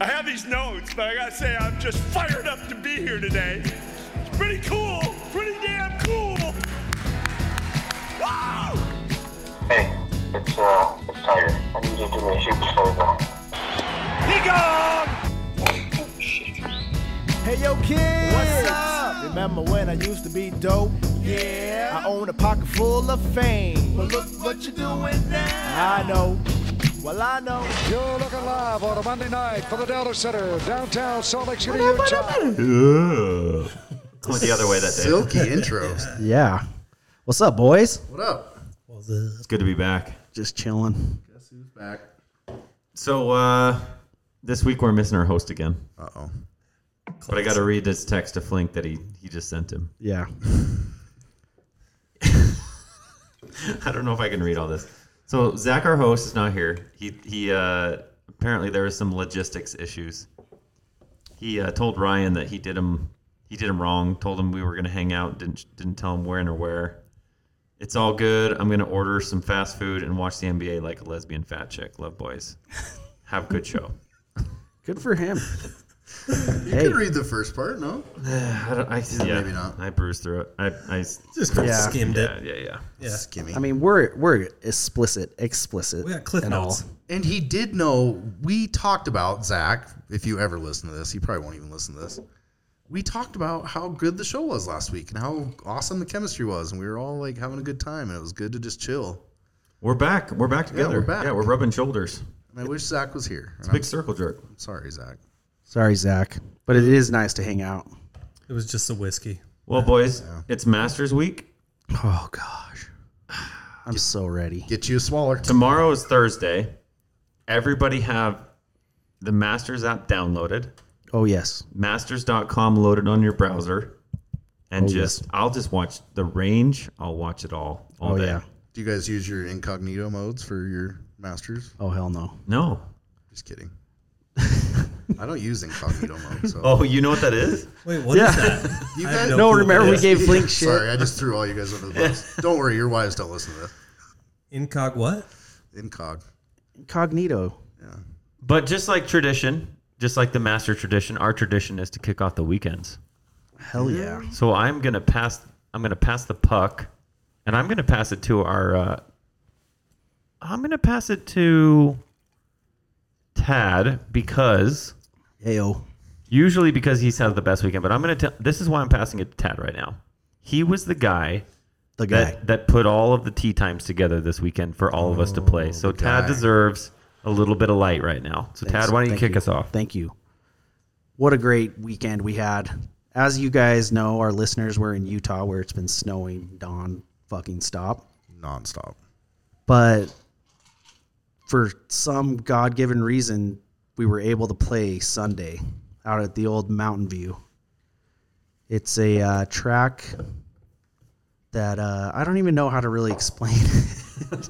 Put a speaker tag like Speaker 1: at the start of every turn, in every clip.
Speaker 1: I have these notes, but I gotta say, I'm just fired up to be here today. It's pretty cool, pretty damn cool. Wow!
Speaker 2: Hey, it's uh, it's Tiger. I need you to do me a huge favor.
Speaker 1: He gone!
Speaker 3: Hey yo kids! What's up? Remember when I used to be dope? Yeah. I owned a pocket full of fame. But look what you're doing now. I know. Well I know.
Speaker 4: You're looking live on a Monday night from the Delta Center, downtown Salt Lake City, Utah.
Speaker 5: Went the other way that day.
Speaker 6: Silky intros.
Speaker 7: Yeah. What's up, boys?
Speaker 6: What up?
Speaker 5: It's good to be back.
Speaker 7: Just chilling.
Speaker 6: Guess who's back?
Speaker 5: So uh, this week we're missing our host again,
Speaker 6: Uh oh.
Speaker 5: but I got to read this text to Flink that he he just sent him.
Speaker 7: Yeah.
Speaker 5: I don't know if I can read all this. So Zach, our host, is not here. He he uh, apparently there was some logistics issues. He uh, told Ryan that he did him he did him wrong. Told him we were gonna hang out. Didn't didn't tell him when or where. It's all good. I'm gonna order some fast food and watch the NBA like a lesbian fat chick. Love boys. Have a good show.
Speaker 7: Good for him.
Speaker 6: You
Speaker 7: Hey.
Speaker 6: could read the first part, no?
Speaker 5: I, don't, I yeah,
Speaker 6: maybe not.
Speaker 5: I bruised through it. I, I s-
Speaker 8: Just kind of
Speaker 7: Yeah.
Speaker 8: skimmed
Speaker 5: yeah,
Speaker 8: it.
Speaker 5: yeah, yeah.
Speaker 8: Yeah.
Speaker 6: Skimmy.
Speaker 7: I mean, we're we're explicit, explicit.
Speaker 8: We got cliff
Speaker 7: and all.
Speaker 8: notes.
Speaker 6: and he did know we talked about Zach. If you ever listen to this, you probably won't even listen to this. We talked about how good the show was last week and how awesome the chemistry was, and we were all like having a good time, and it was good to just chill.
Speaker 5: We're back. We're back together.
Speaker 6: we're back.
Speaker 5: Yeah, we're rubbing shoulders.
Speaker 6: And I wish Zach was here. And
Speaker 5: Big circle jerk.
Speaker 6: I'm sorry, Zach.
Speaker 7: Sorry, Zach, but it is nice to hang out.
Speaker 8: It was just a whiskey.
Speaker 5: Well, boys, it's Masters Week.
Speaker 7: Oh gosh, I'm so ready.
Speaker 6: Get you a smaller.
Speaker 5: Tomorrow is Thursday. Everybody have the Masters app downloaded,
Speaker 7: Oh yes,
Speaker 5: masters.com loaded on your browser, and
Speaker 7: Oh,
Speaker 5: just I'll just watch the range. I'll watch it all. all
Speaker 7: Oh,
Speaker 5: day.
Speaker 7: yeah.
Speaker 6: Do you guys use your incognito modes for your masters?
Speaker 7: oh hell no.
Speaker 5: No.
Speaker 6: Just kidding. I don't use incognito mode. So
Speaker 5: Oh, you know what that is?
Speaker 8: Wait, what is that?
Speaker 6: you
Speaker 8: I have
Speaker 6: guys,
Speaker 8: no
Speaker 7: No,
Speaker 8: clue
Speaker 7: remember
Speaker 8: what
Speaker 7: we
Speaker 8: it
Speaker 7: gave Link shit.
Speaker 6: Sorry, I just threw all you guys under the bus. don't worry, your wives don't listen to this.
Speaker 8: Incog what?
Speaker 6: Incog.
Speaker 7: Incognito.
Speaker 5: But just like tradition, just like the master tradition, our tradition is to kick off the weekends.
Speaker 7: Hell yeah.
Speaker 8: Mm-hmm.
Speaker 5: So I'm gonna pass. I'm gonna pass the puck, and I'm gonna pass it to our. Uh, I'm gonna pass it to Tad because
Speaker 7: Ayo.
Speaker 5: usually because he's had the best weekend. But I'm gonna tell. This is why I'm passing it to Tad right now. He was the guy
Speaker 7: The guy.
Speaker 5: that that put all of the tea times together this weekend for all of us to play. So Tad
Speaker 6: guy.
Speaker 5: deserves a little bit of light right now. So
Speaker 7: Thanks.
Speaker 5: Tad, why don't you
Speaker 7: Thank
Speaker 5: kick us off?
Speaker 7: Thank you. What a great weekend we had. As you guys know, our listeners were in Utah where it's been snowing non fucking stop.
Speaker 6: Nonstop.
Speaker 7: But for some God given reason, we were able to play Sunday out at the old Mountain View. It's a uh, track that uh, I don't even know how to really explain. it.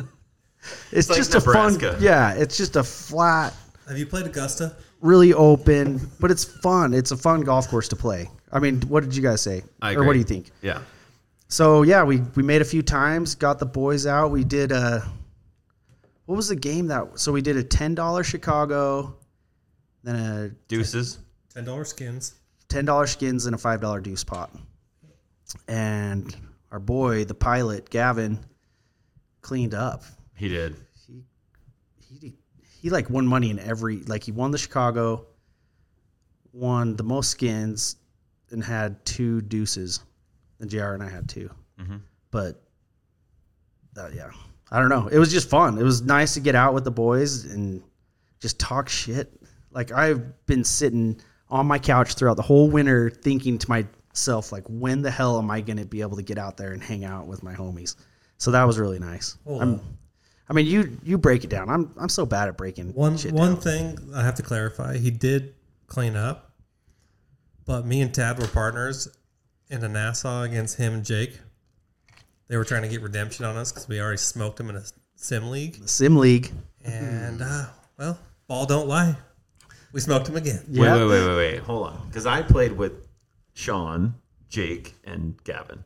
Speaker 7: it's
Speaker 5: like
Speaker 7: just a
Speaker 5: Nebraska.
Speaker 7: fun, yeah. It's just a flat
Speaker 8: Have you played Augusta?
Speaker 7: really open, but it's fun. It's a fun golf course to play. I mean, what did you guys say?
Speaker 5: I
Speaker 7: Or what
Speaker 5: agree.
Speaker 7: do you think?
Speaker 5: Yeah.
Speaker 7: So yeah, we we made a few times, got the boys out. We did uh what was the game that so we did a ten dollar Chicago, then a
Speaker 5: Deuces.
Speaker 8: Ten dollar skins.
Speaker 7: ten dollar skins and a five dollar deuce pot. And our boy, the pilot, Gavin, cleaned up.
Speaker 5: He did.
Speaker 7: he he like won money in every like he won the Chicago, won the most skins, and had two deuces. And Jr. and I had 2 but uh, yeah, I don't know. It was just fun. It was nice to get out with the boys and just talk shit. Like I've been sitting on my couch throughout the whole winter, thinking to myself, like, when the hell am I gonna be able to get out there and hang out with my homies? So that was really nice.
Speaker 8: uh,
Speaker 7: I'm- I mean, you you break it down. I'm I'm so bad at breaking
Speaker 8: One
Speaker 7: shit
Speaker 8: one
Speaker 7: down.
Speaker 8: thing I have to clarify: he did clean up, but me and Tad were partners in a Nassau against him and Jake. They were trying to get redemption on us because we already smoked him in a sim league,
Speaker 7: Sim league.
Speaker 8: and uh, well, ball don't lie. We smoked him again.
Speaker 7: Yeah.
Speaker 5: Wait, wait, wait, wait, wait. Hold on. Because I played with Sean, Jake, and Gavin.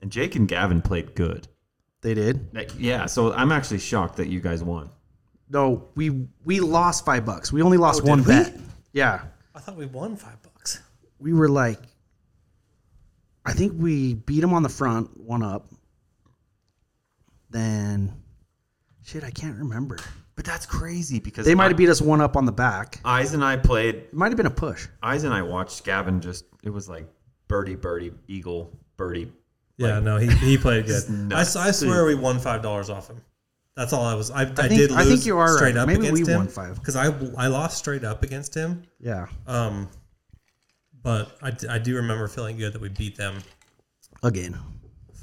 Speaker 5: And Jake and Gavin played good.
Speaker 7: They did.
Speaker 5: Like, yeah, so I'm actually shocked that you guys won. Oh,
Speaker 7: No, we we lost five bucks. We only lost one bet. Yeah.
Speaker 8: I thought we won five bucks.
Speaker 7: we were like, I think we beat them on the front, one up. Then, shit, I can't remember.
Speaker 5: But that's crazy because
Speaker 7: They might
Speaker 5: I-
Speaker 7: have beat us one up on the back.
Speaker 5: Eyes and I played.
Speaker 7: It might have been a push.
Speaker 5: Eyes and I watched Gavin. Just it was like birdie, birdie, eagle, birdie.
Speaker 8: Yeah, no, he, he played good. I,
Speaker 5: nuts,
Speaker 8: s- I swear we won five dollars off him. That's all I was. I, I,
Speaker 7: think-
Speaker 8: did lose
Speaker 7: I think you are
Speaker 8: straight
Speaker 7: right.
Speaker 8: up
Speaker 7: Maybe we
Speaker 8: against him
Speaker 7: won five.
Speaker 8: because I I lost straight up against him.
Speaker 7: Yeah.
Speaker 5: Uh,
Speaker 8: Um, but I, d- I do remember feeling good that we beat them
Speaker 7: Again.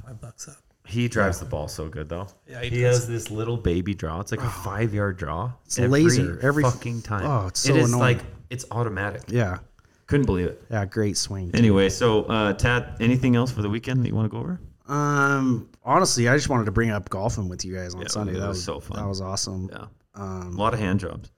Speaker 8: five bucks up.
Speaker 5: He drives the ball so good though.
Speaker 8: Yeah, he
Speaker 5: he,
Speaker 8: does.
Speaker 5: has this little baby draw. It's like a five yard draw. It's
Speaker 7: a laser every-
Speaker 5: fucking time.
Speaker 7: Oh, it's
Speaker 5: it
Speaker 7: so
Speaker 5: is
Speaker 7: annoying.
Speaker 5: like it's automatic.
Speaker 7: Yeah.
Speaker 5: Couldn't believe it.
Speaker 7: Yeah. Great swing.
Speaker 5: Anyway, so uh, Tad, anything else for the weekend that you want to go over?
Speaker 7: Um. Honestly, I just wanted to bring up golfing with you guys on
Speaker 5: Yeah,
Speaker 7: Sunday.
Speaker 5: it
Speaker 7: That
Speaker 5: was
Speaker 7: was,
Speaker 5: so fun.
Speaker 7: That was awesome.
Speaker 5: Yeah, a
Speaker 7: Um,
Speaker 5: lot of hand jobs.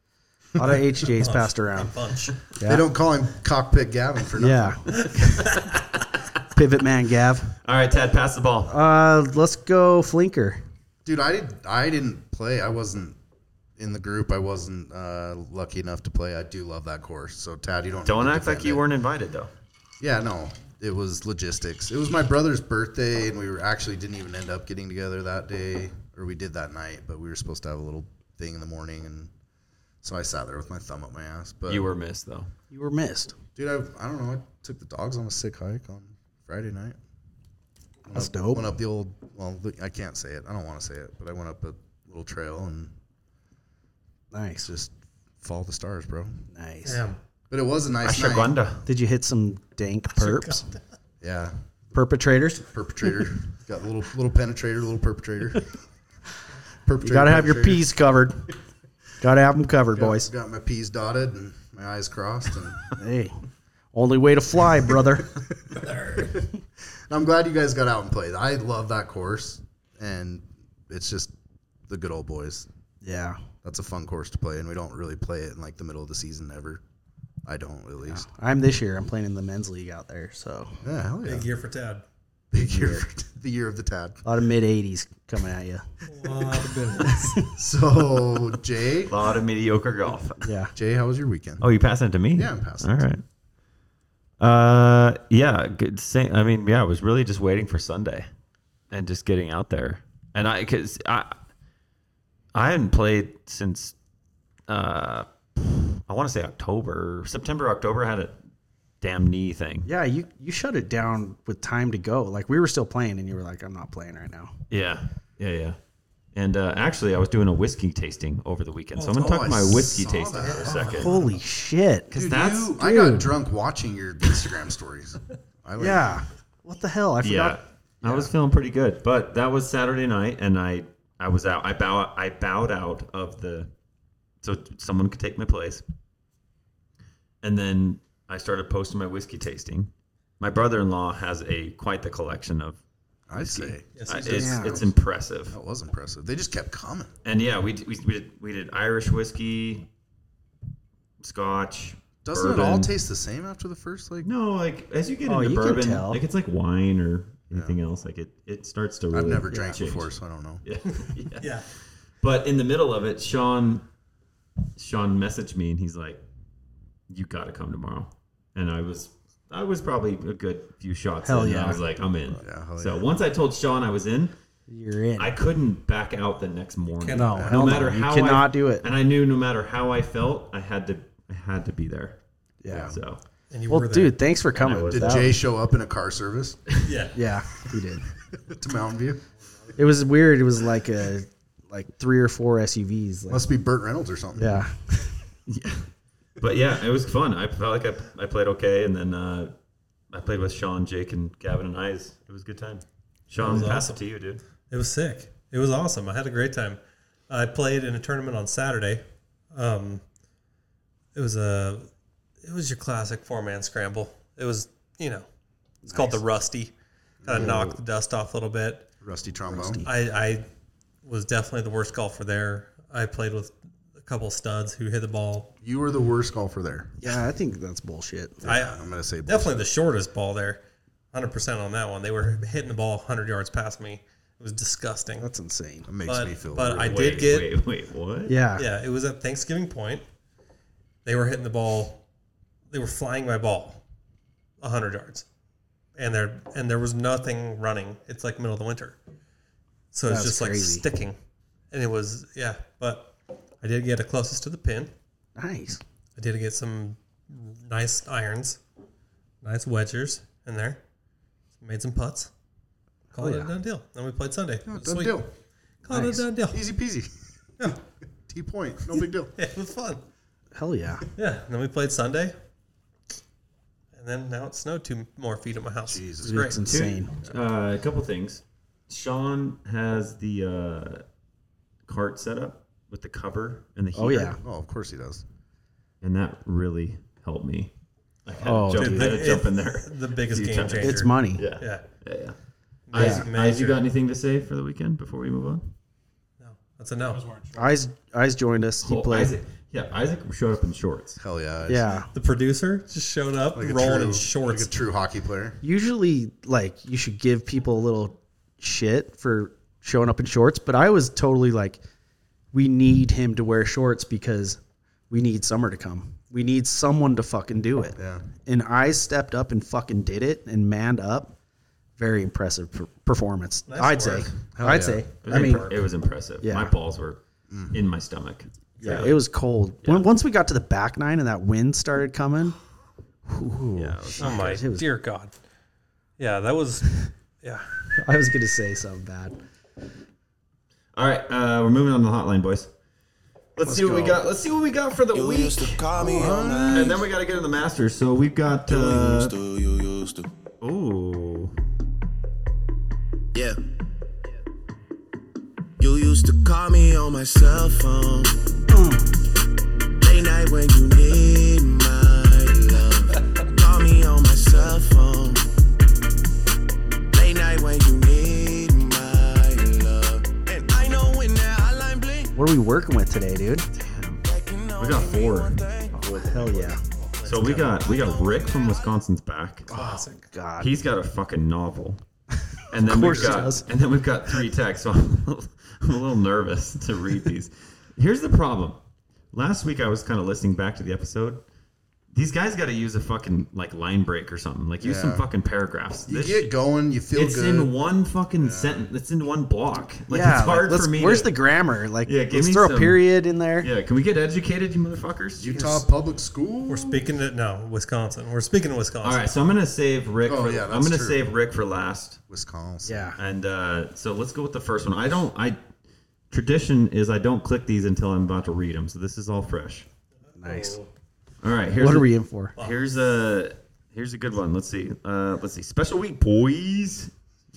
Speaker 7: a lot of HJs passed around.
Speaker 8: Bunch.
Speaker 7: Yeah.
Speaker 6: They don't call him cockpit Gavin for nothing.
Speaker 7: Yeah. Pivot man, Gav.
Speaker 5: All right, Tad, pass the ball.
Speaker 7: Uh, let's go flinker.
Speaker 6: Dude, I did I didn't play. I wasn't in the group. I wasn't uh, lucky enough to play. I do love that course. So Tad, you don't
Speaker 5: Don't
Speaker 6: need to
Speaker 5: act like
Speaker 6: defend
Speaker 5: you
Speaker 6: it.
Speaker 5: weren't invited though.
Speaker 6: Yeah, no. It was logistics. It was my brother's birthday, and we were actually didn't even end up getting together that day, or we did that night, but we were supposed to have a little thing in the morning, and so I sat there with my thumb up my ass. But
Speaker 5: You were missed though.
Speaker 7: You were missed.
Speaker 6: dude, I, I don't know. I took the dogs on a sick hike on Friday night. Went
Speaker 7: That's
Speaker 6: up-
Speaker 7: dope.
Speaker 6: Went up the old. Well, I can't say it. I don't want to say it, but I went up a little trail and
Speaker 7: Nice.
Speaker 6: just follow the stars, bro.
Speaker 7: Nice.
Speaker 8: Damn.
Speaker 6: But it was a nice night.
Speaker 5: Ashwagandha.
Speaker 7: Did you hit some dank perps?
Speaker 6: Yeah,
Speaker 7: Perpetrators?
Speaker 6: perpetrator. Got a little little penetrator, little perpetrator. perpetrator
Speaker 7: You got to have your
Speaker 6: penetrator.
Speaker 7: P's covered. got to have them covered,
Speaker 6: Got-
Speaker 7: boys.
Speaker 6: Got my P's dotted and my I's crossed. And,
Speaker 7: Hey, only way to fly, brother.
Speaker 6: and I'm glad you guys got out and played. I love that course. And it's just the good old boys.
Speaker 7: yeah.
Speaker 6: That's a fun course to play. And we don't really play it in like the middle of the season ever. I don't at least.
Speaker 7: I'm this year. I'm playing in the men's league out there. So
Speaker 6: Yeah, hell yeah.
Speaker 8: Big year for Tad.
Speaker 6: Big year. the year of the tad.
Speaker 7: a lot of mid 80s coming at you.
Speaker 8: A lot of business.
Speaker 6: So, Jay,
Speaker 5: A lot of mediocre golf.
Speaker 7: Yeah.
Speaker 6: Jay, how was your weekend?
Speaker 5: Oh, you passing it to me?
Speaker 6: Yeah, I'm passing
Speaker 5: All
Speaker 6: it to
Speaker 5: right. Uh, yeah. Good. Same, I mean, yeah, I was really just waiting for Sunday, and just getting out there. And I, cause I, I hadn't played since, uh, I want to say October, September, October. I had a damn knee thing.
Speaker 7: Yeah. You, you shut it down with time to go. Like we were still playing, and you were like, I'm not playing right now.
Speaker 5: Yeah. Yeah. Yeah. And uh, actually, I was doing a whiskey tasting over the weekend, so I'm gonna talk
Speaker 6: Oh, I
Speaker 5: my whiskey
Speaker 6: saw
Speaker 5: tasting
Speaker 6: that.
Speaker 5: for a second.
Speaker 7: Holy shit.
Speaker 5: Cause
Speaker 6: Dude,
Speaker 5: that's
Speaker 6: you, I got drunk watching your Instagram stories. I like,
Speaker 7: Yeah. What the hell? I
Speaker 5: yeah,
Speaker 7: forgot.
Speaker 5: I was feeling pretty good, but that was Saturday night, and I I was out. I bow I bowed out of the, so someone could take my place. And then I started posting my whiskey tasting. My brother-in-law has a quite the collection of.
Speaker 6: I'd say
Speaker 5: uh,
Speaker 8: he
Speaker 5: it's,
Speaker 7: does.
Speaker 5: it's impressive,
Speaker 6: that was impressive. They just kept coming.
Speaker 5: and yeah, we d- we we did, we did Irish whiskey, Scotch.
Speaker 6: Doesn't it all
Speaker 5: bourbon.
Speaker 6: taste the same after the first like?
Speaker 5: No, like as you get
Speaker 7: Oh,
Speaker 5: into
Speaker 7: you can
Speaker 5: bourbon,
Speaker 7: tell.
Speaker 5: like it's like wine or anything else. Like it, it starts to. Really
Speaker 6: I've never drank
Speaker 5: change.
Speaker 6: before, so I don't know.
Speaker 5: Yeah. yeah.
Speaker 8: Yeah.
Speaker 5: But in the middle of it, Sean Sean messaged me and he's like, "You got to come tomorrow." And I was I was probably a good few shots
Speaker 7: Hell
Speaker 5: in. and
Speaker 7: yeah.
Speaker 5: I was like, "I'm in."
Speaker 6: Yeah, hell
Speaker 5: so
Speaker 6: yeah.
Speaker 5: once I told Sean I was in,
Speaker 7: You're in.
Speaker 5: I couldn't back out the next morning. no
Speaker 7: no, hell no.
Speaker 5: matter
Speaker 7: You
Speaker 5: how
Speaker 7: cannot
Speaker 5: I,
Speaker 7: do it.
Speaker 5: And I knew no matter how I felt, I had to I had to be there.
Speaker 7: Yeah.
Speaker 5: So
Speaker 8: And you
Speaker 7: Well,
Speaker 8: were there.
Speaker 7: dude, thanks for coming.
Speaker 5: was-
Speaker 6: Did
Speaker 7: That-
Speaker 6: Jay show up in a car service
Speaker 8: Yeah.
Speaker 7: Yeah, he did.
Speaker 6: to Mountain View?
Speaker 7: It was weird. It was like a like three or four SUVs. Like,
Speaker 6: Must be Burt Reynolds or something.
Speaker 7: yeah,
Speaker 5: but yeah, it was fun. I felt like I, I played okay, and then uh, I played with Sean, Jake, and Gavin, and I. It was a good time. Sean,
Speaker 8: was
Speaker 5: pass
Speaker 8: awesome.
Speaker 5: it to you, dude.
Speaker 8: It was sick. It was awesome. I had a great time. I played in a tournament on Saturday. Um, it was a, it was your classic four man scramble. It was, you know, it's called the rusty. Kind of knocked the dust off a little bit.
Speaker 6: Rusty trombone.
Speaker 8: I, I was definitely the worst golfer there. I played with a couple studs who hit the ball.
Speaker 6: You were the worst golfer there.
Speaker 7: yeah. I think that's bullshit.
Speaker 8: I
Speaker 6: I'm gonna say
Speaker 8: definitely the shortest ball there. 100% on that one. They were hitting the ball 100 yards past me. It was disgusting.
Speaker 7: That's insane.
Speaker 6: That makes
Speaker 8: But,
Speaker 6: me feel.
Speaker 8: but I
Speaker 6: really-
Speaker 8: did
Speaker 5: Wait,
Speaker 8: get
Speaker 5: wait, what?
Speaker 7: Yeah,
Speaker 8: yeah, it was at Thanksgiving Point. They were hitting the ball they were flying my ball hundred yards, and there and there was nothing running. It's like middle of the winter, so it's
Speaker 7: That's
Speaker 8: just
Speaker 7: crazy.
Speaker 8: like sticking, and it was yeah. But I did get it closest to the pin.
Speaker 7: Nice.
Speaker 8: I did get some nice irons, nice wedgers in there. Made some putts.
Speaker 7: Oh,
Speaker 8: Called it a done deal. Then we played Sunday. It was
Speaker 6: Done
Speaker 8: sweet.
Speaker 6: deal.
Speaker 8: Called
Speaker 7: Nice.
Speaker 8: it a done deal.
Speaker 6: Easy peasy. T point. No big deal.
Speaker 8: Yeah, it was fun.
Speaker 7: Hell yeah.
Speaker 8: Yeah. And then we played Sunday. And then now it snowed two more feet at my house. Jesus. It's great.
Speaker 7: That's insane.
Speaker 5: Uh, a couple things. Sean has the uh, cart set up with the cover and the heater.
Speaker 7: Oh yeah.
Speaker 6: Oh, of course he does.
Speaker 5: And that really helped me. I had
Speaker 7: Oh,
Speaker 5: to jump,
Speaker 8: dude.
Speaker 5: had to jump in there.
Speaker 8: The biggest
Speaker 5: You
Speaker 8: game
Speaker 5: turned it.
Speaker 8: changer.
Speaker 7: It's money.
Speaker 5: Yeah. Yeah.
Speaker 8: Yeah.
Speaker 5: Yeah. yeah.
Speaker 8: Amazing,
Speaker 5: Eyes, Eyes, you
Speaker 8: amazing.
Speaker 5: got anything to say for the weekend before we move on?
Speaker 8: No, that's a no.
Speaker 7: Eyes Eyes joined us. He
Speaker 5: Oh,
Speaker 7: played.
Speaker 5: Isaac. Yeah, Isaac showed up in shorts.
Speaker 6: Hell yeah.
Speaker 7: Yeah.
Speaker 8: The producer just showed up
Speaker 6: Like a
Speaker 8: rolling
Speaker 6: true-
Speaker 8: in shorts.
Speaker 6: Like a true hockey player.
Speaker 7: Usually, like you should give people a little shit for showing up in shorts, but I was totally like, we need him to wear shorts because we need summer to come. We need someone to fucking do it.
Speaker 6: Yeah.
Speaker 7: And I stepped up and fucking did it and manned up. Very impressive per- performance.
Speaker 8: Nice
Speaker 7: I'd
Speaker 8: work.
Speaker 7: say.
Speaker 6: Hell
Speaker 7: I'd
Speaker 6: yeah.
Speaker 7: say.
Speaker 5: It was,
Speaker 7: I mean,
Speaker 5: impre- it was impressive.
Speaker 7: yeah.
Speaker 5: My balls were in my stomach.
Speaker 7: Yeah, it was cold. When, once we got to the back nine and that wind started coming,
Speaker 5: Yeah, it was-
Speaker 8: Oh my
Speaker 7: It was-
Speaker 8: dear God. Yeah, that was. Yeah.
Speaker 7: I was going to say something bad.
Speaker 5: All right, uh, we're moving on to the hotline, boys. Let's, see what we got. Let's see what we got for the
Speaker 9: You
Speaker 5: week,
Speaker 9: used to call me on that.
Speaker 5: and then we got to get in the Masters. So we've got.
Speaker 9: You
Speaker 5: Uh,
Speaker 9: used to, you used to.
Speaker 5: oh,
Speaker 9: Yeah. You used to call me on my cell phone. Late night when you need my love. call me on my cell phone. Late night when you need my love. And I know when that hotline blink.
Speaker 7: What are we working with today, dude?
Speaker 5: we got four.
Speaker 7: Hell yeah.
Speaker 5: So we got we got Rick from Wisconsin's back.
Speaker 8: Classic.
Speaker 7: Oh, God.
Speaker 5: He's got a fucking novel. And then
Speaker 7: course
Speaker 5: we've
Speaker 7: he
Speaker 5: got
Speaker 7: does.
Speaker 5: and then we've got three texts. So I'm a, little, I'm a little nervous to read these. Here's the problem. Last week I was kind of listening back to the episode. These guys got to use a fucking like line break or something. Like use some
Speaker 6: Yeah.
Speaker 5: fucking paragraphs.
Speaker 6: You
Speaker 5: This
Speaker 6: get
Speaker 5: shit-
Speaker 6: going, you feel
Speaker 5: it's
Speaker 6: good.
Speaker 5: in one fucking sentence. It's in one block. Like
Speaker 7: yeah.
Speaker 5: it's hard
Speaker 7: like, let's-
Speaker 5: for me.
Speaker 7: Where's
Speaker 5: to,
Speaker 7: the grammar? Like,
Speaker 5: Yeah, give
Speaker 7: let's
Speaker 5: me
Speaker 7: throw
Speaker 5: some-
Speaker 7: a period in there.
Speaker 5: yeah? Can we get educated, you motherfuckers?
Speaker 6: Utah Public School.
Speaker 8: We're speaking to no Wisconsin. We're speaking to Wisconsin.
Speaker 5: All right, so I'm gonna save Rick.
Speaker 6: Oh,
Speaker 5: for,
Speaker 6: yeah,
Speaker 5: I'm
Speaker 6: that's
Speaker 5: gonna
Speaker 6: true.
Speaker 5: save Rick for last.
Speaker 6: Wisconsin.
Speaker 7: Yeah.
Speaker 5: And uh, so let's go with the first one. I don't. I tradition is I don't click these until I'm about to read them. So this is all fresh.
Speaker 7: Nice.
Speaker 5: All right. Here's
Speaker 7: What
Speaker 5: a,
Speaker 7: are we in for?
Speaker 5: Here's a here's a good one. Let's see. Uh, let's see. Special week, boys.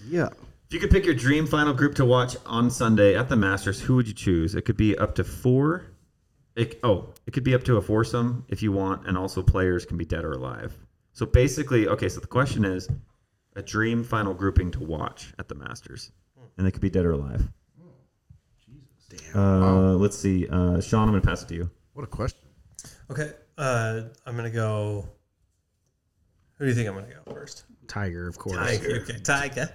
Speaker 7: Yeah.
Speaker 5: If you could pick your dream final group to watch on Sunday at the Masters, who would you choose? It could be up to four. It, oh, it could be up to a foursome if you want, and also players can be dead or alive. So basically, okay. So the question is, a dream final grouping to watch at the Masters, and they could be dead or alive. Damn. Uh, Let's see, uh, Sean. I'm gonna pass it to you.
Speaker 6: What a question.
Speaker 8: Okay. Uh, I'm gonna go. Who do you think I'm gonna go first?
Speaker 7: Tiger, of course.
Speaker 8: Okay, Tiger.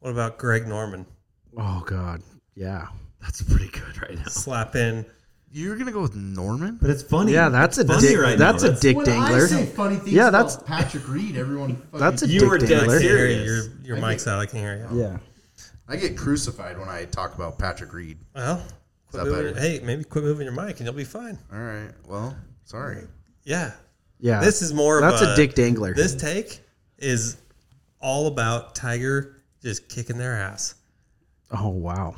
Speaker 8: What about Greg Norman?
Speaker 7: Oh, God. Yeah.
Speaker 5: That's pretty good right now.
Speaker 8: Slap in.
Speaker 6: You're gonna go with Norman?
Speaker 5: But it's funny.
Speaker 7: Yeah, that's a dick. that's a dick dangler.
Speaker 10: funny things
Speaker 7: Yeah, that's-
Speaker 10: about Patrick Reed, everyone. Fucking,
Speaker 7: That's a
Speaker 5: You were
Speaker 7: dick
Speaker 5: dead
Speaker 7: dangler.
Speaker 8: Can't hear you.
Speaker 5: Serious.
Speaker 8: Your your mic's out. I can't hear you.
Speaker 7: Yeah.
Speaker 6: I get crucified when I talk about Patrick Reed.
Speaker 8: Well, quit
Speaker 6: that
Speaker 8: moving,
Speaker 6: better?
Speaker 8: hey, maybe quit moving your mic and you'll be fine.
Speaker 6: All right. Well, sorry.
Speaker 8: Yeah.
Speaker 7: Yeah.
Speaker 8: This is more.
Speaker 7: That's
Speaker 8: of
Speaker 7: a dick dangler.
Speaker 8: This take is all about Tiger just kicking their ass.
Speaker 7: oh, wow.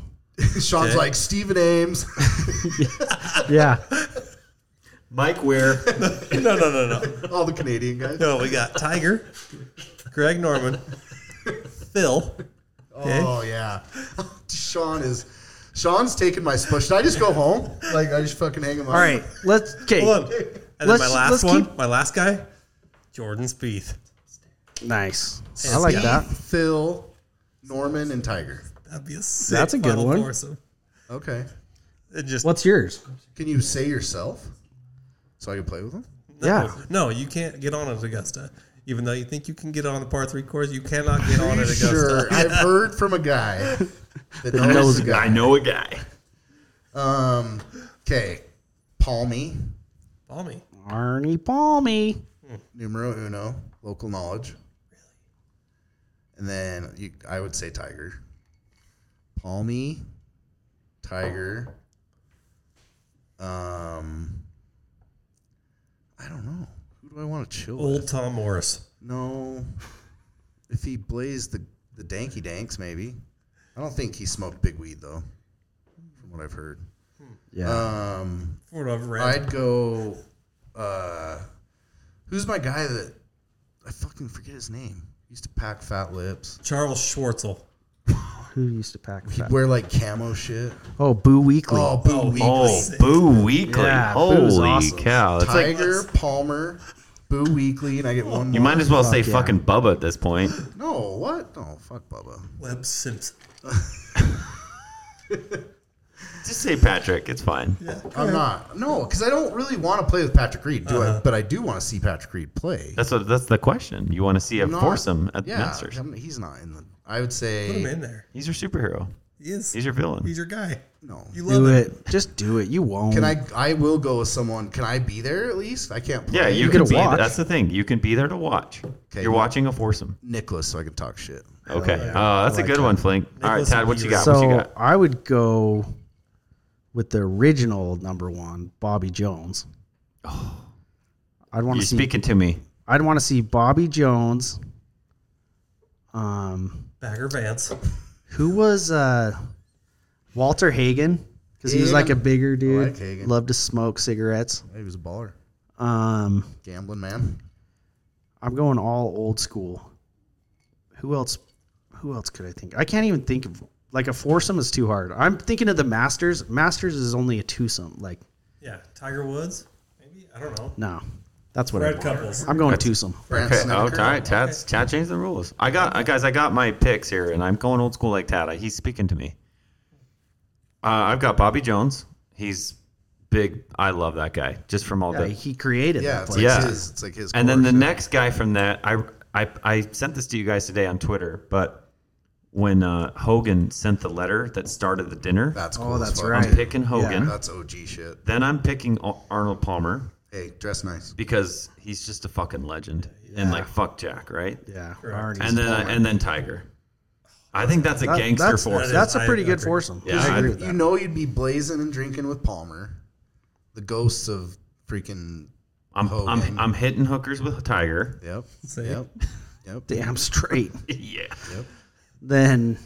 Speaker 6: Sean's like Stephen Ames.
Speaker 7: Yeah.
Speaker 5: Mike Ware.
Speaker 8: no, no, no, no.
Speaker 6: All the Canadian guys.
Speaker 8: No, we got Tiger, Greg Norman, Phil. Okay.
Speaker 6: Oh yeah. Sean is. Sean's taking my spot. Should I just go home? Like I just fucking hang him.
Speaker 7: All right. Let's. Okay.
Speaker 8: Hold on. And
Speaker 7: Let's-
Speaker 8: then my last
Speaker 7: let's
Speaker 8: one,
Speaker 7: keep-
Speaker 8: my last guy, Jordan Spieth.
Speaker 7: Nice. I like that.
Speaker 6: Phil, Norman, and Tiger.
Speaker 8: That'd be a sick
Speaker 7: That's a good
Speaker 8: final
Speaker 7: one.
Speaker 8: foursome.
Speaker 6: Okay.
Speaker 8: It just
Speaker 7: What's yours?
Speaker 6: Can you say yourself? So I can play with him.
Speaker 7: Yeah.
Speaker 8: no, you can't get on at Augusta. Even though you think you can get on the par three course, you cannot get on at Augusta.
Speaker 6: Sure. I've heard from a guy that knows,
Speaker 7: knows
Speaker 6: a
Speaker 7: a
Speaker 6: guy.
Speaker 5: I know a guy.
Speaker 6: Um, okay, Palmy,
Speaker 8: Call me.
Speaker 7: Arnie
Speaker 5: Uh,
Speaker 7: Palmy.
Speaker 6: numero uno, local knowledge. And then you, I would say Tiger, Palmy, Tiger. Um, I don't know. Who do I want to chill with?
Speaker 8: Old Tom Morris.
Speaker 6: No. If he blazed the the danky danks, maybe. I don't think he smoked big weed though, from what I've heard.
Speaker 7: Yeah.
Speaker 6: Um,
Speaker 8: What I've read.
Speaker 6: I'd go. Uh, who's my guy that I fucking forget his name? He used to pack fat lips.
Speaker 8: Charles Schwartzel.
Speaker 7: Who used to pack
Speaker 6: He'd
Speaker 7: that?
Speaker 6: wear like camo shit.
Speaker 7: Oh, Boo Weekly.
Speaker 6: Oh, Boo Weekly.
Speaker 5: Oh, Boo Weekly.
Speaker 7: Yeah,
Speaker 5: Holy
Speaker 7: Boo's awesome.
Speaker 5: cow. It's like,
Speaker 6: Tiger Palmer, Boo Weekly, and I get one.
Speaker 5: you
Speaker 6: more.
Speaker 5: might as well say
Speaker 7: yeah.
Speaker 5: fucking Bubba at this point.
Speaker 6: No, what? No, fuck Bubba.
Speaker 8: Webb Simpson.
Speaker 5: Just say Patrick. It's fine.
Speaker 6: I'm not. No, because I don't really want to play with Patrick Reed, do I? But I do want to see Patrick Reed play.
Speaker 5: That's what, that's the question. You want to see a
Speaker 6: I'm not-
Speaker 5: foursome at
Speaker 6: yeah,
Speaker 5: Masters.
Speaker 6: I'm- he's not in the. I would
Speaker 8: Put him
Speaker 6: say
Speaker 8: in there.
Speaker 5: He's your superhero.
Speaker 8: He is.
Speaker 5: He's your villain.
Speaker 8: He's your guy.
Speaker 6: no.
Speaker 8: You love
Speaker 7: do
Speaker 8: it.
Speaker 7: it. Just do it. You won't.
Speaker 6: Can I? I will go with someone. Can I be there at least? I can't. Play.
Speaker 5: yeah, you
Speaker 7: get
Speaker 5: can
Speaker 7: to
Speaker 5: be.
Speaker 7: watch.
Speaker 5: That's the thing. You can be there to watch.
Speaker 6: Okay.
Speaker 5: You're watching a foursome.
Speaker 6: Nicholas so I can talk shit.
Speaker 7: Oh,
Speaker 5: Okay. Uh, that's a good one, Flink. All right,
Speaker 8: Nicholas
Speaker 5: Tad, what you got? what you
Speaker 7: So
Speaker 5: got?
Speaker 7: I would go with the original number one, Bobby Jones. I'd want
Speaker 5: You're
Speaker 7: to see.
Speaker 5: speaking to me.
Speaker 7: I'd want to see Bobby Jones. Um,
Speaker 8: Bagger Vance.
Speaker 7: who was uh, Walter Hagen? Because he was like a
Speaker 6: Hagen.
Speaker 7: bigger dude.
Speaker 6: like Hagen.
Speaker 7: Loved to smoke cigarettes.
Speaker 6: He was a baller,
Speaker 7: Um,
Speaker 6: gambling man.
Speaker 7: I'm going all old school. Who else? Who else could I think? I can't even think of like a foursome is too hard. I'm thinking of the Masters. Masters is only a twosome. Like
Speaker 8: Yeah. Tiger Woods. Maybe. I don't know.
Speaker 7: no, that's what I want.
Speaker 8: Red couples.
Speaker 6: Oh,
Speaker 7: I'm going twosome.
Speaker 6: Brand
Speaker 5: Okay. Oh, all
Speaker 6: Snedeker.
Speaker 5: right. Tad's, Tad changed the rules. I got uh, guys. I got my picks here, and I'm going old school like Tad. He's speaking to me. Uh, I've got Bobby Jones. He's big. I love that guy just from all
Speaker 7: Yeah,
Speaker 5: day.
Speaker 7: he created
Speaker 6: Yeah,
Speaker 7: that
Speaker 6: it's
Speaker 7: place.
Speaker 6: like
Speaker 5: Yeah.
Speaker 6: his. It's like his.
Speaker 5: And then
Speaker 6: core
Speaker 5: the
Speaker 6: shit.
Speaker 5: next guy from that, I, I I sent this to you guys today on Twitter, but when uh, Hogan sent the letter that started the dinner,
Speaker 6: That's cool.
Speaker 7: Oh,
Speaker 6: as
Speaker 7: that's
Speaker 6: fuck.
Speaker 7: right.
Speaker 5: I'm picking Hogan.
Speaker 6: That's OG shit.
Speaker 5: Then I'm picking Ar- Arnold Palmer
Speaker 6: Hey, dress nice.
Speaker 5: because he's just a fucking legend and like fuck Jack, right?
Speaker 7: Yeah, Arnie's.
Speaker 5: And then I, and then Tiger. I think that's a
Speaker 7: That-
Speaker 5: gangster
Speaker 7: that's,
Speaker 5: force.
Speaker 7: That's a
Speaker 8: I
Speaker 7: pretty good
Speaker 8: agree.
Speaker 7: foursome.
Speaker 5: Yeah,
Speaker 7: I
Speaker 5: I-
Speaker 7: agree with
Speaker 6: You
Speaker 7: that.
Speaker 6: know you'd be blazing and drinking with Palmer, the ghosts of freaking.
Speaker 5: I'm,
Speaker 6: Hogan.
Speaker 5: I'm I'm hitting hookers with Tiger.
Speaker 6: Yep.
Speaker 8: See?
Speaker 6: Yep. Yep.
Speaker 7: Damn straight.
Speaker 5: yeah.
Speaker 7: Then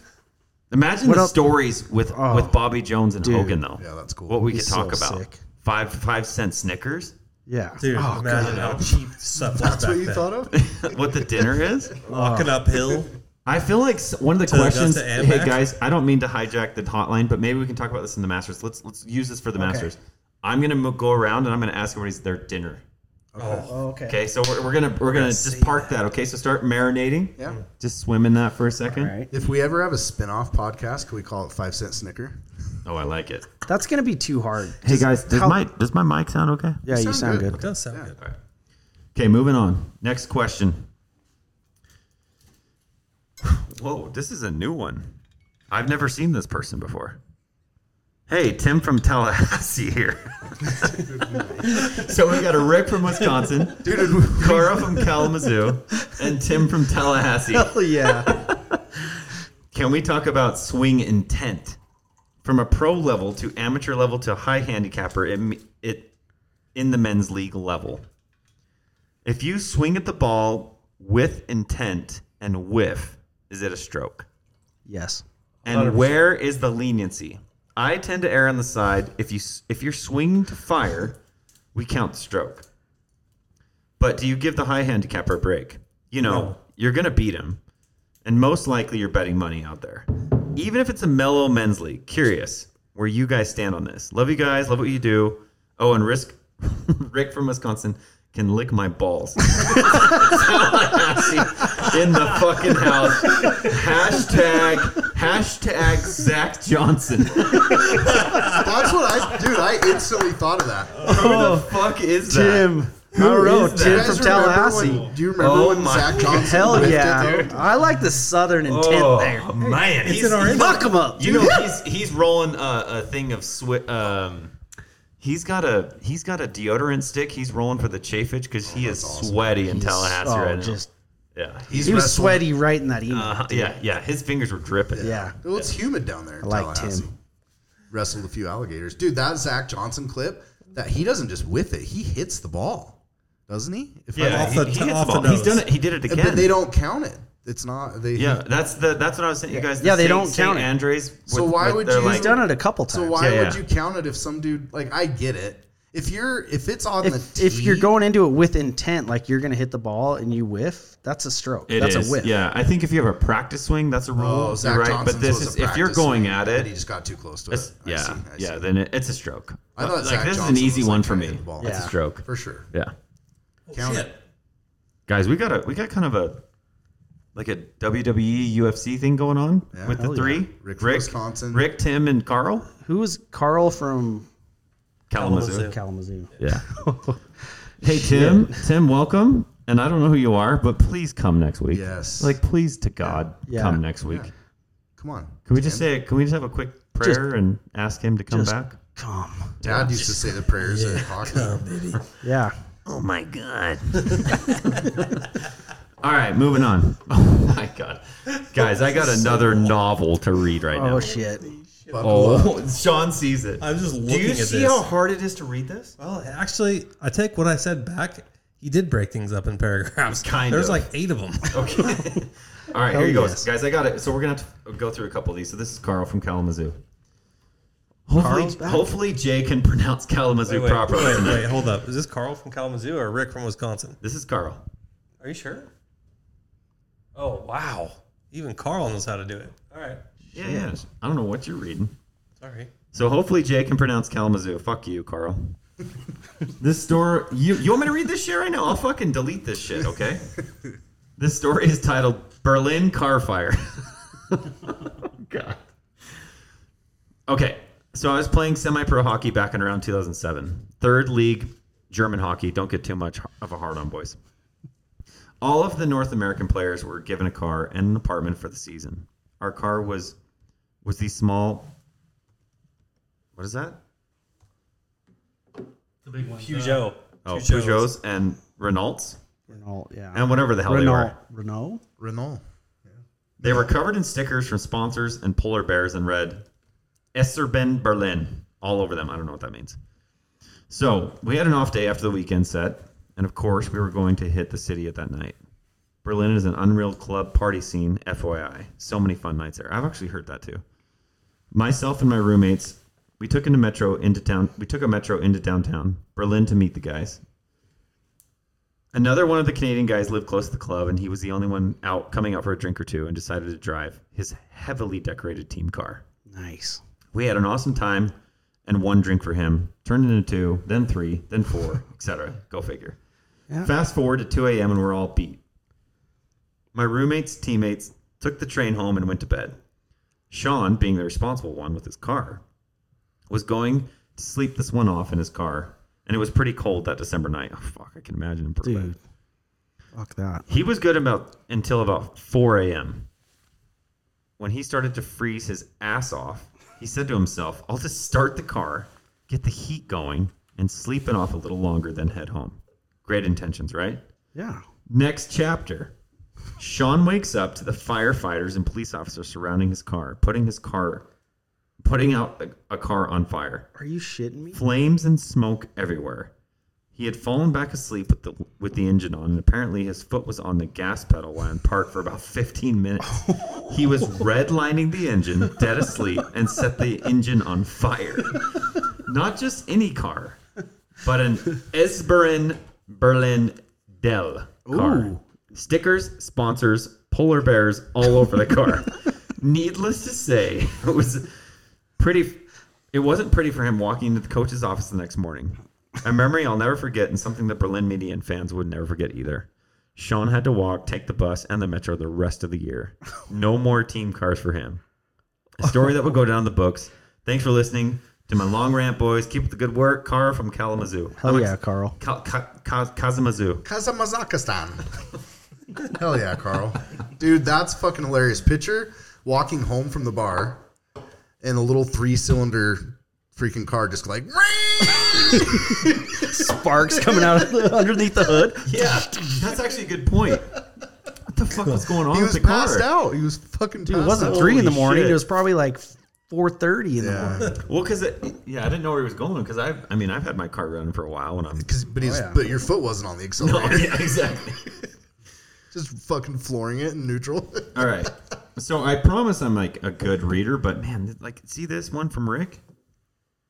Speaker 5: Imagine
Speaker 7: What
Speaker 5: the
Speaker 7: else-
Speaker 5: stories with
Speaker 7: Oh,
Speaker 5: with Bobby Jones and
Speaker 7: dude.
Speaker 5: Hogan though.
Speaker 6: Yeah, that's cool.
Speaker 5: What we could
Speaker 7: He's
Speaker 5: talk
Speaker 7: so
Speaker 5: about.
Speaker 7: sick.
Speaker 5: Five five cent Snickers.
Speaker 7: yeah,
Speaker 8: Dude,
Speaker 7: Oh,
Speaker 8: imagine how cheap stuff was
Speaker 6: That's
Speaker 8: back
Speaker 6: what you
Speaker 8: then.
Speaker 6: thought Oh. of?
Speaker 5: what the dinner is?
Speaker 8: Walking uphill.
Speaker 5: I feel like s- one of the
Speaker 8: To
Speaker 5: questions.
Speaker 8: Augusta and
Speaker 5: Hey
Speaker 8: back?
Speaker 5: guys, I don't mean to hijack the hotline, but maybe we can talk about this in the Masters. Let's let's use this for the Masters. I'm gonna mo- go around and I'm gonna ask everybody's their dinner.
Speaker 7: Oh, okay.
Speaker 5: Okay, so we're, we're gonna we're gonna just park that. Okay, so start marinating.
Speaker 6: Yeah.
Speaker 5: Just swim in that for a second.
Speaker 7: All right.
Speaker 6: If we ever have a spin off podcast, can we call it Five Cent Snicker?
Speaker 5: Oh, I like it.
Speaker 7: That's gonna be too hard.
Speaker 5: Hey guys, does
Speaker 7: how-
Speaker 5: my does my mic sound okay?
Speaker 7: Yeah, you sound good.
Speaker 8: Does sound good.
Speaker 5: Okay, moving on. Next question. Whoa, this is a new one. I've never seen this person before. Hey, Tim from Tallahassee here. so we got a Rick from Wisconsin, Cora from Kalamazoo, and Tim from Tallahassee.
Speaker 7: Hell yeah.
Speaker 5: Can we talk about swing intent? From a pro level to amateur level to high handicapper, it, m- it in the men's league level. If you swing at the ball with intent and whiff, is it a stroke?
Speaker 7: yes.
Speaker 5: And where is the leniency? I tend to err on the side. If you s- if you're swinging to fire, we count the stroke. But do you give the high handicapper a break? You know you're gonna beat him, and most likely you're betting money out there. Even if it's a mellow men's league, curious where you guys stand on this. Love you guys. Love what you do. Oh, and risk Rick from Wisconsin can lick my balls. Tallahassee in the fucking house. Hashtag hashtag Zach Johnson. Who
Speaker 6: That's what I, dude. I instantly thought of that.
Speaker 5: the fuck is that?
Speaker 7: Tim. I don't know.
Speaker 5: is that? You
Speaker 7: Tim from
Speaker 5: guys
Speaker 6: remember
Speaker 7: Tallahassee.
Speaker 6: when- do you remember
Speaker 5: Oh
Speaker 6: when
Speaker 5: my-
Speaker 6: Zach Johnson?
Speaker 7: Hell
Speaker 6: whiffed it,
Speaker 7: yeah.
Speaker 6: dude?
Speaker 7: I like the southern intent
Speaker 5: Oh
Speaker 7: there.
Speaker 5: man,
Speaker 8: in our
Speaker 5: he's-
Speaker 7: Fuck him up.
Speaker 5: You know he's he's rolling a, a thing of swi- um, He's got a he's got a deodorant stick. He's rolling for the chafage because he is sweaty in Tallahassee
Speaker 7: oh,
Speaker 5: right now.
Speaker 7: just
Speaker 5: yeah,
Speaker 6: He's
Speaker 7: he was
Speaker 6: wrestling.
Speaker 7: sweaty right in that email.
Speaker 5: Uh, yeah, yeah. His fingers were dripping.
Speaker 7: yeah.
Speaker 6: Well, it's humid down there. in
Speaker 7: I like
Speaker 6: Tallahassee.
Speaker 7: Tim.
Speaker 6: Wrestled a few alligators, dude. That Zach Johnson clip, that he doesn't just whip it; he hits the ball, doesn't he? If I-
Speaker 5: yeah.
Speaker 8: Off
Speaker 5: he-
Speaker 8: the
Speaker 5: he
Speaker 8: t-
Speaker 5: hits
Speaker 8: off
Speaker 5: the
Speaker 8: the
Speaker 5: ball. He's
Speaker 8: nose.
Speaker 5: done it. He did it again.
Speaker 6: but they don't count it. It's not they.
Speaker 5: Yeah, that's the that's what I was saying. You guys,
Speaker 7: Yeah, they
Speaker 5: Saint-
Speaker 7: don't
Speaker 5: Saint
Speaker 7: count it.
Speaker 5: Andres.
Speaker 6: So why would
Speaker 5: they're
Speaker 6: you-
Speaker 5: like-
Speaker 7: He's done it a couple times.
Speaker 6: So why
Speaker 5: Yeah,
Speaker 6: would
Speaker 5: yeah.
Speaker 6: you count it if some dude like I get it? If you're if it's on
Speaker 7: if,
Speaker 6: the
Speaker 7: if you're
Speaker 6: tee,
Speaker 7: going into it with intent, like you're going to hit the ball and you whiff, that's a stroke.
Speaker 5: It
Speaker 7: that's
Speaker 5: is,
Speaker 7: a whiff.
Speaker 5: Yeah, I think if you have a practice swing, that's a rule.
Speaker 6: oh,
Speaker 5: You're
Speaker 6: Zach
Speaker 5: right,
Speaker 6: Johnson's
Speaker 5: but this
Speaker 6: was
Speaker 5: is
Speaker 6: a
Speaker 5: if you're
Speaker 6: practice
Speaker 5: going
Speaker 6: swing,
Speaker 5: at
Speaker 6: but he
Speaker 5: it.
Speaker 6: just got too close to
Speaker 5: it's-
Speaker 6: it. I
Speaker 5: Yeah,
Speaker 6: see, I
Speaker 5: yeah.
Speaker 6: see.
Speaker 5: Then it, it's a stroke.
Speaker 6: I thought
Speaker 5: like
Speaker 6: Zach
Speaker 5: this
Speaker 6: Johnson
Speaker 5: is an easy
Speaker 6: was,
Speaker 5: one
Speaker 6: like,
Speaker 5: for
Speaker 6: trying to
Speaker 5: me.
Speaker 6: hit the ball.
Speaker 5: It's a
Speaker 7: Yeah.
Speaker 5: stroke.
Speaker 6: for sure.
Speaker 5: Yeah,
Speaker 6: Count
Speaker 8: Shit.
Speaker 6: it.
Speaker 5: guys, we got a we got kind of a like a E, WWE UFC thing going on
Speaker 6: Yeah.
Speaker 5: with the
Speaker 6: Hell
Speaker 7: yeah.
Speaker 5: three
Speaker 6: Rick from
Speaker 5: Rick,
Speaker 6: Wisconsin.
Speaker 5: Rick, Tim, and Carl
Speaker 7: Who was Carl from
Speaker 5: Kalamazoo.
Speaker 7: Kalamazoo?
Speaker 5: Yeah. hey Tim, Tim, welcome. And I don't know who you are, but please come next week.
Speaker 6: Yes.
Speaker 5: Like, please to God,
Speaker 7: Yeah.
Speaker 5: come next week.
Speaker 6: Yeah. Come on.
Speaker 5: Can we just say? Can we just have a quick prayer and ask him to come
Speaker 7: just-
Speaker 5: back?
Speaker 7: Come.
Speaker 6: Dad used to say the prayers at hockey.
Speaker 7: Yeah.
Speaker 5: Oh my god. All right, moving on. Oh my god, guys, I got another novel to read right
Speaker 7: Oh
Speaker 5: now.
Speaker 7: shit.
Speaker 5: Oh, Sean sees it.
Speaker 8: I'm just
Speaker 5: Do
Speaker 8: looking
Speaker 5: you
Speaker 8: at
Speaker 5: see
Speaker 8: this.
Speaker 5: how hard it is to read this?
Speaker 8: Well, actually, I take what I said back. He did break things up in paragraphs.
Speaker 5: Kind
Speaker 8: There's
Speaker 5: of.
Speaker 8: like eight of them.
Speaker 5: Okay. All right, here you go,
Speaker 7: yes.
Speaker 5: guys. I got it. So we're gonna have to go through a couple of these. So this is Carl from Kalamazoo. Hopefully, hopefully Jay can pronounce Kalamazoo
Speaker 8: wait, wait,
Speaker 5: properly.
Speaker 8: wait,
Speaker 5: tonight.
Speaker 8: wait, hold up. Is this Carl from Kalamazoo or Rick from Wisconsin?
Speaker 5: This is Carl.
Speaker 8: Are you sure? Oh wow! Even Carl knows how to do it. All right.
Speaker 5: Yeah, yeah. I don't know what you're reading.
Speaker 8: Sorry.
Speaker 5: So hopefully Jay can pronounce Kalamazoo. Fuck you, Carl. this story, you, you want me to read this shit right now? I'll fucking delete this shit, okay? this story is titled Berlin Car Fire. Oh, God. Okay, so I was playing semi-pro hockey back in around 2007. Third league German hockey. Don't get too much of a hard on, boys. All of the North American players were given a car and an apartment for the season. Our car was was the small what is that?
Speaker 8: Peugeot.
Speaker 5: Oh,
Speaker 8: Peugeots.
Speaker 5: Peugeots and Renaults
Speaker 7: Renault. Yeah.
Speaker 5: and whatever the hell they
Speaker 7: Renault.
Speaker 5: were.
Speaker 7: Renault.
Speaker 6: Renault.
Speaker 5: They were covered in stickers from sponsors and polar bears and red Esserben Berlin all over them. I don't know what that means. So we had an off day after the weekend set, and of course we were going to hit the city at that night. Berlin is an unreal club party scene, FYI. So many fun nights there. I've actually heard that too. Myself and my roommates, we took into metro into town. We took a metro into downtown Berlin to meet the guys. Another one of the Canadian guys lived close to the club, and he was the only one out coming out for a drink or two and decided to drive his heavily decorated team car.
Speaker 7: Nice.
Speaker 5: We had an awesome time and one drink for him, turned it into two, then three, then four, etc. Go figure.
Speaker 7: Yeah.
Speaker 5: Fast forward to 2 a.m., and we're all beat. My roommate's teammates took the train home and went to bed. Sean, being the responsible one with his car, was going to sleep this one off in his car, and it was pretty cold that December night. Oh, fuck, I can imagine in Berlin.
Speaker 7: Dude. Fuck that.
Speaker 5: He was good about until about 4 a.m. When he started to freeze his ass off, he said to himself, I'll just start the car, get the heat going, and sleep it off a little longer, then head home. Great intentions, right?
Speaker 7: Yeah.
Speaker 5: Next chapter. Sean wakes up to the firefighters and police officers surrounding his car, putting his car, putting out a, a car on fire.
Speaker 7: Are you shitting me?
Speaker 5: Flames and smoke everywhere. He had fallen back asleep with the with the engine on, and apparently his foot was on the gas pedal while in park for about 15 minutes. He was redlining the engine, dead asleep, and set the engine on fire. Not just any car, but an Esbern Berlin Dell car. Stickers, sponsors, polar bears all over the car. Needless to say, it was pretty. It wasn't pretty for him walking into the coach's office the next morning. A memory I'll never forget, and something that Berlin media and fans would never forget either. Sean had to walk, take the bus, and the metro the rest of the year. No more team cars for him. A story that will go down in the books. Thanks for listening to my long rant, boys. Keep up the good work. Car from Kalamazoo.
Speaker 7: Hell
Speaker 5: I'm
Speaker 7: Oh, yeah,
Speaker 5: ex-
Speaker 7: Carl.
Speaker 5: Ka- Ka- Ka- Kazamazoo.
Speaker 6: Kazamazakistan. Hell yeah, Carl. Dude, that's fucking hilarious. Picture walking home from the bar in a little three cylinder freaking car just like
Speaker 7: Sparks coming out of the, underneath the hood.
Speaker 5: Yeah, that's actually a good point. What the fuck was going on
Speaker 6: he
Speaker 5: with
Speaker 6: was
Speaker 5: the car?
Speaker 6: passed out. He was fucking.
Speaker 7: Dude, it
Speaker 6: passed
Speaker 7: wasn't
Speaker 6: out.
Speaker 7: three in the
Speaker 5: Holy
Speaker 7: morning.
Speaker 5: shit.
Speaker 7: It was probably like four thirty in the morning.
Speaker 6: Yeah,
Speaker 5: Well, because yeah, I didn't know where he was going. Because I, I mean, I've had my car running for a while when I'm.
Speaker 6: 'Cause- but he's but your foot wasn't on the
Speaker 5: Oh, No,
Speaker 6: accelerator.
Speaker 5: yeah, exactly.
Speaker 6: just fucking flooring it in neutral.
Speaker 5: All right. So I promise I'm like a good reader, but man, th- like, see this one from Rick.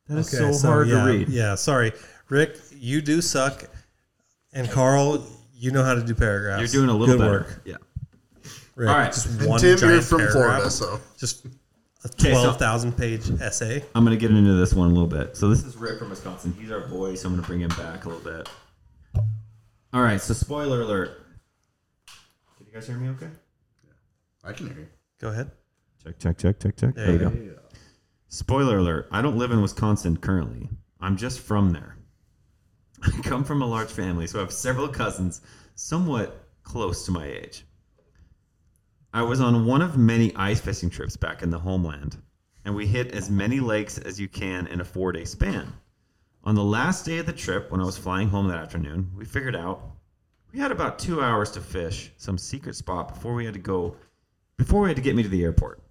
Speaker 5: That is so, hard
Speaker 8: yeah,
Speaker 5: to read.
Speaker 8: Yeah, sorry, Rick, you do suck, and Carl, you know how to do paragraphs.
Speaker 5: You're doing a little
Speaker 8: Good
Speaker 5: better.
Speaker 8: work.
Speaker 5: Yeah.
Speaker 8: Rick,
Speaker 5: All right.
Speaker 8: just
Speaker 5: And
Speaker 8: one
Speaker 6: Tim, you're
Speaker 8: giant
Speaker 6: from
Speaker 8: paragraph.
Speaker 6: Florida, so
Speaker 8: just a
Speaker 5: Okay, so-
Speaker 8: twelve thousand page essay.
Speaker 5: I'm gonna get into this one a little bit. So this is Rick from Wisconsin. He's our boy, so I'm gonna bring him back a little bit. All right. So spoiler alert. Can you guys hear me? Okay.
Speaker 6: I can hear you.
Speaker 8: Go ahead.
Speaker 5: Check, check, check, check, check. There, you go. Spoiler alert. I don't live in Wisconsin currently. I'm just from there. I come from a large family, so I have several cousins somewhat close to my age. I was on one of many ice fishing trips back in the homeland, and we hit as many lakes as you can in a four day span. On the last day of the trip, when I was flying home that afternoon, we figured out we had about two hours to fish some secret spot before we had to go, before we had to get me to the airport.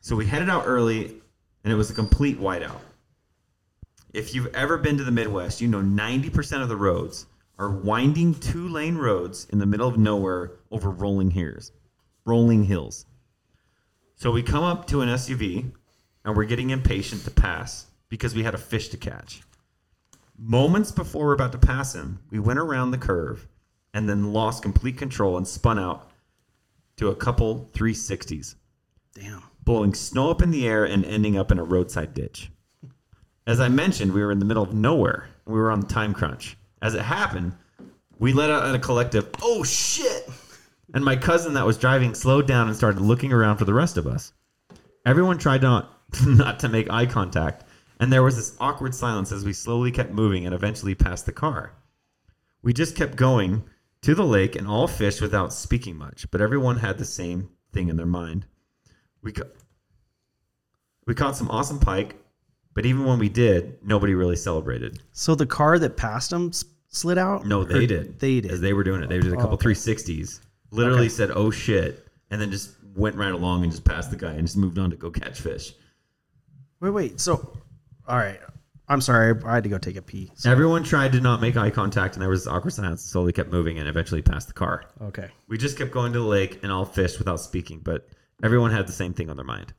Speaker 5: So we headed out early, and it was a complete whiteout. If you've ever been to the Midwest, you know 90% of the roads are winding two lane roads in the middle of nowhere over rolling hills. Rolling hills. So we come up to an SUV and we're getting impatient to pass because we had a fish to catch. Moments before we're about to pass him, we went around the curve and then lost complete control and spun out to a couple 360s
Speaker 7: Damn.
Speaker 5: blowing snow up in the air and ending up in a roadside ditch. As I mentioned, we were in the middle of nowhere. We were on the time crunch. As it happened, we let out a collective, oh shit! And my cousin that was driving slowed down and started looking around for the rest of us. Everyone tried not, not to make eye contact, and there was this awkward silence as we slowly kept moving and eventually passed the car. We just kept going to the lake and all fished without speaking much, but everyone had the same thing in their mind. We ca- we caught some awesome pike, but even when we did, nobody really celebrated.
Speaker 7: So the car that passed him s- slid out.
Speaker 5: No,
Speaker 7: Or
Speaker 5: they did.
Speaker 7: They did.
Speaker 5: As they were doing it, they did a couple 360s. Literally said, "Oh shit," and then just went right along and just passed the guy and just moved on to go catch fish.
Speaker 7: wait, wait. So, all right. I'm sorry. I had to go take a pee. So-
Speaker 5: Everyone tried to not make eye contact, and there was this awkward silence. and Slowly kept moving and eventually passed the car.
Speaker 7: okay.
Speaker 5: We just kept going to the lake and all fished without speaking, but everyone had the same thing on their mind.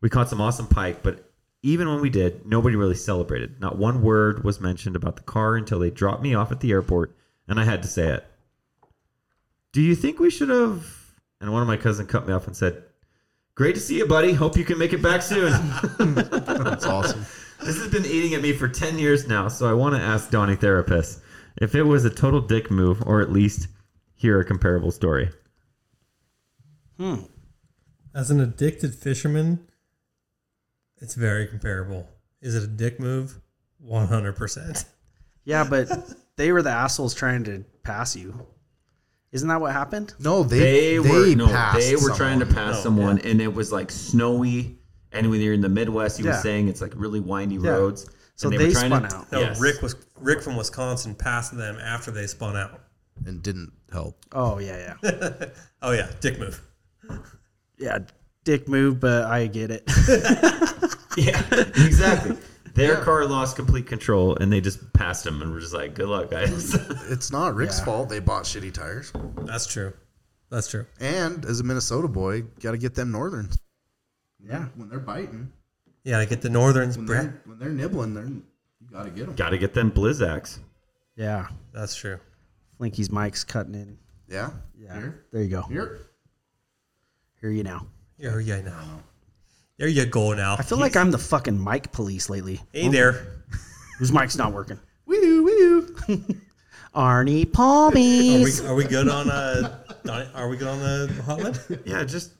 Speaker 5: We caught some awesome pike, but even when we did, nobody really celebrated. Not one word was mentioned about the car until they dropped me off at the airport and I had to say it. Do you think we should have? And one of my cousins cut me off and said, Great to see you, buddy. Hope you can make it back soon.
Speaker 6: That's awesome.
Speaker 5: This has been eating at me for 10 years now, so I want to ask Donnie Therapist if it was a total dick move or at least hear a comparable story.
Speaker 8: As an addicted fisherman, it's very comparable. Is it a dick move? One hundred percent.
Speaker 7: Yeah, but they were the assholes trying to pass you. Isn't that what happened?
Speaker 6: No,
Speaker 5: they,
Speaker 6: they
Speaker 5: were no,
Speaker 6: passed
Speaker 5: they were trying to
Speaker 6: someone.
Speaker 8: Oh,
Speaker 5: pass someone, and it was like snowy. And when you're in the Midwest, you were
Speaker 7: Yeah.
Speaker 5: saying it's like really windy
Speaker 7: Yeah.
Speaker 5: roads.
Speaker 7: So
Speaker 5: and
Speaker 7: they
Speaker 5: were trying
Speaker 7: spun
Speaker 5: to,
Speaker 7: out.
Speaker 8: No,
Speaker 5: Yes.
Speaker 8: Rick was Rick from Wisconsin passed them after they spun out.
Speaker 6: and didn't help.
Speaker 7: Oh yeah, yeah,
Speaker 8: Oh yeah, dick move.
Speaker 7: yeah. Dick move, but I get it.
Speaker 5: yeah, exactly. Their car lost complete control, and they just passed him, and were just like, "Good luck, guys."
Speaker 6: It's not Rick's fault. They bought shitty tires.
Speaker 8: That's true. That's true.
Speaker 6: And as a Minnesota boy, got to get them northerns. Yeah, when they're biting,
Speaker 8: Yeah, to get the Northerns.
Speaker 6: when
Speaker 8: Brett.
Speaker 6: they're when they're nibbling, they're you got to get them.
Speaker 5: Got to get them Blizzax.
Speaker 7: yeah,
Speaker 8: That's true.
Speaker 7: Flinky's mic's cutting in.
Speaker 6: Yeah,
Speaker 7: Yeah,
Speaker 6: Here,
Speaker 7: there you go. Here
Speaker 6: here.
Speaker 7: you now.
Speaker 8: Yeah, yeah, now. There you go now.
Speaker 7: I feel like I'm the fucking mic police lately.
Speaker 8: Hey there.
Speaker 7: Whose mic's not working?
Speaker 6: Woo woo.
Speaker 7: Arnie
Speaker 8: Are
Speaker 7: Palmies.
Speaker 8: we, are we good on uh? Donnie- Are we good on the hotline?
Speaker 5: Yeah, just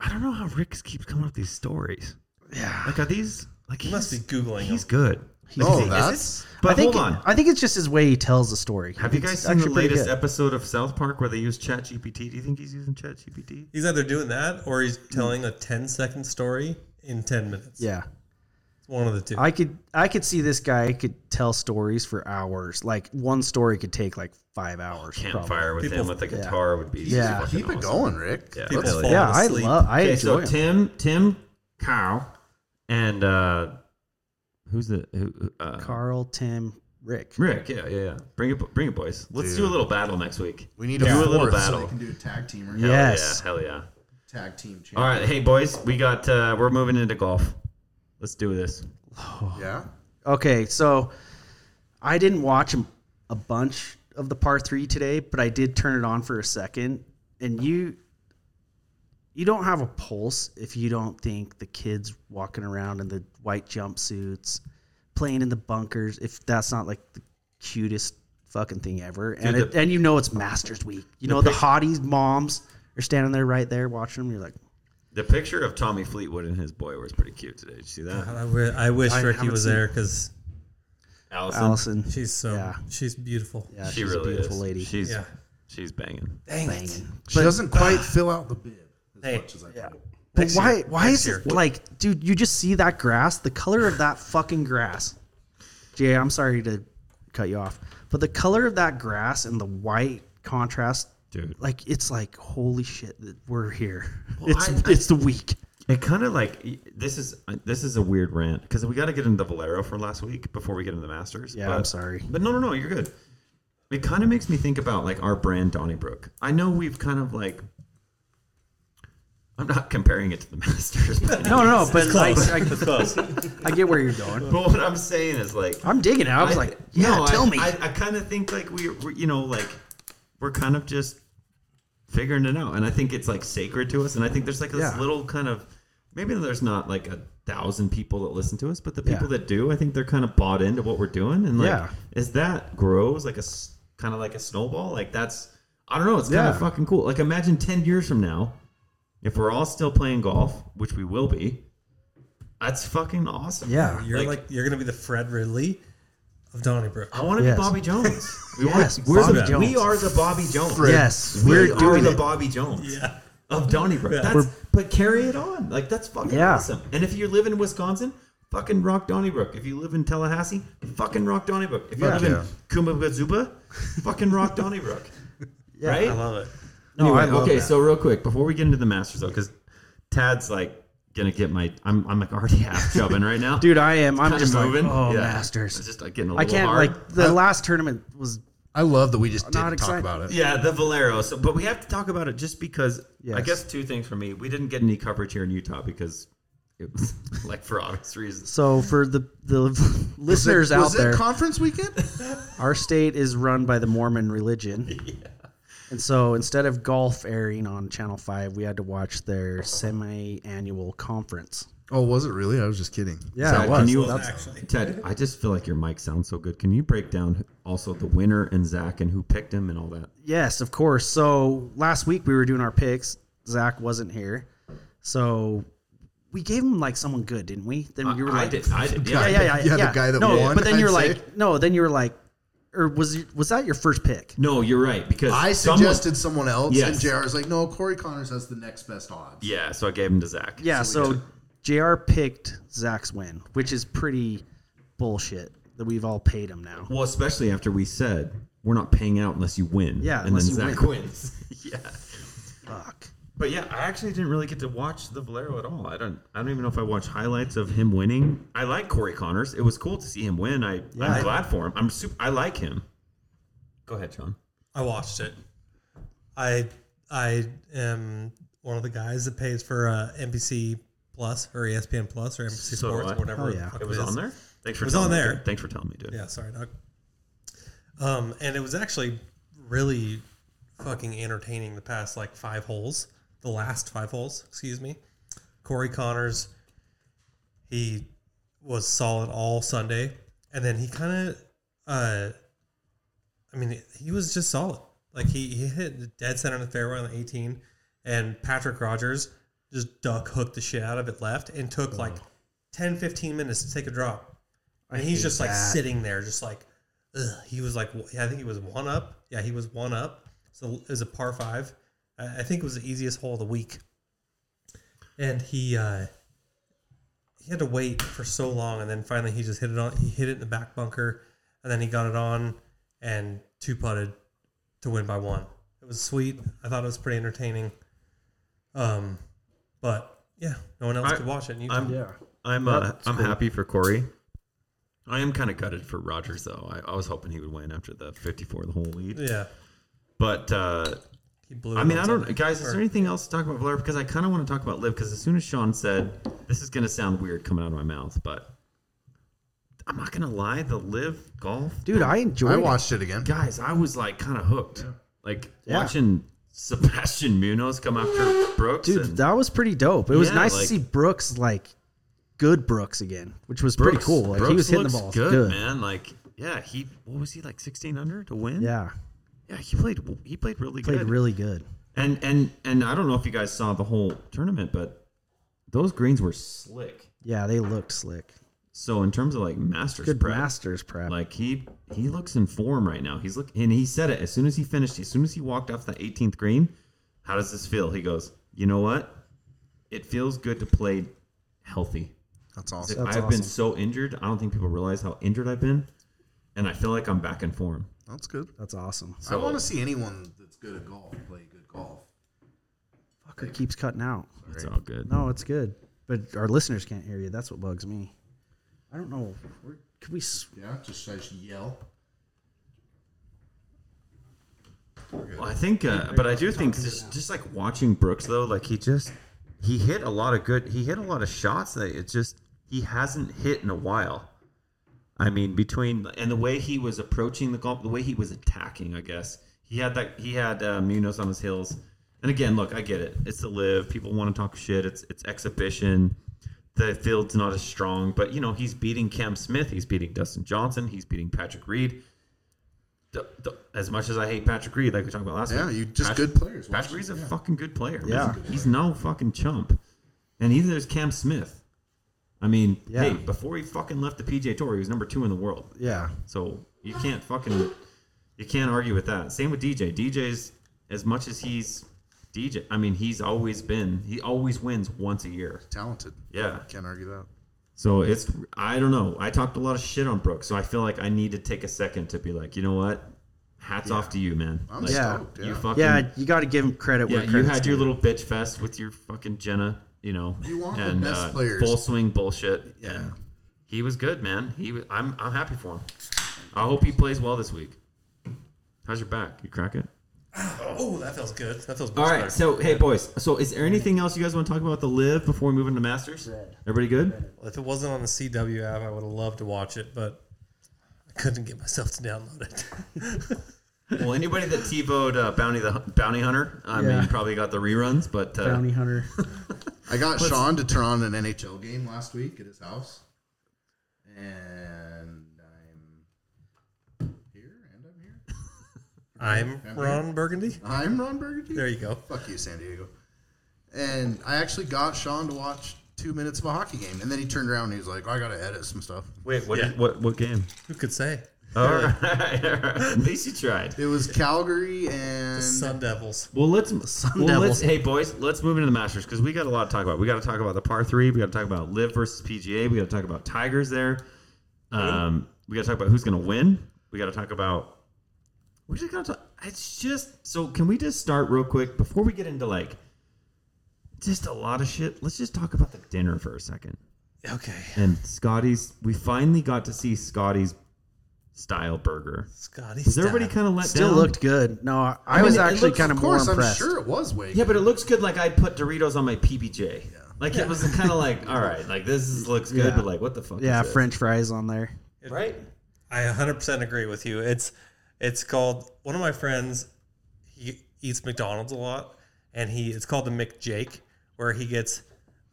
Speaker 5: I don't know how Rick keeps coming up with these stories.
Speaker 7: Yeah.
Speaker 5: Like, are these like
Speaker 8: He
Speaker 5: he's,
Speaker 8: must be googling.
Speaker 5: he's
Speaker 8: He's
Speaker 5: good.
Speaker 6: Oh, that's
Speaker 5: But
Speaker 7: I think,
Speaker 5: hold on.
Speaker 7: I think it's just his way he tells the story.
Speaker 5: Have you
Speaker 7: It's
Speaker 5: guys seen the
Speaker 7: actually pretty
Speaker 5: latest
Speaker 7: good.
Speaker 5: episode of South Park where they use ChatGPT? Do you think he's using ChatGPT?
Speaker 8: he's either doing that or he's telling a 10 second story in ten minutes.
Speaker 7: Yeah.
Speaker 8: It's One of the two.
Speaker 7: I could I could see this guy could tell stories for hours. Like one story could take like five hours.
Speaker 5: Campfire with
Speaker 8: People-
Speaker 5: him with the guitar would be
Speaker 7: Yeah.
Speaker 5: fucking
Speaker 6: Keep it
Speaker 5: awesome.
Speaker 6: going, Rick.
Speaker 5: Yeah.
Speaker 8: People
Speaker 5: Hell
Speaker 8: fall
Speaker 7: Probably. Yeah, I
Speaker 8: asleep.
Speaker 7: love. I
Speaker 5: Okay,
Speaker 7: enjoy
Speaker 5: so
Speaker 7: him.
Speaker 5: Tim, Tim, Cow, and uh, who's the who, who- uh,
Speaker 7: Carl, Tim, Rick.
Speaker 5: Rick? Yeah, yeah, yeah. Bring it, bring it, boys. Let's do a little battle next week.
Speaker 6: We need a
Speaker 5: do a
Speaker 6: fourth.
Speaker 5: little
Speaker 10: So they
Speaker 5: battle.
Speaker 10: can do a tag team or
Speaker 5: Hell
Speaker 7: Yes.
Speaker 5: yeah, hell yeah.
Speaker 10: tag team champion.
Speaker 5: All right, hey boys, we got uh, we're moving into golf. Let's do this.
Speaker 6: Yeah.
Speaker 7: Okay, so I didn't watch a- a bunch of the par three today, but I did turn it on for a second, and you you don't have a pulse if you don't think the kids walking around in the white jumpsuits, playing in the bunkers, if that's not like the cutest fucking thing ever, and
Speaker 5: Dude,
Speaker 7: it, and you know it's Masters week, you know the hotties moms are standing there right there watching them. You're like,
Speaker 5: The picture of Tommy Fleetwood and his boy was pretty cute today. Did you see that?
Speaker 8: I, wi- I wish
Speaker 7: I
Speaker 8: Ricky
Speaker 7: haven't
Speaker 8: was
Speaker 7: seen-
Speaker 8: there because
Speaker 5: Allison,
Speaker 7: Allison,
Speaker 8: she's so
Speaker 7: Yeah.
Speaker 8: she's beautiful.
Speaker 7: yeah,
Speaker 5: she
Speaker 7: she's
Speaker 5: really
Speaker 7: a beautiful
Speaker 5: is.
Speaker 7: lady.
Speaker 5: She's
Speaker 8: Yeah.
Speaker 5: she's banging.
Speaker 7: banging.
Speaker 6: She doesn't quite fill out the bib as
Speaker 8: Hey.
Speaker 6: much as I could.
Speaker 7: But why? Why
Speaker 8: Next
Speaker 7: is
Speaker 8: year.
Speaker 7: it like, dude? You just see that grass, the color of that fucking grass. Jay, I'm sorry to cut you off, but the color of that grass and the white contrast,
Speaker 5: Dude.
Speaker 7: Like it's like holy shit that we're here.
Speaker 5: Well,
Speaker 7: it's
Speaker 5: I- I-
Speaker 7: it's the week.
Speaker 5: It kind of like this is uh, this is a weird rant because we got to get into Valero from last week before we get into the Masters.
Speaker 7: Yeah,
Speaker 5: but-
Speaker 7: I'm sorry.
Speaker 5: But no, no, no, you're good. It kind of makes me think about like our brand Donnybrook. I know we've kind of like. I'm not comparing it to the Masters, but,
Speaker 7: No, no, but like,
Speaker 8: close.
Speaker 7: I,
Speaker 8: Close.
Speaker 7: I get where you're going.
Speaker 5: but what I'm saying is like
Speaker 7: I'm digging it. I was like, yeah,
Speaker 5: no,
Speaker 7: tell
Speaker 5: I,
Speaker 7: me.
Speaker 5: I, I kind of think like we're, we're, you know, like we're kind of just figuring it out, and I think it's like sacred to us, and I think there's like this
Speaker 7: Yeah.
Speaker 5: little kind of maybe there's not like a thousand people that listen to us, but the people
Speaker 7: Yeah.
Speaker 5: that do, I think they're kind of bought into what we're doing, and like
Speaker 7: Yeah.
Speaker 5: as that grows, like a kind of like a snowball, like that's I don't know, it's kind
Speaker 7: Yeah.
Speaker 5: of fucking cool. Like imagine ten years from now, if we're all still playing golf, which we will be. That's fucking awesome.
Speaker 7: yeah,
Speaker 8: You're like,
Speaker 5: Like-
Speaker 8: you're gonna be the Fred Ridley of Donnybrook.
Speaker 5: I want to
Speaker 7: Yes.
Speaker 5: be Bobby Jones. We
Speaker 7: Yes,
Speaker 5: want, we're
Speaker 7: Bobby
Speaker 5: the,
Speaker 7: Jones.
Speaker 5: We are the Bobby Jones.
Speaker 7: Yes,
Speaker 5: we
Speaker 7: we're
Speaker 5: are
Speaker 7: doing
Speaker 5: the
Speaker 7: it.
Speaker 5: Bobby Jones
Speaker 8: Yeah.
Speaker 5: of Donnybrook. That's, but carry it on. Like that's fucking
Speaker 7: Yeah.
Speaker 5: awesome. And if you live in Wisconsin, fucking rock Donnybrook. If you live in Tallahassee, fucking rock Donnybrook. If you
Speaker 6: Fuck
Speaker 5: live in
Speaker 6: yeah.
Speaker 5: Kumabazuba, fucking rock Donnybrook. right?
Speaker 8: I love it.
Speaker 7: No, I love
Speaker 5: okay,
Speaker 7: that.
Speaker 5: so real quick before we get into the Masters though, because Tad's like gonna get my. I'm I'm like already half chubbing right now,
Speaker 7: dude, I am. I'm
Speaker 5: Kinda
Speaker 7: just
Speaker 5: moving.
Speaker 7: like, oh,
Speaker 5: Yeah. It's
Speaker 7: Masters.
Speaker 5: just like getting a
Speaker 7: I
Speaker 5: little
Speaker 7: can't
Speaker 5: hard.
Speaker 7: like the last tournament was
Speaker 6: I love that we just
Speaker 7: Not
Speaker 6: didn't talk
Speaker 7: excited.
Speaker 6: about it.
Speaker 5: Yeah, the Valero. So, but we have to talk about it just because I
Speaker 7: Yes.
Speaker 5: guess two things for me. We didn't get any coverage here in Utah because it was like for obvious reasons.
Speaker 7: so for the the
Speaker 6: Was it-
Speaker 7: listeners out
Speaker 6: was it
Speaker 7: there.
Speaker 6: conference weekend?
Speaker 7: Our state is run by the Mormon religion. And so instead of golf airing on Channel 5, we had to watch their semi annual conference.
Speaker 6: oh, was it really? I was just kidding.
Speaker 7: Yeah,
Speaker 5: Can you,
Speaker 8: actually.
Speaker 5: Ted, I just feel like your mic sounds so good. Can you break down also the winner and Zach and who picked him and all that?
Speaker 7: Yes, of course. So last week we were doing our picks. Zach wasn't here. So we gave him like someone good, didn't we? Then you were
Speaker 5: I
Speaker 7: like,
Speaker 5: did. I did.
Speaker 7: yeah,
Speaker 5: Yeah.
Speaker 7: yeah, yeah, yeah.
Speaker 6: Yeah, the guy that
Speaker 7: no,
Speaker 6: won,
Speaker 7: But then
Speaker 6: I'd
Speaker 7: you were
Speaker 6: say.
Speaker 7: like, no, then you were like, or was it- was that your first pick?
Speaker 5: No, you're right because
Speaker 6: I
Speaker 5: someone-
Speaker 6: suggested someone, else,
Speaker 5: Yes.
Speaker 6: and JR was like, no, Corey Connors has the next best odds.
Speaker 5: yeah, so I gave him to Zach.
Speaker 7: Yeah, so, JR picked Zach's win, which is pretty bullshit that we've all paid him now.
Speaker 5: Well, especially after we said we're not paying out unless you win.
Speaker 7: Yeah,
Speaker 5: and then
Speaker 7: unless you
Speaker 5: Zach
Speaker 7: win.
Speaker 5: wins. yeah.
Speaker 7: Fuck.
Speaker 5: But yeah, I actually didn't really get to watch the Valero at all. I don't. I don't even know if I watched highlights of him winning. I like Corey Connors. It was cool to see him win. I, I'm glad for him. I'm super. I like him. Go ahead, John.
Speaker 8: I watched it. I I am one of the guys that pays for uh, NBC Plus or E ESPN Plus or NBC
Speaker 5: So do
Speaker 8: Sports
Speaker 5: I.
Speaker 8: or whatever.
Speaker 7: Oh,
Speaker 8: the
Speaker 7: yeah.
Speaker 8: fuck
Speaker 5: It was
Speaker 8: is.
Speaker 5: on there. Thanks for
Speaker 8: It was
Speaker 5: telling me,
Speaker 8: on there.
Speaker 5: dude. Thanks for telling me, dude.
Speaker 8: Yeah, sorry, Doc. Um, and it was actually really fucking entertaining the past like five holes, the last five holes, excuse me. Corey Connors, he was solid all Sunday, and then he kind of, uh, I mean, he was just solid. Like he he hit the dead center in the fairway on the 18, and Patrick Rogers just duck hooked the shit out of it left and took like 10, 15 minutes to take a drop. And he's just like sitting there, just like, ugh. he was like, I think he was one up. Yeah, he was one up. So it was a par five. I I think it was the easiest hole of the week. And he, uh, he had to wait for so long, and then finally he just hit it on. He hit it in the back bunker, and then he got it on and two putted to win by one. It was sweet. I thought it was pretty entertaining. Um, but yeah, no one else
Speaker 5: I-
Speaker 8: could watch it. And you
Speaker 5: I'm I'm uh, I'm happy for Corey. I am kind of gutted for Rogers though. I, I was hoping he would win after the 54 the whole lead.
Speaker 8: yeah,
Speaker 5: But uh,
Speaker 8: he blew.
Speaker 5: I
Speaker 8: it
Speaker 5: mean,
Speaker 8: on
Speaker 5: I don't
Speaker 8: something.
Speaker 5: guys. Is
Speaker 8: Or-
Speaker 5: there anything else to talk about Valera? Because I kind of want to talk about Liv. Because as soon as Sean said this is going to sound weird coming out of my mouth, but I'm not going to lie. The Live golf,
Speaker 7: Dude, I enjoyed
Speaker 6: I
Speaker 7: it.
Speaker 6: watched it again.
Speaker 5: guys, I was like kind of hooked. Like
Speaker 7: Yeah.
Speaker 5: watching Sebastian Munoz come after Brooks.
Speaker 7: Dude,
Speaker 5: and
Speaker 7: that was pretty dope. It was
Speaker 5: Yeah,
Speaker 7: nice
Speaker 5: like-
Speaker 7: to see Brooks like good Brooks again, which was pretty
Speaker 5: Brooks-
Speaker 7: cool. Like
Speaker 5: Brooks
Speaker 7: he was hitting the
Speaker 5: looks
Speaker 7: ball
Speaker 5: good, man. Like yeah, he what was he like 16 under to win?
Speaker 7: Yeah,
Speaker 5: Yeah, he played. He played really
Speaker 7: played
Speaker 5: good.
Speaker 7: really good.
Speaker 5: and and and I don't know if you guys saw the whole tournament, but those greens were slick.
Speaker 7: Yeah, they looked slick.
Speaker 5: So in terms of like masters
Speaker 7: Good
Speaker 5: prep,
Speaker 7: Masters prep.
Speaker 5: like he he looks in form right now. He's look and he said it as soon as he finished. As soon as he walked off the 18th green, how does this feel? He goes, you know what? It feels good to play healthy.
Speaker 6: That's
Speaker 5: He's
Speaker 6: awesome.
Speaker 5: like, I've been so injured. I don't think people realize how injured I've been, and I feel like I'm back in form.
Speaker 6: That's good.
Speaker 7: That's awesome.
Speaker 6: I want to see anyone that's good at golf play good golf.
Speaker 7: Fucker keeps cutting out.
Speaker 5: It's all good.
Speaker 7: No, it's good, but our listeners can't hear you. That's what bugs me. I don't know. We're- Could we? s-
Speaker 6: Yeah, just says yell.
Speaker 5: Well, I think, uh, but I do think just just like watching Brooks though, like he just he hit a lot of good, he hit a lot of shots that it just he hasn't hit in a while. I mean, between and the way he was approaching the golf, the way he was attacking, I guess he had that he had uh, Munoz on his heels. And again, look, I get it. It's the live. People want to talk shit. It's it's exhibition. The field's not as strong, but you know he's beating Cam Smith. He's beating Dustin Johnson. He's beating Patrick Reed. D- d- as much as I hate Patrick Reed, like we talked about last
Speaker 6: Yeah,
Speaker 5: week.
Speaker 6: you just
Speaker 5: Patrick-
Speaker 6: good players.
Speaker 5: Patrick Reed's a
Speaker 6: Yeah.
Speaker 5: fucking good player. man.
Speaker 7: Yeah.
Speaker 5: He's no fucking chump. And either there's Cam Smith. I mean,
Speaker 7: Yeah.
Speaker 5: hey, before he fucking left the PJ Tour, he was number two in the world.
Speaker 7: Yeah,
Speaker 5: So you can't fucking you can't argue with that. Same with DJ. DJ's as much as he's DJ. I mean, he's always been. He always wins once a year.
Speaker 6: talented.
Speaker 5: Yeah.
Speaker 6: Can't argue that.
Speaker 5: So it's I don't know. I talked a lot of shit on Brooks, so I feel like I need to take a second to be like, you know what? Hats off to you, man.
Speaker 6: I'm
Speaker 5: Like,
Speaker 7: Yeah.
Speaker 6: stoked. Yeah.
Speaker 5: You fucking
Speaker 7: yeah. You got to give him credit.
Speaker 5: yeah,
Speaker 7: where
Speaker 5: you
Speaker 7: credit's
Speaker 5: had your
Speaker 7: due.
Speaker 5: little bitch fest with your fucking Jenna, you know,
Speaker 6: You want the
Speaker 5: and
Speaker 6: best
Speaker 5: uh,
Speaker 6: players.
Speaker 5: full swing bullshit.
Speaker 6: Yeah.
Speaker 5: And he was good, man. He, was, I'm, I'm happy for him. I hope he plays well this week. How's your back? You crack it?
Speaker 8: Oh, that feels good. That feels
Speaker 5: All right. So, hey boys. So, is there anything else you guys want to talk about the live before we move into Masters? Everybody good?
Speaker 8: If it wasn't on the CW app, I would have loved to watch it, but I couldn't get myself to download it.
Speaker 5: Well, anybody that T-Bowed uh, Bounty the Bounty Hunter, I mean,
Speaker 7: Yeah.
Speaker 5: you probably got the reruns, but uh,
Speaker 7: bounty hunter.
Speaker 6: I got Sean to turn on an NHL game last week at his house, and I'm here, and I'm here.
Speaker 8: I'm Ron Burgundy.
Speaker 6: I'm Ron Burgundy.
Speaker 8: There you go.
Speaker 6: Fuck you, San Diego. And I actually got Sean to watch two minutes of a hockey game, and then he turned around and he was like, "Oh, "I gotta edit some stuff."
Speaker 5: wait, what,
Speaker 8: Yeah.
Speaker 5: what what game?
Speaker 8: Who could say?
Speaker 5: All right, at least you tried.
Speaker 6: It was Calgary and
Speaker 7: uh,
Speaker 8: Sun Devils.
Speaker 5: Well, let's. well, let's
Speaker 7: Devils.
Speaker 5: hey, boys, let's move into the Masters because we got a lot to talk about. We got to talk about the par three. We got to talk about Live versus PGA. We got to talk about Tigers there. Um, we got to talk about who's going to win. We got to talk about. We just got to. talk It's just so. Can we just start real quick before we get into like just a lot of shit? Let's just talk about the dinner for a second.
Speaker 8: Okay.
Speaker 5: And Scotty's. We finally got to see Scotty's style burger.
Speaker 8: Scotty.
Speaker 5: Was everybody kind of let
Speaker 7: Still
Speaker 5: down?
Speaker 7: looked good. No, I, I
Speaker 5: mean,
Speaker 7: was
Speaker 5: it
Speaker 7: actually
Speaker 5: looks-
Speaker 7: kind
Speaker 6: of
Speaker 7: of more
Speaker 6: course, I'm
Speaker 7: impressed.
Speaker 6: sure it was way.
Speaker 5: Yeah, but it looks good. Like I put Doritos on my PBJ. Like it was kind of like, all right, like this is, looks good,
Speaker 7: Yeah.
Speaker 5: but like what the fuck?
Speaker 7: Yeah,
Speaker 5: is this?
Speaker 7: French fries on there.
Speaker 5: right?
Speaker 8: I 100% agree with you. It's it's called one of my friends he eats McDonald's a lot and he it's called the McJake where he gets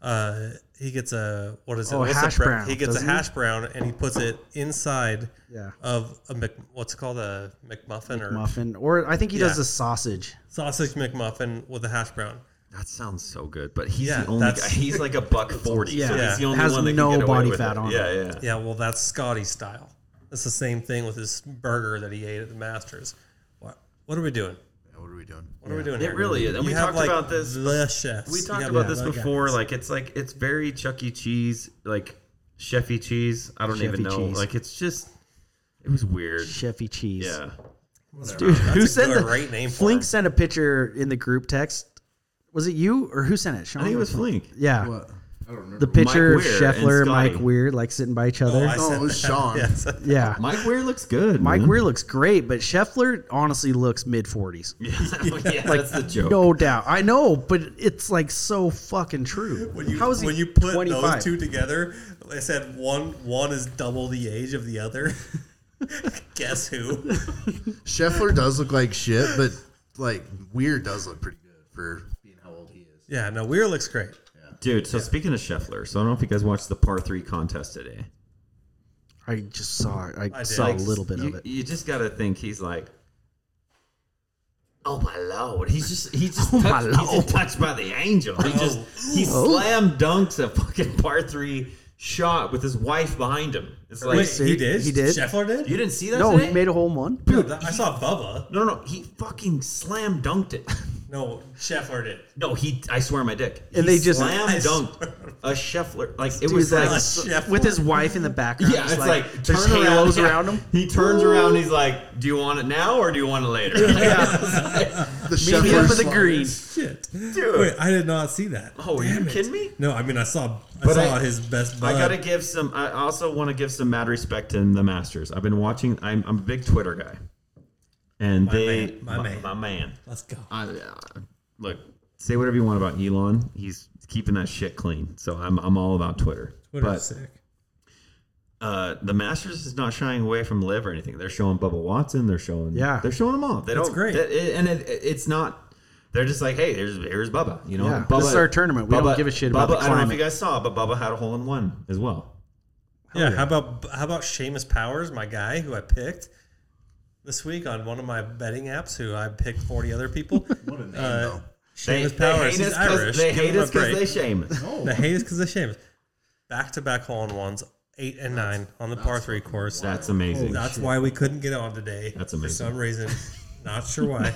Speaker 8: uh he gets a what is it?
Speaker 7: Oh, a
Speaker 8: What's the
Speaker 7: hash
Speaker 8: bre-
Speaker 7: brown,
Speaker 8: He gets a
Speaker 7: doesn't he?
Speaker 8: hash brown and he puts it inside
Speaker 7: Yeah.
Speaker 8: of a Mc, what's it called a McMuffin or
Speaker 7: Muffin, or I think he
Speaker 8: Yeah.
Speaker 7: does a sausage.
Speaker 8: sausage McMuffin with a hash brown.
Speaker 5: That sounds so good, but he's
Speaker 8: Yeah,
Speaker 5: the only
Speaker 8: that's-
Speaker 5: guy. He's like a buck forty. so
Speaker 7: Yeah.
Speaker 5: he's the only
Speaker 7: Has
Speaker 5: one that
Speaker 7: no
Speaker 5: can get away
Speaker 7: body
Speaker 5: with
Speaker 7: fat
Speaker 5: it.
Speaker 7: on
Speaker 5: Yeah,
Speaker 7: it.
Speaker 5: yeah.
Speaker 8: Yeah, well, that's Scotty style. That's the same thing with this burger that he ate at the Masters. What what are we doing?
Speaker 6: Yeah, what are we doing?
Speaker 5: What are we doing? It
Speaker 8: here?
Speaker 5: really is, and
Speaker 8: You
Speaker 5: we
Speaker 8: have,
Speaker 5: talked
Speaker 8: like,
Speaker 5: about this.
Speaker 8: The chefs.
Speaker 5: We
Speaker 8: You
Speaker 5: talked
Speaker 8: have,
Speaker 5: about
Speaker 8: like,
Speaker 5: this
Speaker 8: the guys.
Speaker 5: before. Like it's like it's very Chuck E. Cheese, like Chef E. Cheese. I don't
Speaker 7: Chef
Speaker 5: even
Speaker 7: E.
Speaker 5: know.
Speaker 7: Cheese.
Speaker 5: Like it's just, it was weird.
Speaker 7: Chefy E Cheese.
Speaker 5: Yeah.
Speaker 7: Dude, who
Speaker 8: a
Speaker 7: sent
Speaker 8: good-
Speaker 7: the
Speaker 8: great name for
Speaker 7: Flink
Speaker 8: him.
Speaker 7: sent a picture in the group text. Was it you or who sent it? Sean
Speaker 5: I think it
Speaker 7: or
Speaker 5: was
Speaker 7: Flink?
Speaker 5: Flink.
Speaker 7: Yeah.
Speaker 6: What? I don't remember.
Speaker 7: The picture of
Speaker 5: Mike Weir and
Speaker 7: Scheffler and
Speaker 5: Scotty.
Speaker 7: Mike Weir like sitting by each
Speaker 8: Oh,
Speaker 7: other.
Speaker 8: I
Speaker 6: Oh,
Speaker 8: said
Speaker 6: it was
Speaker 8: that.
Speaker 6: Sean.
Speaker 8: Yes.
Speaker 7: yeah.
Speaker 5: Mike Weir looks good.
Speaker 7: Mike
Speaker 5: man.
Speaker 7: Weir looks great, but Scheffler honestly looks mid 40s.
Speaker 5: yeah, that's the joke.
Speaker 7: No doubt. I know, but it's like so fucking true.
Speaker 8: When you,
Speaker 7: How is he
Speaker 8: when you put
Speaker 7: 25?
Speaker 8: those two together, I said one one is double the age of the other. Guess who?
Speaker 6: Scheffler does look like shit, but like Weir does look pretty good for being how old he is.
Speaker 8: Yeah, no, Weir looks great.
Speaker 5: Dude, so speaking of Scheffler, so I don't know if you guys watched the par three contest today.
Speaker 7: I just saw I,
Speaker 8: did.
Speaker 7: saw
Speaker 8: Like,
Speaker 7: a little bit
Speaker 5: you,
Speaker 7: of it.
Speaker 5: You just gotta think he's like, oh my lord, he's just he's just,
Speaker 7: Oh, my
Speaker 5: touched, he's
Speaker 7: lord." Oh.
Speaker 5: just touched by the angel. He just he slam dunks a fucking par three shot with his wife behind him. It's like
Speaker 8: Wait,
Speaker 7: see,
Speaker 8: he did?
Speaker 7: he did.
Speaker 8: Scheffler did?
Speaker 5: you didn't see that?
Speaker 7: No,
Speaker 5: today?
Speaker 7: he made a hole in one.
Speaker 8: No, that- I saw Bubba.
Speaker 5: No, no, he fucking slam dunked it.
Speaker 8: No, Scheffler did.
Speaker 5: No, he. I swear my dick.
Speaker 7: And
Speaker 5: He
Speaker 7: they just-
Speaker 5: slam
Speaker 8: I
Speaker 5: dunked a Scheffler. Like it
Speaker 7: Dude,
Speaker 5: was
Speaker 7: like,
Speaker 5: like
Speaker 8: Scheffler.
Speaker 7: with his wife in the background.
Speaker 5: Yeah, it's like,
Speaker 7: there's
Speaker 5: turn
Speaker 7: halos
Speaker 5: around.
Speaker 7: around him.
Speaker 5: He turns around. He's like, "Do you want it now or do you want it later?"
Speaker 6: The
Speaker 7: Maybe
Speaker 6: Scheffler
Speaker 7: up in the green.
Speaker 8: Shit.
Speaker 5: Dude.
Speaker 8: Wait, I did not see that.
Speaker 5: Oh, are you
Speaker 8: Damn it.
Speaker 5: kidding me?
Speaker 8: No, I mean, I saw I
Speaker 5: But
Speaker 8: saw
Speaker 5: I-
Speaker 8: his best
Speaker 5: I
Speaker 8: bud.
Speaker 5: gotta give some. I also want to give some mad respect to the Masters. I've been watching. I'm, I'm a big Twitter guy, and they
Speaker 8: man, my man.
Speaker 5: my man.
Speaker 8: Let's go.
Speaker 5: I, I- look, say whatever you want about Elon. He's keeping that shit clean. So I'm I'm all about Twitter.
Speaker 8: Twitter's
Speaker 5: but
Speaker 8: sick.
Speaker 5: uh, the Masters is not shying away from live or anything. They're showing Bubba Watson. They're showing
Speaker 7: Yeah.
Speaker 5: They're showing them all. They
Speaker 8: That's
Speaker 5: don't,
Speaker 8: great.
Speaker 5: that- it- and it, it's not. They're just like, hey, here's here's Bubba. You know,
Speaker 7: Yeah,
Speaker 5: Bubba,
Speaker 7: this is our tournament. We don't give a shit about
Speaker 5: Bubba-
Speaker 7: the
Speaker 5: I don't know if
Speaker 7: climate.
Speaker 5: you guys saw, but Bubba had a hole in one as well.
Speaker 8: Oh, Yeah, how about how about Seamus Powers, my guy who I picked this week on one of my betting apps, who I picked forty other people. what a name,
Speaker 6: though.
Speaker 8: Seamus Powers,
Speaker 5: hate
Speaker 8: he's
Speaker 5: us 'cause-
Speaker 8: Irish.
Speaker 5: They
Speaker 8: Give
Speaker 5: hate
Speaker 8: him a
Speaker 5: us because
Speaker 8: break.
Speaker 5: they Oh. shame us.
Speaker 8: They hate us because of Seamus. Back to back hole in ones, eight and nine on the par three course.
Speaker 5: That's amazing.
Speaker 8: That's why we couldn't get on today.
Speaker 5: That's
Speaker 8: For
Speaker 5: amazing.
Speaker 8: some reason, not sure why.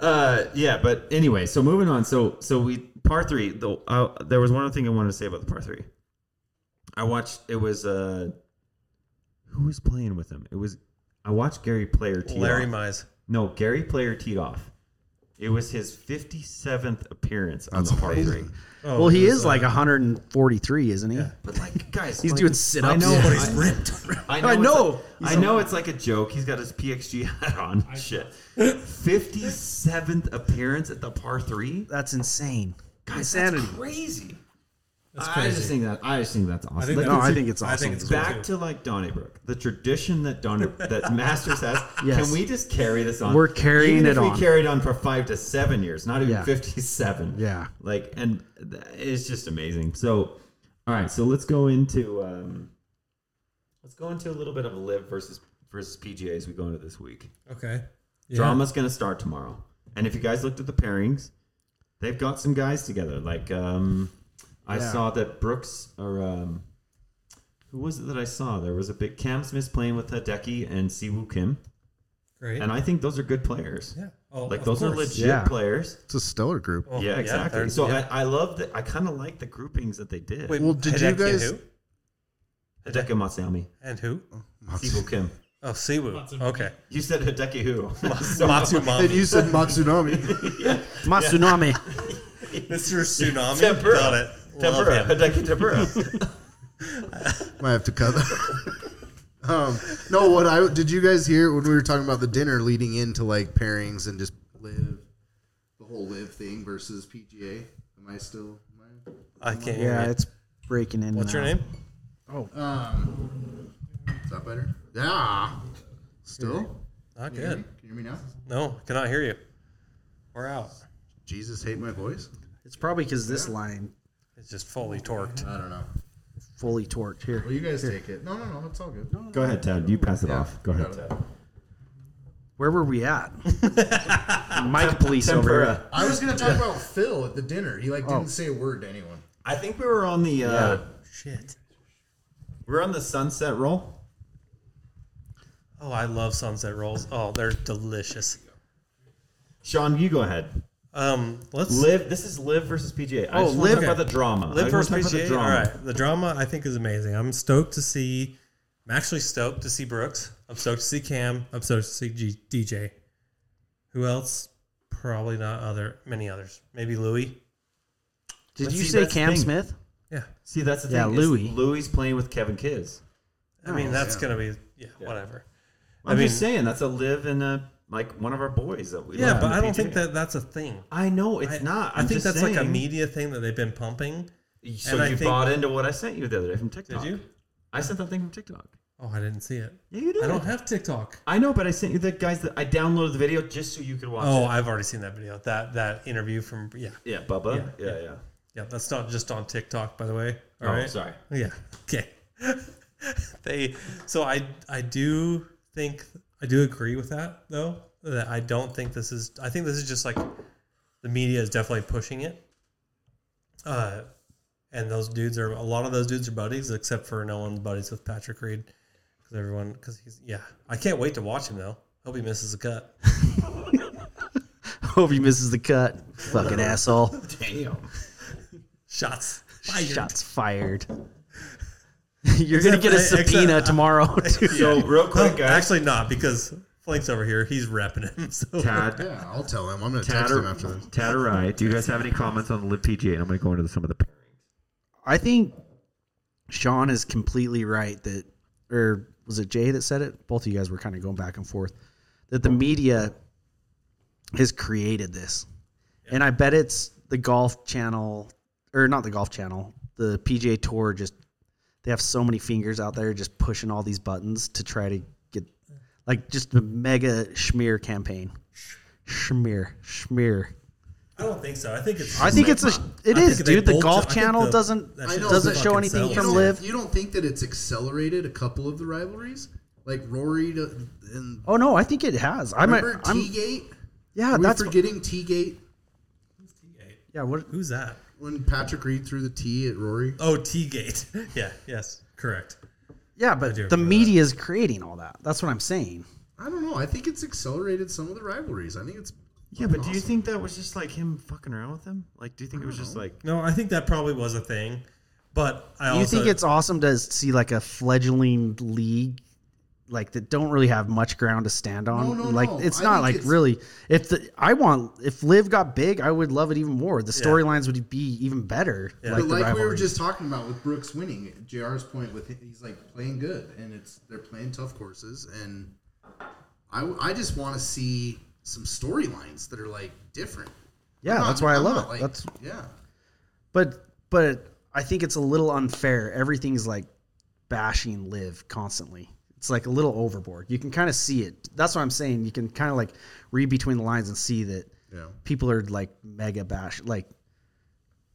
Speaker 5: Uh, yeah, but anyway, so moving on. So so we par three. Though uh, there was one other thing I wanted to say about the par three. I watched. It was uh, who was playing with him? It was I watched Gary Player tee
Speaker 8: Larry
Speaker 5: off.
Speaker 8: Mize.
Speaker 5: No, Gary Player teed off. It was his fifty seventh appearance on
Speaker 6: That's
Speaker 5: the par three.
Speaker 6: amazing.
Speaker 8: Oh,
Speaker 7: Well, he
Speaker 8: it was,
Speaker 7: is
Speaker 8: uh,
Speaker 7: like 143, isn't he?
Speaker 5: But like, guys,
Speaker 7: He's
Speaker 5: like,
Speaker 7: doing sit-ups.
Speaker 5: I know,
Speaker 7: Yeah,
Speaker 5: but
Speaker 7: he's
Speaker 5: I know.
Speaker 7: I
Speaker 5: it's
Speaker 7: know.
Speaker 5: like- I know it's like a joke. He's got his PXG hat on. Shit. 57th appearance at the par three?
Speaker 7: That's insane.
Speaker 5: Guys,
Speaker 7: Insanity.
Speaker 5: that's crazy.
Speaker 8: That's
Speaker 5: I just
Speaker 8: crazy.
Speaker 5: think that I just think that's awesome.
Speaker 8: think
Speaker 5: Like,
Speaker 7: No,
Speaker 8: that's-
Speaker 7: I think it's
Speaker 8: I
Speaker 7: awesome.
Speaker 8: think it's cool,
Speaker 5: back
Speaker 8: too.
Speaker 5: to like Donnybrook, the tradition that Donnybrook that Masters has.
Speaker 7: Yes.
Speaker 5: Can we just carry this on?
Speaker 7: We're carrying
Speaker 5: even
Speaker 7: it
Speaker 5: if
Speaker 7: on.
Speaker 5: We carried on for five to seven years, not even
Speaker 7: Yeah.
Speaker 5: fifty-seven.
Speaker 7: Yeah.
Speaker 5: Like, and th- it's just amazing. So, all right, so let's go into um, let's go into a little bit of live versus versus PGA as we go into this week.
Speaker 8: Okay. Yeah.
Speaker 5: Drama's going to start tomorrow. And if you guys looked at the pairings, they've got some guys together. Like um, I saw that Brooks or um, who was it that I saw? There was a big Cam Smith playing with Hideki and Siwoo Kim,
Speaker 8: Great.
Speaker 5: and I think those are good players.
Speaker 8: yeah. Oh,
Speaker 5: like
Speaker 8: of
Speaker 5: those are
Speaker 8: course.
Speaker 5: legit
Speaker 7: Yeah.
Speaker 5: players.
Speaker 6: It's a stellar group.
Speaker 8: Oh,
Speaker 5: yeah, exactly.
Speaker 8: they're-
Speaker 5: so
Speaker 8: yeah.
Speaker 5: I, I love that. I kind of like the groupings that they did.
Speaker 8: Wait,
Speaker 6: Well, did you
Speaker 8: Hideki
Speaker 6: guys-
Speaker 8: Who?
Speaker 5: Hideki Matsuyama,
Speaker 8: And who?
Speaker 5: Siwoo Kim.
Speaker 8: Oh, Siwu. Okay.
Speaker 5: You said Hideki who?
Speaker 6: And
Speaker 8: Matsumami.
Speaker 6: you said Matsunami.
Speaker 7: Matsunami.
Speaker 8: Mr. Tsunami.
Speaker 5: Tempura.
Speaker 8: Got it. Love
Speaker 5: Tempura.
Speaker 8: him.
Speaker 5: Hideki Tempura.
Speaker 6: Might have to cut that. um, no, what I did you guys hear when we were talking about the dinner leading into like pairings and just live
Speaker 10: The whole live thing versus PGA. Am I still? Am
Speaker 8: I can't hear
Speaker 7: yeah,
Speaker 8: you.
Speaker 7: it's breaking in.
Speaker 8: What's
Speaker 7: and
Speaker 8: your
Speaker 7: out.
Speaker 8: name?
Speaker 10: I, um,
Speaker 6: Is that better? Yeah. Still?
Speaker 8: Not
Speaker 10: can you hear
Speaker 8: good.
Speaker 10: me? Can you hear me now?
Speaker 8: No, cannot hear you. We're out.
Speaker 6: Jesus hate my voice?
Speaker 7: It's probably because this line
Speaker 8: It's just fully torqued.
Speaker 6: I don't know.
Speaker 7: fully torqued here.
Speaker 10: Well, you guys take it. No, no, no. It's all good.
Speaker 5: go ahead, Ted. You pass it off. Go ahead. Ted.
Speaker 7: Where were we at? Mike Police over here.
Speaker 5: Tempura.
Speaker 10: I was gonna talk about Phil at the dinner. He like
Speaker 6: Oh.
Speaker 10: didn't say a word to anyone.
Speaker 5: I think we were on the uh,
Speaker 8: Shit.
Speaker 5: we are on the sunset roll.
Speaker 8: Oh, I love sunset rolls. Oh, they're delicious.
Speaker 5: Sean, you go ahead.
Speaker 8: Um, let's
Speaker 5: Live. This is live versus PGA. I
Speaker 8: Oh,
Speaker 5: just want to
Speaker 8: Liv-
Speaker 5: talk about the drama. I
Speaker 8: Live
Speaker 5: just
Speaker 8: versus
Speaker 5: wanna talk about
Speaker 8: PGA. All right, the drama I think is amazing. I'm stoked to see. I'm actually stoked to see Brooks. I'm stoked to see Cam. I'm stoked to see G- DJ. Who else? Probably not other many others. Maybe Louis.
Speaker 7: Did
Speaker 5: But
Speaker 7: you
Speaker 5: see,
Speaker 7: say
Speaker 5: that's the
Speaker 7: Cam
Speaker 5: thing.
Speaker 7: Smith?
Speaker 8: Yeah,
Speaker 5: See, that's the
Speaker 7: Yeah,
Speaker 5: thing.
Speaker 7: Louis.
Speaker 5: Louis. Louis playing with Kevin Kids.
Speaker 8: I
Speaker 5: Oh,
Speaker 8: mean that's gonna be yeah, whatever.
Speaker 5: I'm
Speaker 8: mean-
Speaker 5: just saying that's a live in a like one of our boys that we.
Speaker 8: Yeah,
Speaker 5: love
Speaker 8: but
Speaker 5: in the
Speaker 8: I don't
Speaker 5: PGA.
Speaker 8: think that that's a thing.
Speaker 5: I know it's
Speaker 8: I-
Speaker 5: not.
Speaker 8: I
Speaker 5: I'm
Speaker 8: think
Speaker 5: just
Speaker 8: that's like a
Speaker 5: saying-
Speaker 8: media thing that they've been pumping.
Speaker 5: So
Speaker 8: and I
Speaker 5: you
Speaker 8: think-
Speaker 5: bought into what I sent you the other day from TikTok.
Speaker 8: you?
Speaker 5: I sent that thing from TikTok.
Speaker 8: Oh, I didn't see it.
Speaker 5: Yeah, you did.
Speaker 8: I don't have TikTok.
Speaker 5: I know, but I sent you the guys that I downloaded the video just so you could watch.
Speaker 8: Oh,
Speaker 5: it.
Speaker 8: I've already seen that video. That that interview from yeah
Speaker 5: yeah, Bubba. Yeah, yeah.
Speaker 8: yeah. That's not just on TikTok, by the way. All
Speaker 5: oh,
Speaker 8: right.
Speaker 5: sorry.
Speaker 8: Yeah. Okay. they so I I do think I do agree with that though that I don't think this is I think this is just like the media is definitely pushing it. Uh and those dudes are a lot of those dudes are buddies except for no one's buddies with Patrick Reed cuz everyone cuz he's yeah. I can't wait to watch him though. Hope he misses the cut.
Speaker 7: Hope he misses the cut. Fucking asshole.
Speaker 5: Damn.
Speaker 8: Shots. fired.
Speaker 7: Shots fired. You're gonna
Speaker 8: Except-
Speaker 7: get a
Speaker 8: except-
Speaker 7: subpoena tomorrow. dude.
Speaker 5: So real quick,
Speaker 8: Oh,
Speaker 5: guys.
Speaker 8: actually not because Flank's over here. He's repping him. So
Speaker 5: Tad,
Speaker 6: Yeah, I'll tell him. I'm gonna text him after
Speaker 5: Tatter,
Speaker 6: this.
Speaker 5: Tatterai, do you guys have any comments on the Live PGA? And I'm going to go into some of the
Speaker 7: I think Sean is completely right that, or was it Jay that said it? Both of you guys were kind of going back and forth that the media has created this, and I bet it's the Golf Channel or not the Golf Channel, the PGA Tour. Just they have so many fingers out there just pushing all these buttons to try to get like just a mega schmear campaign. Schmear, schmear.
Speaker 8: I don't think so. I think it's.
Speaker 7: I think it's a. It
Speaker 8: I
Speaker 7: is,
Speaker 8: think they
Speaker 7: dude. The
Speaker 8: bolt-
Speaker 7: Golf
Speaker 8: I think
Speaker 7: Channel
Speaker 8: the-
Speaker 7: doesn't
Speaker 8: that
Speaker 6: I
Speaker 8: shit
Speaker 6: know,
Speaker 7: doesn't
Speaker 6: but
Speaker 7: show
Speaker 8: fucking
Speaker 7: anything
Speaker 8: sells.
Speaker 6: You
Speaker 7: from
Speaker 6: don't-
Speaker 7: Live.
Speaker 6: You don't think that it's accelerated a couple of the rivalries, like Rory to, and
Speaker 7: Oh no, I think it has. I'm,
Speaker 6: remember
Speaker 7: I'm
Speaker 6: T-gate?
Speaker 7: yeah,
Speaker 6: Are we
Speaker 7: that's
Speaker 6: forgetting T-gate
Speaker 7: yeah. What
Speaker 8: Who's that?
Speaker 6: when Patrick Reed threw the T at Rory.
Speaker 8: Oh, T Gate. Yeah. Yes. Correct.
Speaker 7: yeah,
Speaker 8: I do
Speaker 7: but the
Speaker 8: remember
Speaker 7: media is creating all that. That's what I'm saying.
Speaker 6: I don't know. I think it's accelerated some of the rivalries. I think it's
Speaker 5: Yeah, but do you think that was just like him fucking around with him? Like, do you think it was just like
Speaker 8: No, I think that probably was a thing, but I
Speaker 7: you
Speaker 8: also
Speaker 7: think it's awesome to see like a fledgling league, like that don't really have much ground to stand on.
Speaker 6: No, no,
Speaker 7: like
Speaker 6: no.
Speaker 7: it's
Speaker 6: I
Speaker 7: not
Speaker 6: think
Speaker 7: like
Speaker 6: it's-
Speaker 7: really. If the I want if Live got big, I would love it even more. The storylines would be even better. Like,
Speaker 6: but
Speaker 7: the
Speaker 6: like we were
Speaker 7: rivalry.
Speaker 6: just talking about with Brooks winning, Jr's point with he's like playing good, and it's they're playing tough courses, and I I just want to see some storylines that are like different.
Speaker 7: yeah,
Speaker 6: I'm not-
Speaker 7: that's why I
Speaker 6: I'm
Speaker 7: love
Speaker 6: not,
Speaker 7: it.
Speaker 6: like-
Speaker 7: that's
Speaker 6: yeah.
Speaker 7: But but I think it's a little unfair. Everything's like bashing live constantly. It's like a little overboard. You can kind of see it. That's what I'm saying. You can kind of like read between the lines and see that
Speaker 6: Yeah.
Speaker 7: people are like mega bash, like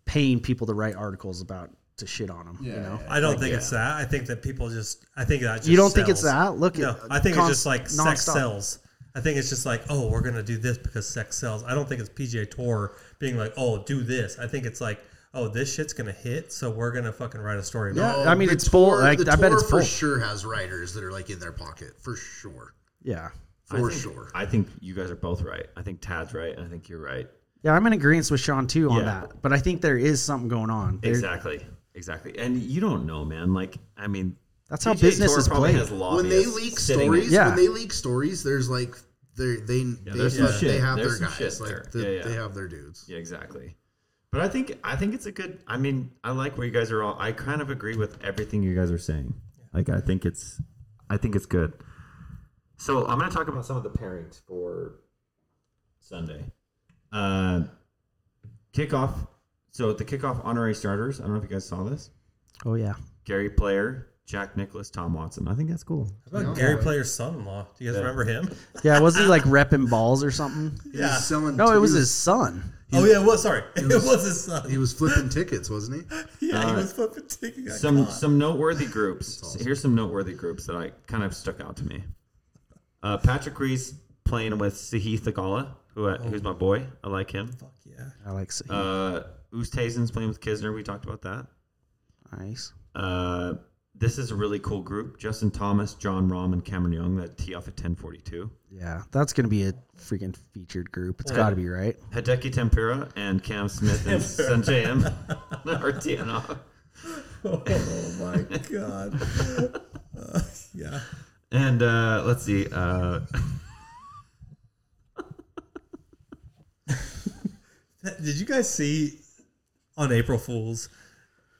Speaker 7: paying people to write articles about to shit on them. you
Speaker 6: Yeah,
Speaker 7: know,
Speaker 6: yeah.
Speaker 8: I don't think it's that. I think that people just. I think that. Just
Speaker 7: you don't think it's
Speaker 8: sells.
Speaker 7: that. Look,
Speaker 8: No,
Speaker 7: at,
Speaker 8: I think
Speaker 7: const-
Speaker 8: it's just like sex
Speaker 7: nonstop.
Speaker 8: sells. I think it's just like, oh, we're gonna do this because sex sells. I don't think it's PGA Tour being like, oh, do this. I think it's like, oh, this shit's gonna hit, so we're gonna fucking write a story. About
Speaker 7: Yeah,
Speaker 8: it.
Speaker 7: I mean
Speaker 6: The
Speaker 7: it's full.
Speaker 6: tour-
Speaker 7: Like,
Speaker 6: the
Speaker 7: I bet
Speaker 6: tour
Speaker 7: it's
Speaker 6: for
Speaker 7: full.
Speaker 6: sure has writers that are like in their pocket for sure,
Speaker 7: Yeah,
Speaker 6: for
Speaker 5: I think-
Speaker 6: sure.
Speaker 5: I think you guys are both right. I think Tad's right, and I think you're right.
Speaker 7: yeah. I'm in agreement with Sean too on
Speaker 5: Yeah.
Speaker 7: that. But I think there is something going on. There-
Speaker 5: Exactly, exactly. And you don't know, man. Like, I mean,
Speaker 7: That's how
Speaker 5: PGA
Speaker 7: business
Speaker 5: Tour
Speaker 7: is
Speaker 5: probably
Speaker 7: played.
Speaker 5: has
Speaker 6: when they
Speaker 5: lobbyists
Speaker 6: leak
Speaker 5: sitting-
Speaker 6: stories,
Speaker 7: Yeah.
Speaker 6: when they leak stories, there's like they they they,
Speaker 5: there's some
Speaker 6: have-
Speaker 5: shit.
Speaker 6: they have
Speaker 5: There's
Speaker 6: their
Speaker 5: some shit
Speaker 6: guys,
Speaker 5: there.
Speaker 6: like the,
Speaker 5: Yeah, yeah.
Speaker 6: they have their dudes.
Speaker 5: Yeah, exactly. But I think I think it's a good. I mean, I like where you guys are all. I kind of agree with everything you guys are saying. Like, I think it's, I think it's good. So I'm going to talk about some of the pairings for Sunday. Uh, kickoff. So the kickoff honorary starters. I don't know if you guys saw this.
Speaker 7: Oh yeah.
Speaker 5: Gary Player, Jack Nicholas, Tom Watson. I think that's cool.
Speaker 8: How about Gary Player's son-in-law? Do you guys remember him?
Speaker 7: Yeah, was he like repping balls or something?
Speaker 6: He was selling.
Speaker 7: No, it was
Speaker 6: he
Speaker 7: his son.
Speaker 8: oh yeah, well, sorry, it was, his son.
Speaker 6: He was flipping tickets, wasn't he?
Speaker 8: yeah, he was fucking taking that
Speaker 5: some
Speaker 8: cock.
Speaker 5: some noteworthy groups. Here's some noteworthy groups that I kind of stuck out to me. Uh, Patrick Reese playing with Sahith Thagala, who I, who's
Speaker 8: Oh.
Speaker 5: my boy. I like him.
Speaker 8: Yeah.
Speaker 7: I like see.
Speaker 5: Uh, Oosthuizen's playing with Kisner. We talked about that.
Speaker 7: nice.
Speaker 5: Uh, This is a really cool group. Justin Thomas, John Rahm, and Cameron Young that tee off at 1042.
Speaker 7: Yeah, that's gonna be a freaking featured group. It's got to be right.
Speaker 5: Hideki Tempura and Cam Smith and Sanjay M are teeing off.
Speaker 8: Oh my god. Uh, yeah.
Speaker 5: And uh, let's see. Uh,
Speaker 8: Did you guys see on April Fools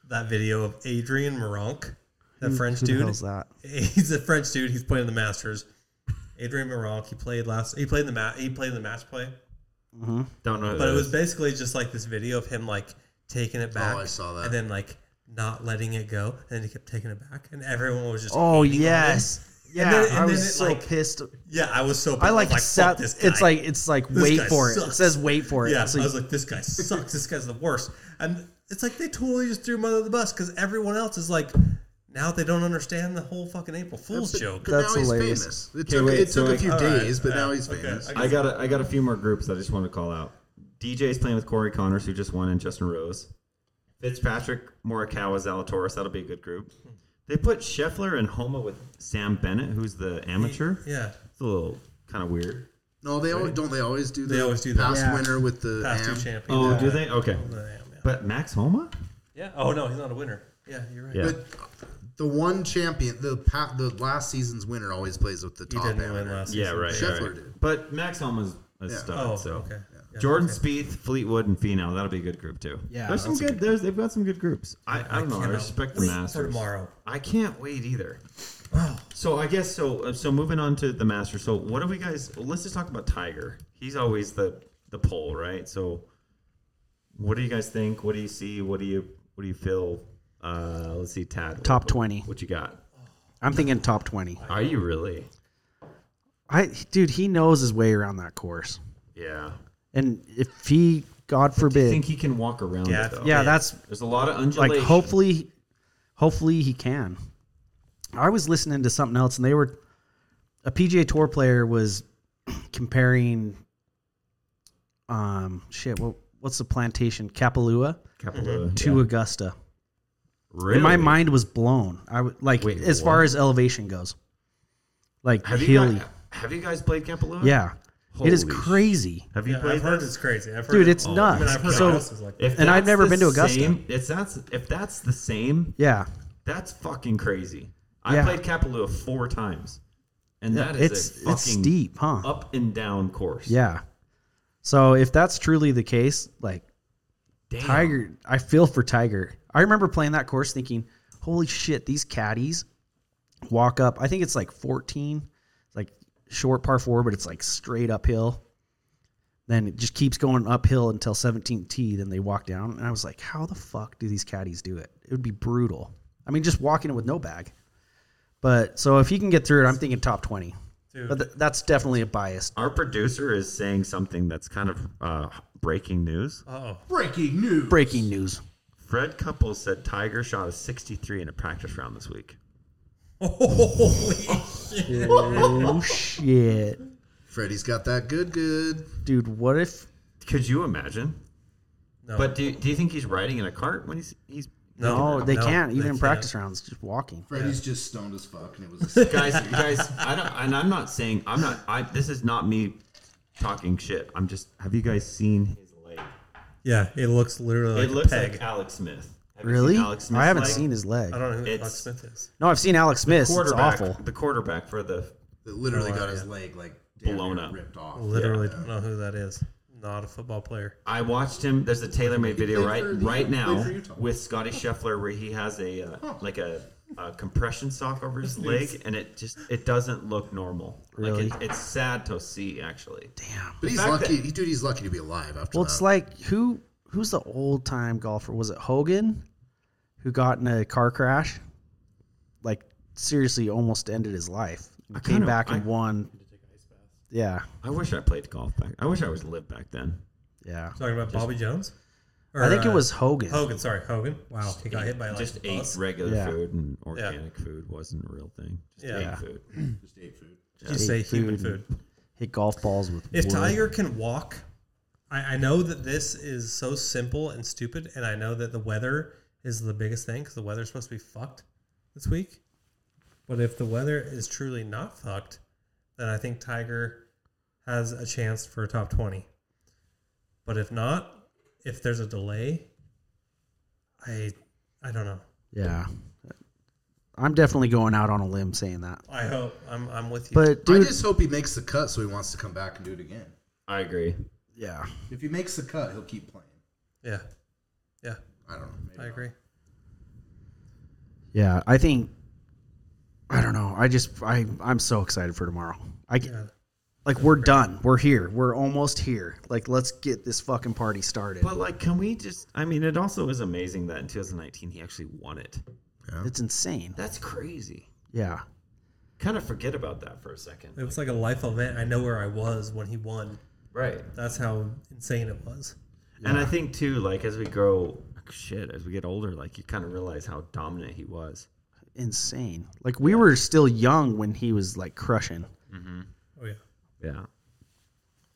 Speaker 8: that video of Adrian Maronk, that French
Speaker 7: Mm, Who the
Speaker 8: dude?
Speaker 7: hell's that?
Speaker 8: He's a French dude. He's playing the Masters. Adrian Maronk. He played last. He played in the ma- He played in the match play.
Speaker 5: don't know. who
Speaker 8: But
Speaker 5: that
Speaker 8: it was
Speaker 5: is.
Speaker 8: basically just like this video of him like taking
Speaker 7: Oh,
Speaker 8: it back.
Speaker 6: I saw that.
Speaker 8: And then like not letting it go, and then he kept taking it back, and everyone was just.
Speaker 7: Oh
Speaker 8: hating on him.
Speaker 7: yes, yeah.
Speaker 8: And then- and
Speaker 7: I
Speaker 8: then
Speaker 7: was
Speaker 8: it,
Speaker 7: so
Speaker 8: like-
Speaker 7: pissed.
Speaker 8: Yeah, I was so.
Speaker 7: I
Speaker 8: I
Speaker 7: like,
Speaker 8: was like
Speaker 7: sat-
Speaker 8: fuck this guy.
Speaker 7: It's like it's like
Speaker 8: This
Speaker 7: wait
Speaker 8: guy
Speaker 7: for it. It
Speaker 8: sucks.
Speaker 7: says wait for it.
Speaker 8: Yeah,
Speaker 7: So
Speaker 8: I
Speaker 7: you-
Speaker 8: was like, this guy sucks. this guy's the worst. And it's like they totally just threw him under the bus because everyone else is like, now they don't understand the whole fucking April Fool's joke.
Speaker 6: But
Speaker 7: That's
Speaker 6: now he's
Speaker 7: hilarious.
Speaker 6: famous. It
Speaker 5: Okay,
Speaker 6: took,
Speaker 5: wait,
Speaker 6: it
Speaker 5: so
Speaker 6: took a
Speaker 5: like-
Speaker 6: few
Speaker 8: all right,
Speaker 6: days, but now
Speaker 8: yeah,
Speaker 6: he's
Speaker 8: okay,
Speaker 6: famous.
Speaker 8: I
Speaker 5: I got a, I got a few more groups I just want to call out. DJ's playing with Corey Connors, who just won, and Justin Rose. Fitzpatrick, Morikawa, Zalatoris. That'll be a good group. They put Scheffler and Homa with Sam Bennett, who's the amateur.
Speaker 8: Yeah,
Speaker 5: It's a little kind of weird.
Speaker 6: No, they always don't. They always do. The
Speaker 8: They always do that.
Speaker 6: Past
Speaker 7: Yeah.
Speaker 6: winner with the
Speaker 8: past
Speaker 6: am.
Speaker 8: two champions.
Speaker 5: Oh,
Speaker 8: Yeah.
Speaker 5: do they? Okay.
Speaker 8: Yeah.
Speaker 5: But Max Homa?
Speaker 8: Yeah. Oh no, he's not a winner. Yeah, you're right.
Speaker 5: Yeah.
Speaker 6: But the one champion, the pa- the last season's winner, always plays with the
Speaker 8: He
Speaker 6: top
Speaker 8: didn't
Speaker 6: amateur.
Speaker 8: win last.
Speaker 5: Yeah,
Speaker 8: season.
Speaker 5: right.
Speaker 6: Scheffler
Speaker 5: right.
Speaker 6: did.
Speaker 5: But Max Homa's a
Speaker 6: Yeah.
Speaker 5: stud.
Speaker 8: Oh,
Speaker 5: so.
Speaker 8: okay. Yeah,
Speaker 5: Jordan
Speaker 8: okay.
Speaker 5: Spieth, Fleetwood, and Finau. That'll be a good group too.
Speaker 7: Yeah,
Speaker 5: there's some
Speaker 7: that's a
Speaker 5: good. There's they've got some good groups. I, I don't know. I
Speaker 8: cannot
Speaker 5: respect the
Speaker 8: wait for
Speaker 5: Masters
Speaker 8: tomorrow.
Speaker 5: I can't wait either. So I guess so. uh, So moving on to the Masters. So what do we guys? well, let's just talk about Tiger. He's always the the pole, right? So what do you guys think? What do you see? What do you what do you feel? Uh, let's see, Tad.
Speaker 7: Top
Speaker 5: what-
Speaker 7: 20.
Speaker 5: What you got?
Speaker 7: I'm thinking top twenty.
Speaker 5: Are you really?
Speaker 7: I dude, he knows his way around that course.
Speaker 5: Yeah.
Speaker 7: And if he, God
Speaker 5: Do you
Speaker 7: forbid,
Speaker 5: think he can walk around
Speaker 8: Yeah,
Speaker 5: it though?
Speaker 7: yeah, that's
Speaker 5: There's a lot of
Speaker 7: like
Speaker 5: undulation.
Speaker 7: hopefully, hopefully he can. I was listening to something else, and they were a PGA Tour player was comparing, um, shit. What what's the plantation Kapalua
Speaker 5: Kapalua,
Speaker 7: to
Speaker 5: yeah.
Speaker 7: Augusta?
Speaker 5: really?
Speaker 7: And my mind was blown. I would like
Speaker 5: Wait,
Speaker 7: as far as elevation goes, like
Speaker 5: Have you,
Speaker 7: hilly.
Speaker 5: guys, have you guys played Kapalua?
Speaker 7: yeah, it is
Speaker 5: Holy sh-
Speaker 7: crazy,
Speaker 5: Have you
Speaker 8: Yeah,
Speaker 5: played
Speaker 8: I've heard
Speaker 5: this?
Speaker 8: it's crazy. I've heard
Speaker 7: dude.
Speaker 8: it-
Speaker 7: It's
Speaker 5: Oh,
Speaker 8: I mean,
Speaker 7: nuts.
Speaker 8: I've heard
Speaker 7: so
Speaker 8: houses like that.
Speaker 5: If
Speaker 7: And I've
Speaker 5: that's
Speaker 7: never
Speaker 5: the
Speaker 7: been to Augusta.
Speaker 5: Same, it's that's if that's the same,
Speaker 7: yeah,
Speaker 5: that's fucking crazy. I
Speaker 7: Yeah.
Speaker 5: played Kapalua four times, and that is
Speaker 7: it's
Speaker 5: a fucking
Speaker 7: it's steep, huh?
Speaker 5: up and down course.
Speaker 7: Yeah. So if that's truly the case, like
Speaker 5: Damn.
Speaker 7: Tiger, I feel for Tiger. I remember playing that course thinking, holy shit, these caddies walk up. I think it's like 14, it's like short par four, but it's like straight uphill. Then it just keeps going uphill until 17th tee. Then they walk down. And I was like, how the fuck do these caddies do it? It would be brutal. I mean, just walking it with no bag. But so if he can get through it, I'm thinking top 20. But th- that's definitely a biased.
Speaker 5: Our producer is saying something that's kind of uh, breaking news.
Speaker 8: Oh,
Speaker 10: Breaking news.
Speaker 7: Breaking news.
Speaker 5: Fred Couples said Tiger shot a 63 in a practice round this week.
Speaker 8: holy
Speaker 7: Oh shit,
Speaker 6: Freddie's got that good, good.
Speaker 7: dude! What if?
Speaker 5: Could you imagine?
Speaker 8: no!
Speaker 5: But do, do you think he's riding in a cart when he's he's
Speaker 7: No, oh, they can't. Even in
Speaker 8: can't.
Speaker 7: practice rounds, just walking.
Speaker 10: Freddie's just stoned as fuck, and it was. A
Speaker 5: guys, guys, I don't, and I'm not saying I'm not. I this is not me talking shit. I'm just. Have you guys seen his leg?
Speaker 8: Yeah, it looks literally like
Speaker 5: it looks
Speaker 8: a peg.
Speaker 5: like Alex Smith. Have you
Speaker 7: Really?
Speaker 5: seen Alex Smith's
Speaker 7: I haven't
Speaker 5: leg?
Speaker 7: seen his leg.
Speaker 8: I don't know who
Speaker 5: It's-
Speaker 8: Alex Smith is.
Speaker 7: No, I've seen Alex Smith. It's
Speaker 5: quarterback.
Speaker 7: awful.
Speaker 5: The quarterback for the
Speaker 6: That literally
Speaker 8: Oh,
Speaker 6: got
Speaker 8: yeah.
Speaker 6: his leg like damn
Speaker 5: Blown
Speaker 6: near
Speaker 5: up.
Speaker 6: ripped off.
Speaker 8: Literally, don't know who that is. Not a football player.
Speaker 5: I watched him. There's a tailor-made video
Speaker 10: played
Speaker 5: right
Speaker 10: for the-
Speaker 5: right
Speaker 10: he played
Speaker 5: now
Speaker 10: for Utah.
Speaker 5: with Scotty Scheffler where he has a uh, like a, a compression sock over his leg, and it just it doesn't look normal.
Speaker 7: Really?
Speaker 5: Like it, it's sad to see, actually.
Speaker 7: Damn.
Speaker 6: But he's lucky, dude. He's lucky to be alive after
Speaker 7: Well,
Speaker 6: that.
Speaker 7: it's like who? Who's the old time golfer? Was it Hogan, who got in a car crash? Like seriously, almost ended his life. He came
Speaker 5: kinda-
Speaker 7: back and
Speaker 5: I-
Speaker 7: won. Yeah,
Speaker 5: I wish I played golf back. I wish I was lived back then.
Speaker 7: yeah.
Speaker 8: Talking about Bobby Jones. Or,
Speaker 7: I think it
Speaker 8: uh,
Speaker 7: was Hogan.
Speaker 8: Hogan. Sorry, Hogan. Wow, he got hit by like
Speaker 5: just
Speaker 8: a
Speaker 5: ate
Speaker 8: bus.
Speaker 5: regular
Speaker 7: Yeah.
Speaker 5: food and organic food wasn't a real thing. Just
Speaker 8: Yeah.
Speaker 5: ate food.
Speaker 10: just ate food.
Speaker 8: Just say human food.
Speaker 7: Hit golf balls with.
Speaker 8: If
Speaker 7: wood.
Speaker 8: Tiger can walk, I, I know that this is so simple and stupid, and I know that the weather is the biggest thing because the weather's supposed to be fucked. this week. But if the weather is truly not fucked, then I think Tiger has a chance for a top 20. But if not, if there's a delay, I I don't know.
Speaker 7: Yeah. I'm definitely going out on a limb saying that.
Speaker 8: I hope I'm, I'm with you.
Speaker 7: But
Speaker 6: I
Speaker 7: dude,
Speaker 6: just hope he makes the cut so he wants to come back and do it again.
Speaker 5: I agree.
Speaker 7: yeah.
Speaker 6: If he makes the cut, he'll keep playing.
Speaker 8: yeah. Yeah,
Speaker 6: I don't know. Maybe
Speaker 8: I agree.
Speaker 7: Yeah, I think I don't know. I just I I'm so excited for tomorrow. I get like we're done. We're here. We're almost here. Like let's get this fucking party started.
Speaker 5: But like, can we just? I mean, it also is amazing that in 2019 he actually won it.
Speaker 7: it's insane.
Speaker 5: That's crazy.
Speaker 7: Yeah.
Speaker 5: Kind of forget about that for a second.
Speaker 8: It was like a life event. I know where I was when he won.
Speaker 5: Right.
Speaker 8: That's how insane it was.
Speaker 5: And I think too, like as we grow, shit, as we get older, like you kind of realize how dominant he was.
Speaker 7: Insane. Like we were still young when he was like crushing.
Speaker 8: Oh yeah.
Speaker 5: Yeah.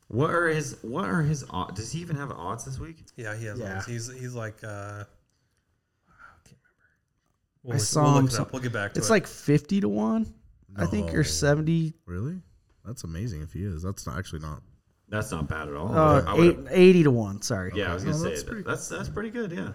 Speaker 5: What are his? What are his? Odds? Does he even have odds this week?
Speaker 8: Yeah, he has.
Speaker 7: Yeah.
Speaker 8: Odds. He's he's like. Uh, I can't remember. We'll
Speaker 7: I
Speaker 8: look-
Speaker 7: saw
Speaker 8: we'll look
Speaker 7: him
Speaker 8: it
Speaker 7: some-
Speaker 8: up. We'll get back to
Speaker 7: It's
Speaker 8: it.
Speaker 7: like 50 to 1. I think
Speaker 6: No.
Speaker 7: or 70
Speaker 6: Really? That's amazing if he is. That's not, actually not.
Speaker 5: That's not bad at all.
Speaker 7: uh,
Speaker 5: I
Speaker 7: eight,
Speaker 5: would've-
Speaker 7: 80 to 1, sorry.
Speaker 5: yeah, I was gonna
Speaker 6: No,
Speaker 5: say
Speaker 6: that's
Speaker 5: that-
Speaker 6: pretty-
Speaker 5: that's that's pretty good. Yeah.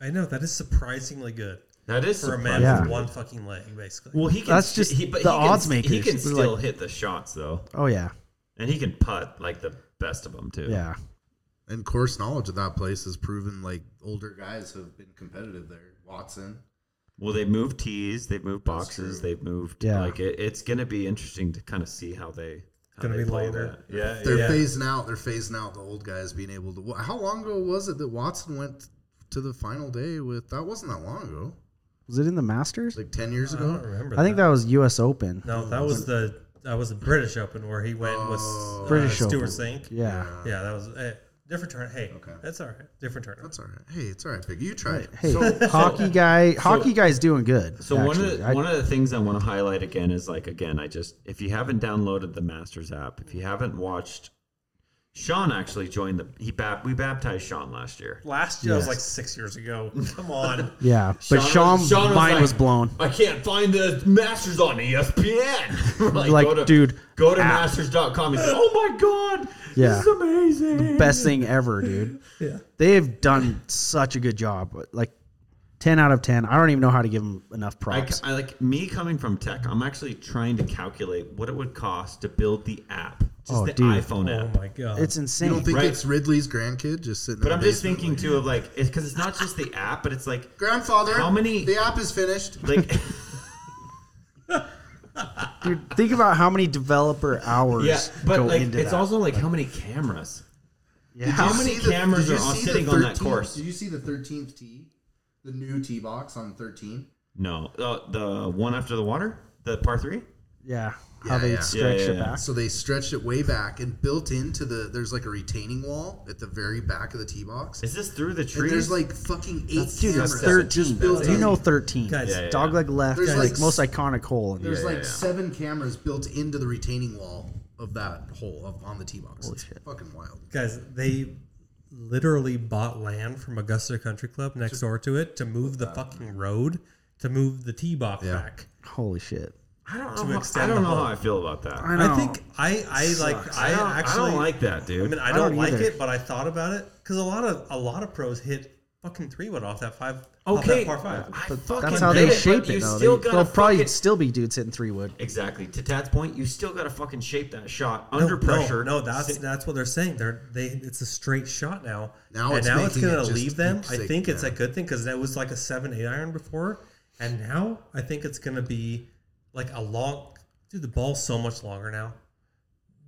Speaker 8: I know that is surprisingly good
Speaker 5: That is
Speaker 8: for a man
Speaker 7: Yeah.
Speaker 8: with one fucking leg, basically.
Speaker 5: Well, he can.
Speaker 7: That's
Speaker 5: st-
Speaker 7: just
Speaker 5: he, but
Speaker 7: the
Speaker 5: he can,
Speaker 7: odds
Speaker 5: st- He
Speaker 7: makers.
Speaker 5: can
Speaker 7: They're
Speaker 5: still
Speaker 7: like-
Speaker 5: hit the shots though,
Speaker 7: Oh yeah.
Speaker 5: and he can putt like the best of them too.
Speaker 7: Yeah.
Speaker 6: And course knowledge of that place has proven like older
Speaker 10: Older guys have been competitive there. Watson.
Speaker 5: Well, they've moved tees, they've moved boxes, they've moved.
Speaker 7: Yeah.
Speaker 5: Like it, it's gonna be interesting to kind of see how they. How
Speaker 8: gonna
Speaker 5: they
Speaker 8: be
Speaker 5: play
Speaker 8: longer.
Speaker 5: that. Yeah.
Speaker 6: They're
Speaker 5: yeah.
Speaker 6: phasing out. They're phasing out the old guys being able to. wh- How long ago was it that Watson went to the final day with? That wasn't that long ago.
Speaker 7: Was it in the Masters?
Speaker 6: Like ten
Speaker 7: Uh,
Speaker 6: years
Speaker 8: I don't
Speaker 6: ago.
Speaker 8: remember.
Speaker 7: I think that was US Open.
Speaker 8: No, that was the that was the British Open where he went with uh,
Speaker 7: Oh. British
Speaker 8: Stuart
Speaker 7: Open.
Speaker 8: Sink.
Speaker 7: Yeah.
Speaker 8: Yeah, that was a different turn. Hey, that's all right. Different turn.
Speaker 6: That's all right. Hey, it's all right, Big. You tried. it.
Speaker 7: Hey, hockey guy, hockey guy's doing good.
Speaker 5: So one
Speaker 7: actually.
Speaker 5: of the,
Speaker 7: I-
Speaker 5: one of the things I want to highlight again is like again I just if you haven't downloaded the Masters app if you haven't watched Sean actually joined the he bap, we baptized Sean last year.
Speaker 8: Last year that was like six years ago. Come on.
Speaker 7: yeah, but Sean, mind
Speaker 5: like,
Speaker 7: was blown.
Speaker 5: I can't find the Masters on E ESPN. We're
Speaker 7: Like,
Speaker 5: go to,
Speaker 7: dude,
Speaker 5: go to
Speaker 7: app.
Speaker 5: Masters.com. He said, "Oh my god,
Speaker 7: Yeah.
Speaker 5: this is amazing."
Speaker 7: Best thing ever, dude. yeah, they have done such a good job. Like ten out of ten. I don't even know how to give them enough
Speaker 5: I,
Speaker 7: props.
Speaker 5: I like me coming from tech. I'm actually trying to calculate what it would cost to build the app, just
Speaker 7: Oh,
Speaker 5: the
Speaker 7: dude.
Speaker 5: iPhone app.
Speaker 8: Oh my
Speaker 5: uh,
Speaker 8: god.
Speaker 7: it's
Speaker 6: You
Speaker 7: insane.
Speaker 6: don't think
Speaker 5: Right.
Speaker 6: it's Ridley's grandkid just sitting?
Speaker 5: But
Speaker 6: in
Speaker 5: I'm
Speaker 6: the
Speaker 5: just
Speaker 6: basement,
Speaker 5: thinking too of like it's because it's not just the app, but it's like
Speaker 6: like, grandfather.
Speaker 5: How many-
Speaker 6: The app is finished.
Speaker 5: like
Speaker 7: Dude, think about how many developer hours
Speaker 5: yeah, but
Speaker 7: go
Speaker 5: like it's
Speaker 7: into that.
Speaker 5: also like how many cameras?
Speaker 7: yeah.
Speaker 5: How
Speaker 6: you
Speaker 5: many
Speaker 6: see the-
Speaker 5: cameras
Speaker 6: did you
Speaker 5: are on
Speaker 6: see the
Speaker 5: sitting on that
Speaker 6: 13?
Speaker 5: course?
Speaker 10: Did you see the 13th tee? The new tee box on 13?
Speaker 5: No, uh, the one after the water, the par three.
Speaker 7: yeah, how
Speaker 6: Yeah,
Speaker 7: they
Speaker 6: yeah.
Speaker 7: stretch
Speaker 5: Yeah, yeah,
Speaker 7: it
Speaker 5: yeah.
Speaker 7: back.
Speaker 6: So they stretched it way back and built into the. There's like a retaining wall at the very back of the tee box.
Speaker 5: Is this through the
Speaker 6: And
Speaker 5: trees?
Speaker 6: there's like fucking eight
Speaker 7: Dude,
Speaker 6: cameras.
Speaker 7: that's thirteen.
Speaker 6: just built
Speaker 7: You
Speaker 6: in.
Speaker 7: know, thirteen.
Speaker 8: Guys, Yeah,
Speaker 5: yeah, yeah.
Speaker 7: Dogleg left,
Speaker 6: There's
Speaker 7: like
Speaker 6: like
Speaker 7: most
Speaker 6: s-
Speaker 7: iconic hole. In the
Speaker 6: There's like seven cameras built into the retaining wall of that hole of, on the tee box. It's fucking wild.
Speaker 8: guys, they literally bought land from Augusta Country Club next door to it to move the fucking road to move the tee box back.
Speaker 7: Holy shit!
Speaker 5: I don't
Speaker 8: to
Speaker 5: know. How, I
Speaker 8: extend
Speaker 5: don't
Speaker 8: the
Speaker 5: know how
Speaker 8: hole.
Speaker 5: I feel about that. I,
Speaker 8: I think I I like I,
Speaker 5: don't,
Speaker 8: actually
Speaker 5: I don't like that, dude.
Speaker 8: I mean, I
Speaker 7: don't
Speaker 8: don't, like
Speaker 7: either.
Speaker 8: it, but I thought about it because a lot of a lot of pros hit fucking three wood off that five.
Speaker 5: okay,
Speaker 8: off that par five.
Speaker 5: I fucking
Speaker 7: That's how
Speaker 5: get
Speaker 7: they
Speaker 5: it,
Speaker 7: shape
Speaker 5: but
Speaker 7: it.
Speaker 5: You
Speaker 7: Though.
Speaker 5: still
Speaker 7: They-
Speaker 5: gotta
Speaker 7: they'll probably
Speaker 5: fucking-
Speaker 7: still be dudes hitting three wood.
Speaker 5: exactly to Tad's point. You still gotta fucking shape that shot
Speaker 8: No,
Speaker 5: under
Speaker 8: no,
Speaker 5: pressure.
Speaker 8: No, that's
Speaker 5: Sit-
Speaker 8: that's what they're saying. They're they. It's a straight shot now.
Speaker 6: Now
Speaker 8: and
Speaker 6: it's
Speaker 8: now it's
Speaker 6: making
Speaker 8: gonna
Speaker 6: it just
Speaker 8: leave them. I
Speaker 6: keep sick,
Speaker 8: think it's
Speaker 6: yeah.
Speaker 8: a good thing because that was like a seven eight iron before, and now I think it's gonna be like a long. Dude, the ball's so much longer now.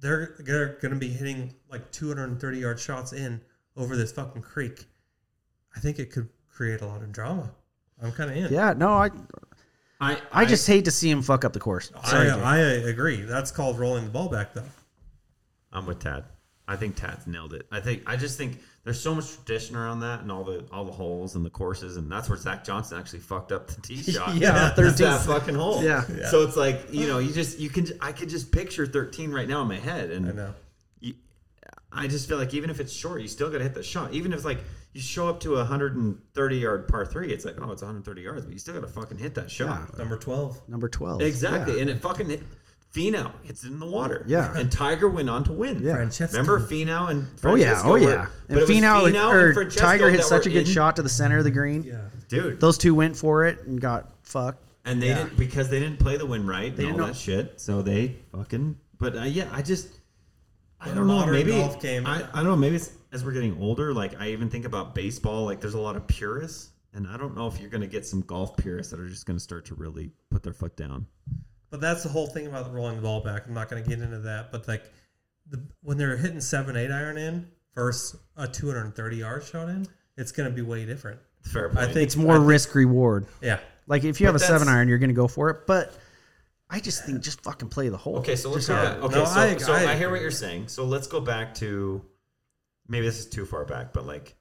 Speaker 8: They're they're gonna be hitting like 230 yard shots in over this fucking creek. I think it could create a lot of drama. I'm kind of in.
Speaker 7: Yeah, no, I
Speaker 5: I,
Speaker 7: I just hate to see him fuck up the course. Sorry,
Speaker 8: I, I agree. That's called rolling the ball back, though.
Speaker 5: I'm with Tad. I think Tad's nailed it. I think I just think there's so much tradition around that and all the all the holes and the courses and that's where Zach Johnson actually fucked up the tee shot.
Speaker 8: Yeah,
Speaker 5: It's that fucking hole.
Speaker 7: Yeah.
Speaker 5: So it's like you know you just you can I could just picture 13 right now in my head and
Speaker 8: I know.
Speaker 5: you- I just feel like even if it's short, you still got to hit the shot. Even if it's like you show up to a 130 yard par three. It's like, oh, it's 130 yards, but you still got to fucking hit that shot.
Speaker 8: Number 12.
Speaker 7: Number twelve.
Speaker 5: Exactly. And it fucking hit. Finau hits it in the water.
Speaker 7: Yeah.
Speaker 5: And Tiger went on to win.
Speaker 7: Yeah.
Speaker 8: Francesco.
Speaker 5: Remember Finau and
Speaker 7: Oh yeah,
Speaker 5: Francesco
Speaker 7: oh
Speaker 5: were-
Speaker 7: yeah.
Speaker 5: but
Speaker 7: And
Speaker 5: it was
Speaker 7: Finau,
Speaker 5: and
Speaker 7: or
Speaker 5: Francesco
Speaker 7: Tiger hit
Speaker 5: that
Speaker 7: such a
Speaker 5: were
Speaker 7: good
Speaker 5: in-
Speaker 7: shot to the center of the green.
Speaker 8: Yeah.
Speaker 5: Dude.
Speaker 7: Those two went for it and got fucked.
Speaker 5: and they didn't because they didn't play the win right and all
Speaker 7: didn't know-
Speaker 5: that shit. So they fucking. But uh, yeah, I just I
Speaker 8: The
Speaker 5: don't know.
Speaker 8: modern
Speaker 5: Maybe
Speaker 8: golf game.
Speaker 5: I, I don't know. Maybe it's as we're getting older. Like I even think about baseball. Like there's a lot of purists, and I don't know if you're gonna get some golf purists that are just gonna start to really put their foot down.
Speaker 8: But that's the whole thing about rolling the ball back. I'm not going to get into that. But like the, when they're hitting seven, eight iron in versus a 230 yard shot in, it's going to be way different.
Speaker 5: Fair point.
Speaker 8: I think
Speaker 7: It's more
Speaker 8: I-
Speaker 7: risk reward.
Speaker 8: yeah.
Speaker 7: Like if you have a
Speaker 5: that's-
Speaker 7: seven iron, you're going to go for it. But I just think just fucking play the hole.
Speaker 5: Okay, so let's
Speaker 7: Just
Speaker 5: go
Speaker 7: have
Speaker 5: back.
Speaker 7: it.
Speaker 5: Okay,
Speaker 8: No,
Speaker 5: so,
Speaker 8: I-
Speaker 5: so
Speaker 8: I
Speaker 5: I, hear what
Speaker 8: agree.
Speaker 5: you're saying. So let's go back to maybe this is too far back, but like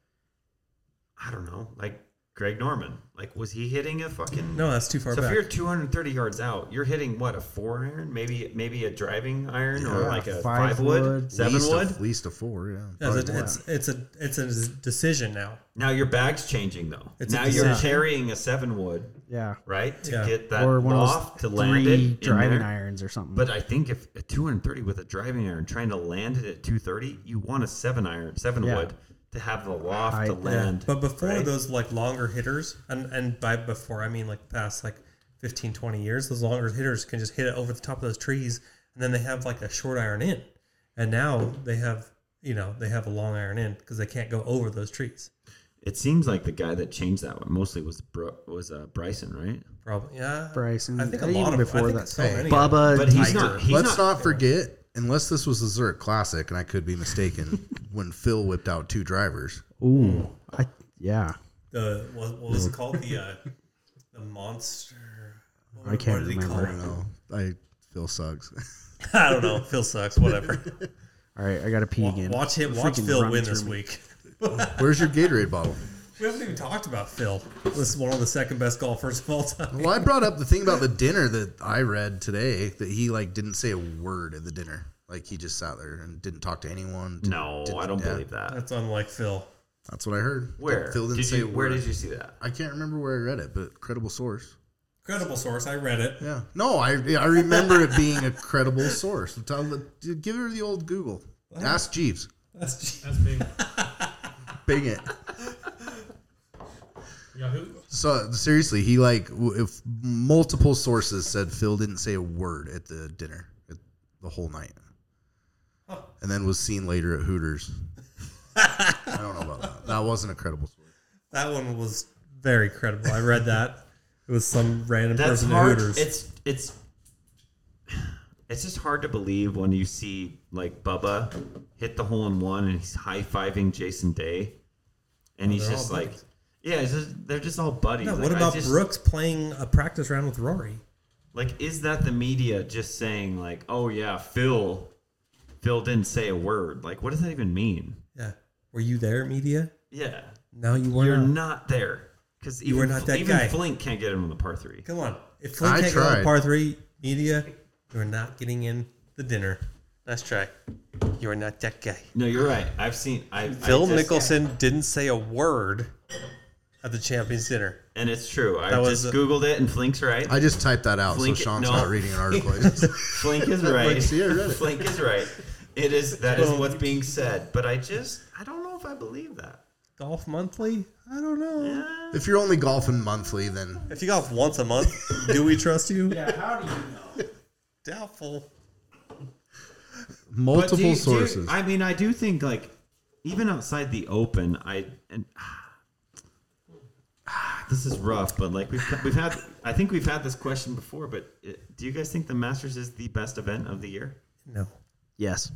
Speaker 5: I don't know, like Greg Norman. Like was he hitting a fucking
Speaker 8: No, that's too far
Speaker 5: So if
Speaker 8: back.
Speaker 5: you're 230 yards out, you're hitting what a four iron, maybe maybe a driving iron or
Speaker 6: Yeah,
Speaker 5: like a
Speaker 7: five
Speaker 5: five, wood,
Speaker 7: wood,
Speaker 5: seven
Speaker 6: least
Speaker 5: wood.
Speaker 6: A, least a four, yeah.
Speaker 8: As
Speaker 6: Probably
Speaker 8: a-
Speaker 6: more.
Speaker 8: it's, it's a it's a decision now.
Speaker 5: now your bag's changing though.
Speaker 8: It's a
Speaker 5: now you're
Speaker 8: decision.
Speaker 5: carrying a seven wood,
Speaker 7: Yeah.
Speaker 5: right, to
Speaker 8: Yeah.
Speaker 5: get that
Speaker 7: or one
Speaker 5: loft
Speaker 7: of
Speaker 5: to
Speaker 7: those
Speaker 5: land it
Speaker 7: three
Speaker 5: in
Speaker 7: driving
Speaker 5: there.
Speaker 7: irons or something.
Speaker 5: But I think if a 230 with a driving iron trying to land it at 230, you want a seven iron, seven
Speaker 7: Yeah.
Speaker 5: wood to have the loft
Speaker 7: Height,
Speaker 5: to
Speaker 7: yeah.
Speaker 5: land.
Speaker 8: But before
Speaker 5: right?
Speaker 8: those like longer hitters, and and by before I mean like past like 15, 20 years, those longer hitters can just hit it over the top of those trees, and then they have like a short iron in, and now they have you know they have a long iron in because they can't go over those trees.
Speaker 5: it seems like the guy that changed that one mostly was Bro- was uh, Bryson, right?
Speaker 8: Probably, yeah.
Speaker 7: Bryson,
Speaker 8: I think a
Speaker 7: even
Speaker 8: lot of
Speaker 7: before
Speaker 8: before I think
Speaker 7: that.
Speaker 8: so
Speaker 6: Hey,
Speaker 8: many. uh,
Speaker 7: Bubba,
Speaker 5: But he's
Speaker 7: Tiger.
Speaker 5: not. He's
Speaker 6: Let's
Speaker 5: not.
Speaker 6: not, forget, unless this was the Zurich Classic, and I could be mistaken, when Phil whipped out two drivers.
Speaker 7: Ooh, I, yeah.
Speaker 8: The what, what was it called? The uh, the monster. What,
Speaker 7: I can't
Speaker 8: what did he
Speaker 7: remember.
Speaker 8: call
Speaker 6: No,
Speaker 8: it?
Speaker 6: Oh, I Phil sucks.
Speaker 8: I don't know. Phil sucks. Whatever.
Speaker 7: All right, I got to pee again.
Speaker 8: watch him. Watch
Speaker 7: Freaking
Speaker 8: Phil
Speaker 7: run
Speaker 8: win
Speaker 7: through
Speaker 8: this
Speaker 7: me.
Speaker 8: week.
Speaker 6: Where's your Gatorade bottle?
Speaker 8: We haven't even talked about Phil. This is one of the second best golfers of all time.
Speaker 6: Well, I brought up the thing about the dinner that I read today that he like didn't say a word at the dinner. Like he just sat there and didn't talk to anyone. didn't-
Speaker 5: No,
Speaker 6: didn't-
Speaker 5: I don't
Speaker 6: yeah,
Speaker 5: believe that.
Speaker 8: That's unlike Phil.
Speaker 6: That's what I heard.
Speaker 5: Where
Speaker 6: That Phil didn't
Speaker 5: did
Speaker 6: say
Speaker 5: you?
Speaker 6: a
Speaker 5: Where
Speaker 6: word.
Speaker 5: did you see that?
Speaker 6: I can't remember where I read it, but credible source.
Speaker 8: Credible source. I read it.
Speaker 6: Yeah. No, I I remember it being a credible source. Tell the, give her the old Google. Ask Jeeves.
Speaker 8: That's,
Speaker 6: Bing it. So seriously, he like w- if multiple sources said Phil didn't say a word at the dinner at the whole night, and then was seen later at Hooters. I don't know about that. That wasn't a credible source.
Speaker 8: that one was very credible. I read that. It was some random
Speaker 5: That's
Speaker 8: person
Speaker 5: hard.
Speaker 8: at Hooters.
Speaker 5: It's it's it's just hard to believe when you see like Bubba hit the hole in one and he's high fiving Jason Day, and he's
Speaker 8: they're
Speaker 5: just
Speaker 8: all
Speaker 5: like,
Speaker 8: buddies.
Speaker 5: yeah, it's just, they're just all buddies.
Speaker 8: no,
Speaker 5: Like,
Speaker 8: what
Speaker 5: I
Speaker 8: about
Speaker 5: just-
Speaker 8: Brooks playing a practice round with Rory?
Speaker 5: Like, is that the media just saying like, oh yeah, Phil, Phil didn't say a word. Like, what does that even mean?
Speaker 8: Yeah. Were you there, media?
Speaker 5: Yeah,
Speaker 8: No, you weren't.
Speaker 5: you're not there because even
Speaker 8: were not that
Speaker 5: even
Speaker 8: guy.
Speaker 5: Flink can't get him on the par three.
Speaker 8: Come on. If Flynn
Speaker 6: I
Speaker 8: can't get on
Speaker 6: tried.
Speaker 8: par three, media, you are not getting in the dinner. Nice try. You are not that guy.
Speaker 5: No, you're right. I've seen I
Speaker 8: Phil
Speaker 5: I just-
Speaker 8: Mickelson didn't say a word at the champions dinner.
Speaker 5: and it's true. I
Speaker 8: That was
Speaker 5: just
Speaker 8: a-
Speaker 5: googled it, and Flink's right.
Speaker 6: I just typed that out,
Speaker 5: Blink it-
Speaker 6: so Sean's
Speaker 5: no.
Speaker 6: not reading an article. I just-
Speaker 5: Flink is right.
Speaker 6: see, I read it.
Speaker 5: Flink is right. It is that is what's being said. But I just I don't know if I believe that.
Speaker 8: Golf monthly? I don't know.
Speaker 6: if you're only golfing monthly, then
Speaker 8: If you golf once a month, do we trust you? Yeah, how do you know? Doubtful.
Speaker 5: But do
Speaker 6: multiple
Speaker 5: you- do you-
Speaker 6: sources.
Speaker 5: I mean, I do think like even outside the open, I and ah, this is rough. But like we've we've had I think we've had this question before. But it, do you guys think the Masters is the best event of the year?
Speaker 8: No.
Speaker 7: Yes,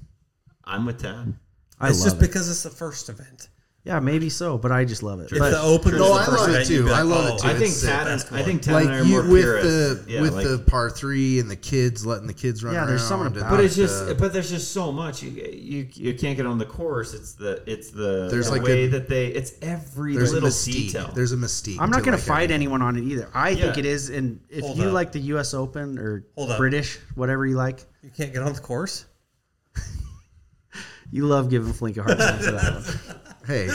Speaker 5: I'm with Tad.
Speaker 7: I
Speaker 8: it's
Speaker 7: love
Speaker 8: just
Speaker 7: it.
Speaker 8: because it's the first event.
Speaker 7: yeah, maybe so, but I just love it.
Speaker 8: If
Speaker 7: But-
Speaker 8: the open
Speaker 6: No,
Speaker 8: was
Speaker 6: I
Speaker 8: the first
Speaker 6: love it
Speaker 8: event,
Speaker 6: too.
Speaker 8: you'd be like,
Speaker 6: I love it
Speaker 8: oh,
Speaker 5: I
Speaker 6: Dude,
Speaker 5: think
Speaker 6: it's sick.
Speaker 5: Tad.
Speaker 8: That's
Speaker 5: I think Tad and I are
Speaker 6: like you,
Speaker 5: more
Speaker 6: with
Speaker 5: purists.
Speaker 6: the
Speaker 5: Yeah,
Speaker 6: with
Speaker 5: like-
Speaker 6: the par three and the kids letting the kids run.
Speaker 7: Yeah, there's something
Speaker 6: around and
Speaker 7: about
Speaker 5: But
Speaker 7: it.
Speaker 5: it's just,
Speaker 6: the-
Speaker 5: but there's just so much. You, you you can't get on the course. It's the it's the,
Speaker 6: There's
Speaker 5: the
Speaker 6: like
Speaker 5: way
Speaker 6: a-
Speaker 5: that they. It's every
Speaker 6: there's a
Speaker 5: little
Speaker 6: mystique.
Speaker 5: detail.
Speaker 6: There's a mystique.
Speaker 7: I'm not
Speaker 6: to,
Speaker 7: going
Speaker 6: like,
Speaker 7: to fight
Speaker 6: everything.
Speaker 7: anyone on it either. I think
Speaker 5: Yeah.
Speaker 7: it is, and if
Speaker 8: Hold
Speaker 7: you
Speaker 8: up.
Speaker 7: like the U.S. Open or
Speaker 8: Hold up.
Speaker 7: British, whatever you like,
Speaker 8: You can't get on the course?
Speaker 7: you love giving Flink a hard time for that one.
Speaker 6: Hey,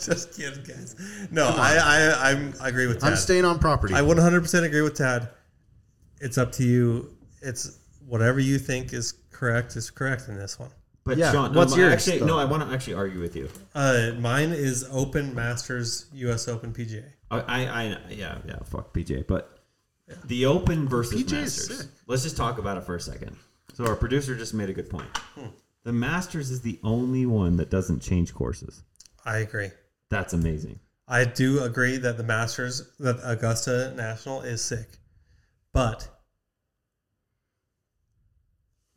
Speaker 8: Just kidding, guys. No, I, I, I'm, I agree with Tad.
Speaker 6: I'm staying on property.
Speaker 8: I 100% agree with Tad. It's up to you. It's whatever you think is correct is correct in this one.
Speaker 5: But
Speaker 7: Yeah,
Speaker 5: Sean,
Speaker 7: what's
Speaker 5: what's
Speaker 7: yours,
Speaker 5: Actually,
Speaker 7: though?
Speaker 5: no, I want to actually argue with you.
Speaker 8: Uh, mine is Open Masters U.S. Open PGA.
Speaker 5: I, I, I yeah, yeah, fuck PJ. But the Open versus
Speaker 6: PJ is
Speaker 5: Masters.
Speaker 6: sick.
Speaker 5: Let's just talk about it for a second. So our producer just made a good point. The Masters is the only one that doesn't change courses.
Speaker 8: I agree.
Speaker 5: That's amazing.
Speaker 8: I do agree that the Masters, that Augusta National is sick, but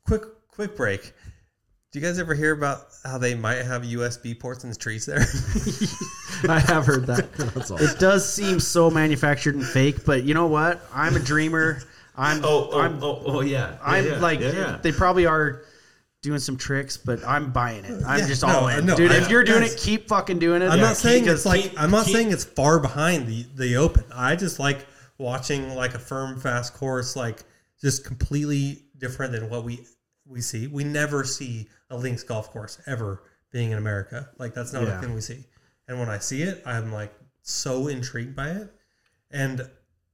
Speaker 8: quick, quick break. Do you guys ever hear about how they might have USB ports in the trees there?
Speaker 7: I have heard that. It does seem so manufactured and fake, but you know what? I'm a dreamer. I'm
Speaker 5: Oh, oh,
Speaker 7: I'm
Speaker 5: oh, oh, yeah.
Speaker 7: I'm
Speaker 5: Yeah, yeah,
Speaker 7: like
Speaker 5: yeah, yeah.
Speaker 7: they probably are doing some tricks, but I'm buying it. I'm
Speaker 8: Yeah,
Speaker 7: just
Speaker 8: no, uh,
Speaker 7: all in,
Speaker 8: no,
Speaker 7: dude.
Speaker 8: I-
Speaker 7: if you're doing
Speaker 8: guys,
Speaker 7: it, keep fucking doing it.
Speaker 8: I'm not saying
Speaker 7: because
Speaker 8: it's like
Speaker 7: keep-
Speaker 8: I'm not
Speaker 7: keep-
Speaker 8: saying it's far behind the the open. I just like watching like a firm fast course like just completely different than what we we see. We never see a links golf course ever being in America. Like that's not
Speaker 7: Yeah.
Speaker 8: a thing we see. And when I see it, I'm like so intrigued by it. And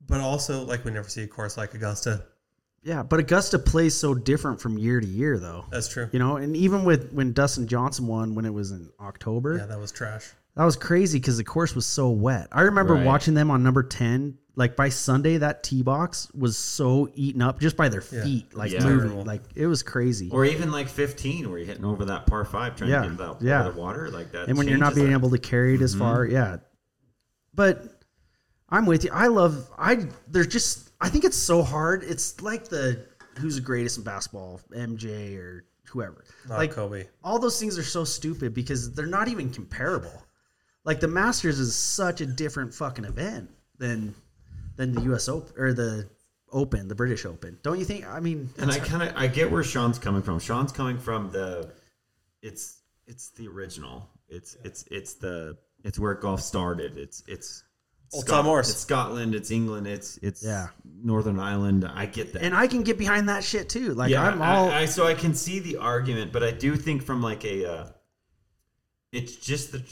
Speaker 8: but also like we never see a course like Augusta.
Speaker 7: yeah, but Augusta plays so different from year to year, though.
Speaker 8: That's true.
Speaker 7: You know, and even with when Dustin Johnson won when it was in October,
Speaker 8: Yeah, that was trash.
Speaker 7: That was crazy because the course was so wet. I remember
Speaker 5: Right.
Speaker 7: watching them on number 10. Like by Sunday, that tee box was so eaten up just by their feet, like
Speaker 5: Yeah.
Speaker 7: moving.
Speaker 8: Terrible.
Speaker 7: Like it was crazy.
Speaker 5: Or even like 15, where you're hitting over that par five, trying
Speaker 7: Yeah,
Speaker 5: to get out
Speaker 7: yeah.
Speaker 5: of the water like that.
Speaker 7: and when you're not
Speaker 5: changes
Speaker 7: being
Speaker 5: it.
Speaker 7: able to carry it as
Speaker 5: Mm-hmm.
Speaker 7: far, yeah. But I'm with you. I love, I, there's just, I think it's so hard. It's like the, who's the greatest in basketball, MJ or whoever.
Speaker 8: Not
Speaker 7: like
Speaker 8: Kobe.
Speaker 7: all those things are so stupid because they're not even comparable. Like the Masters is such a different fucking event than than the U.S. Open or the Open, the British Open. Don't you think? I mean,
Speaker 5: and I kind of I get where Sean's coming from. Sean's coming from the it's it's the original. It's it's it's the it's where golf started. It's it's
Speaker 8: Old Tom Morris.
Speaker 5: It's Scotland. It's England. It's it's
Speaker 7: Yeah.
Speaker 5: Northern Ireland. I get that.
Speaker 7: and I can get behind that shit too. Like
Speaker 5: yeah,
Speaker 7: I'm all
Speaker 5: I, I, so I can see the argument, but I do think from like a uh, it's just the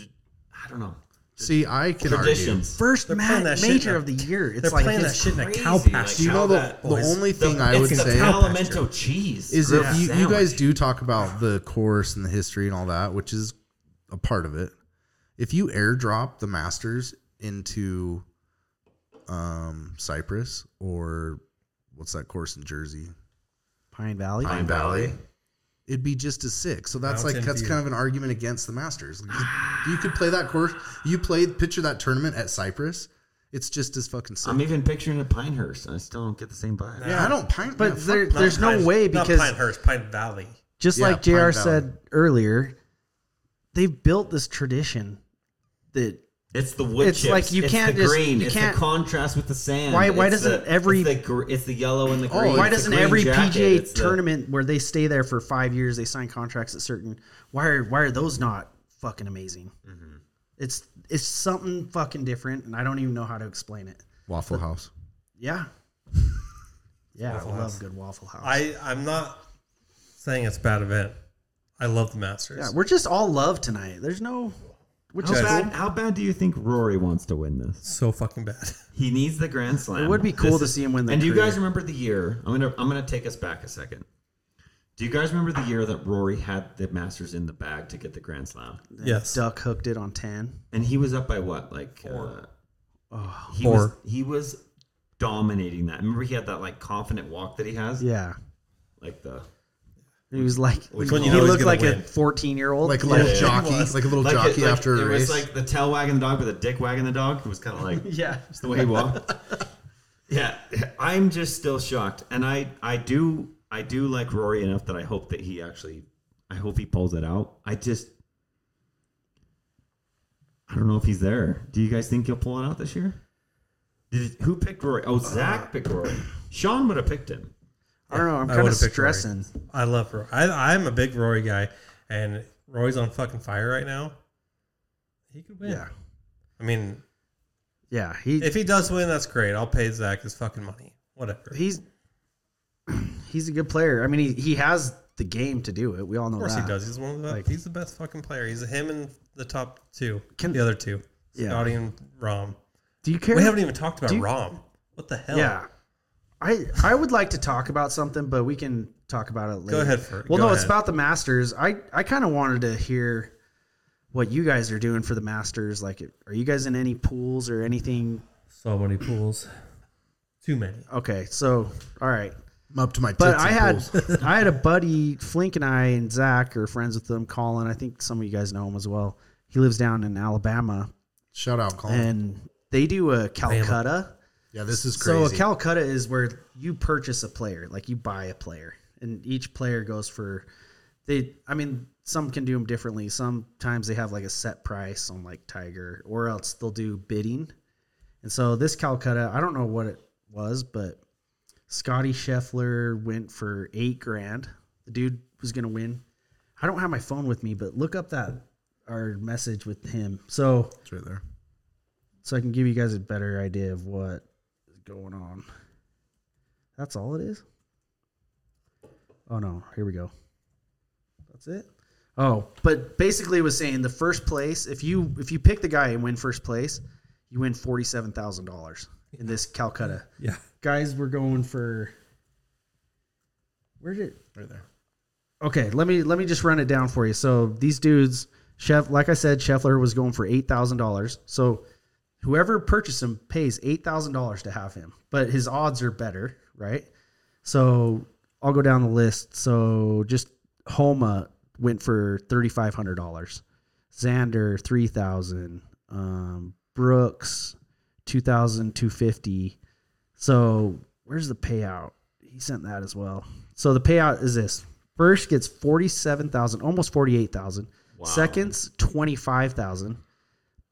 Speaker 5: I don't know
Speaker 6: See, I can argue.
Speaker 5: traditions.
Speaker 7: first
Speaker 8: They're
Speaker 7: ma-
Speaker 8: playing that shit
Speaker 7: major
Speaker 8: in a-
Speaker 7: of the year. It's
Speaker 8: They're
Speaker 7: like
Speaker 8: playing that
Speaker 7: it's
Speaker 8: shit in a
Speaker 5: crazy,
Speaker 8: cow
Speaker 5: like
Speaker 8: pasture.
Speaker 6: Do you know the,
Speaker 5: How that-
Speaker 6: the
Speaker 5: boys,
Speaker 6: only thing I
Speaker 5: it's
Speaker 6: would
Speaker 5: the
Speaker 6: say
Speaker 5: Palomento cheese
Speaker 6: is that
Speaker 5: grilled
Speaker 6: you, you guys
Speaker 5: sandwich.
Speaker 6: do talk about the course and the history and all that, which is a part of it. If you airdrop the Masters into um, Cyprus or what's that course in Jersey?
Speaker 7: Pine Valley.
Speaker 6: Pine Valley. It'd be just as sick. So that's like
Speaker 8: Mountain
Speaker 6: that's
Speaker 8: View.
Speaker 6: kind of an argument against the Masters. You could play that course. You played picture that tournament at Cyprus. It's just as fucking sick.
Speaker 5: I'm even picturing a Pinehurst, and I still don't get the same vibe.
Speaker 6: yeah, I don't pine.
Speaker 7: But
Speaker 6: yeah,
Speaker 7: there,
Speaker 6: fuck
Speaker 7: there's no
Speaker 8: Pine-
Speaker 7: way
Speaker 8: not
Speaker 7: because
Speaker 8: Pinehurst, Pine Valley.
Speaker 7: just
Speaker 6: Yeah,
Speaker 7: like Jr.
Speaker 6: Pine Valley.
Speaker 7: said earlier, they've built this tradition that
Speaker 5: It's the wood
Speaker 7: It's
Speaker 5: chips.
Speaker 7: like you
Speaker 5: it's
Speaker 7: can't
Speaker 5: the
Speaker 7: just-
Speaker 5: green.
Speaker 7: you
Speaker 5: it's
Speaker 7: can't-
Speaker 5: the contrast with the sand.
Speaker 7: Why- why
Speaker 5: It's
Speaker 7: doesn't
Speaker 5: the,
Speaker 7: every- Oh,
Speaker 5: It's the, gr- it's the yellow and the green.
Speaker 7: why
Speaker 5: Oh, It's the
Speaker 7: doesn't
Speaker 5: green
Speaker 7: every
Speaker 5: jacket.
Speaker 7: PGA
Speaker 5: It's the-
Speaker 7: tournament where they stay there for five years, they sign contracts at certain? Why are why are those not fucking amazing?
Speaker 5: Mm-hmm.
Speaker 7: It's it's something fucking different, and I don't even know how to explain it.
Speaker 6: Waffle House.
Speaker 7: Yeah, yeah, I love
Speaker 8: House.
Speaker 7: good Waffle House.
Speaker 8: I, I'm not saying it's a bad event. I love the Masters.
Speaker 7: yeah, we're just all love tonight. There's no which
Speaker 5: how,
Speaker 7: is
Speaker 5: bad, how bad do you think Rory wants to win this?
Speaker 8: so fucking bad.
Speaker 5: He needs the Grand Slam.
Speaker 7: It would be cool
Speaker 5: This
Speaker 7: to
Speaker 5: is-
Speaker 7: see him win the
Speaker 5: And do you
Speaker 7: career.
Speaker 5: guys remember the year? I'm gonna I'm gonna take us back a second. Do you guys remember the year that Rory had the Masters in the bag to get the Grand Slam?
Speaker 8: yes.
Speaker 7: duck hooked it on ten.
Speaker 5: And he was up by what? Like Uh, he
Speaker 8: Four.
Speaker 5: was he was dominating that. Remember he had that like confident walk that he has?
Speaker 7: Yeah,
Speaker 5: Like the
Speaker 7: he was like
Speaker 5: Which
Speaker 8: one you
Speaker 7: he
Speaker 8: know he's
Speaker 7: looked
Speaker 8: gonna
Speaker 7: like a
Speaker 8: win.
Speaker 7: fourteen year old.
Speaker 6: Like a little
Speaker 5: Yeah.
Speaker 6: jockey,
Speaker 8: It was.
Speaker 6: like a little
Speaker 5: like
Speaker 6: jockey
Speaker 5: it, like,
Speaker 6: after a
Speaker 5: it was
Speaker 6: race.
Speaker 5: like the tail wagging the dog, but the dick wagging the dog. It was kind of like
Speaker 7: yeah,
Speaker 5: It's the way he walked. yeah, I'm just still shocked, and I I do I do like Rory enough that I hope that he actually I hope he pulls it out. I just I don't know if he's there. Do you guys think he'll pull it out this year? Did who picked Rory? Oh, Zach picked Rory. Sean would have picked him.
Speaker 7: I don't know. I'm
Speaker 8: I
Speaker 7: kind of
Speaker 8: would've picked Rory.
Speaker 7: stressing.
Speaker 8: I love Rory. I, I'm a big Rory guy, and Rory's on fucking fire right now. He could win.
Speaker 7: Yeah,
Speaker 8: I mean,
Speaker 7: yeah. He
Speaker 8: if he does win, that's great. I'll pay Zach his fucking money. Whatever.
Speaker 7: he's he's a good player. I mean, he, he has the game to do it. We all know
Speaker 8: Of course
Speaker 7: that.
Speaker 8: he does. He's one of the
Speaker 7: Like-
Speaker 8: he's the best fucking player. He's him and the top two,
Speaker 7: Can-
Speaker 8: the other two,
Speaker 7: Yeah.
Speaker 8: Scotty and Rom.
Speaker 7: Do you care?
Speaker 8: We haven't even talked about
Speaker 7: Do you-
Speaker 8: Rom. What the hell?
Speaker 7: Yeah. I I would like to talk about something, but we can talk about it later.
Speaker 8: ahead for-
Speaker 7: Well,
Speaker 8: go
Speaker 7: no, it's
Speaker 8: ahead.
Speaker 7: about the Masters. I I kind of wanted to hear what you guys are doing for the Masters. Like, are you guys in any pools or anything?
Speaker 8: So many pools. Too many.
Speaker 7: Okay, so all right.
Speaker 6: I'm up to my tits.
Speaker 7: But
Speaker 6: in
Speaker 7: I had
Speaker 6: pools.
Speaker 7: I had a buddy, Flink and I and Zach are friends with them. Colin, I think some of you guys know him as well. He lives down in Alabama,
Speaker 6: shout out, Colin.
Speaker 7: and they do a Calcutta.
Speaker 6: yeah, this is
Speaker 7: So
Speaker 6: crazy.
Speaker 7: a Calcutta is where you purchase a player, like you buy a player, and each player goes for they. I mean, some can do them differently. Sometimes they have like a set price on like Tiger, or else they'll do bidding. And so this Calcutta, I don't know what it was, but Scotty Scheffler went for eight grand. The dude was gonna win. I don't have my phone with me, but look up that our message with him. So
Speaker 6: it's right there.
Speaker 7: so I can give you guys a better idea of what is going on. That's all it is. Oh no, here we go. That's it. Oh, but basically it was saying the first place, if you if you pick the guy and win first place, you win forty seven thousand dollars in this Calcutta.
Speaker 8: Yeah.
Speaker 7: Guys, we're going for where did
Speaker 6: Right there.
Speaker 7: Okay, let me let me just run it down for you. So these dudes, Chef, like I said, Scheffler was going for eight thousand dollars. So whoever purchased him pays eight thousand dollars to have him, but his odds are better, right? So I'll go down the list. So just Homa went for thirty five hundred dollars, Xander three thousand, um, Brooks two thousand two fifty. So where's the payout? He sent that as well. So the payout is this: first gets forty seven thousand, almost forty eight thousand. Seconds twenty five thousand.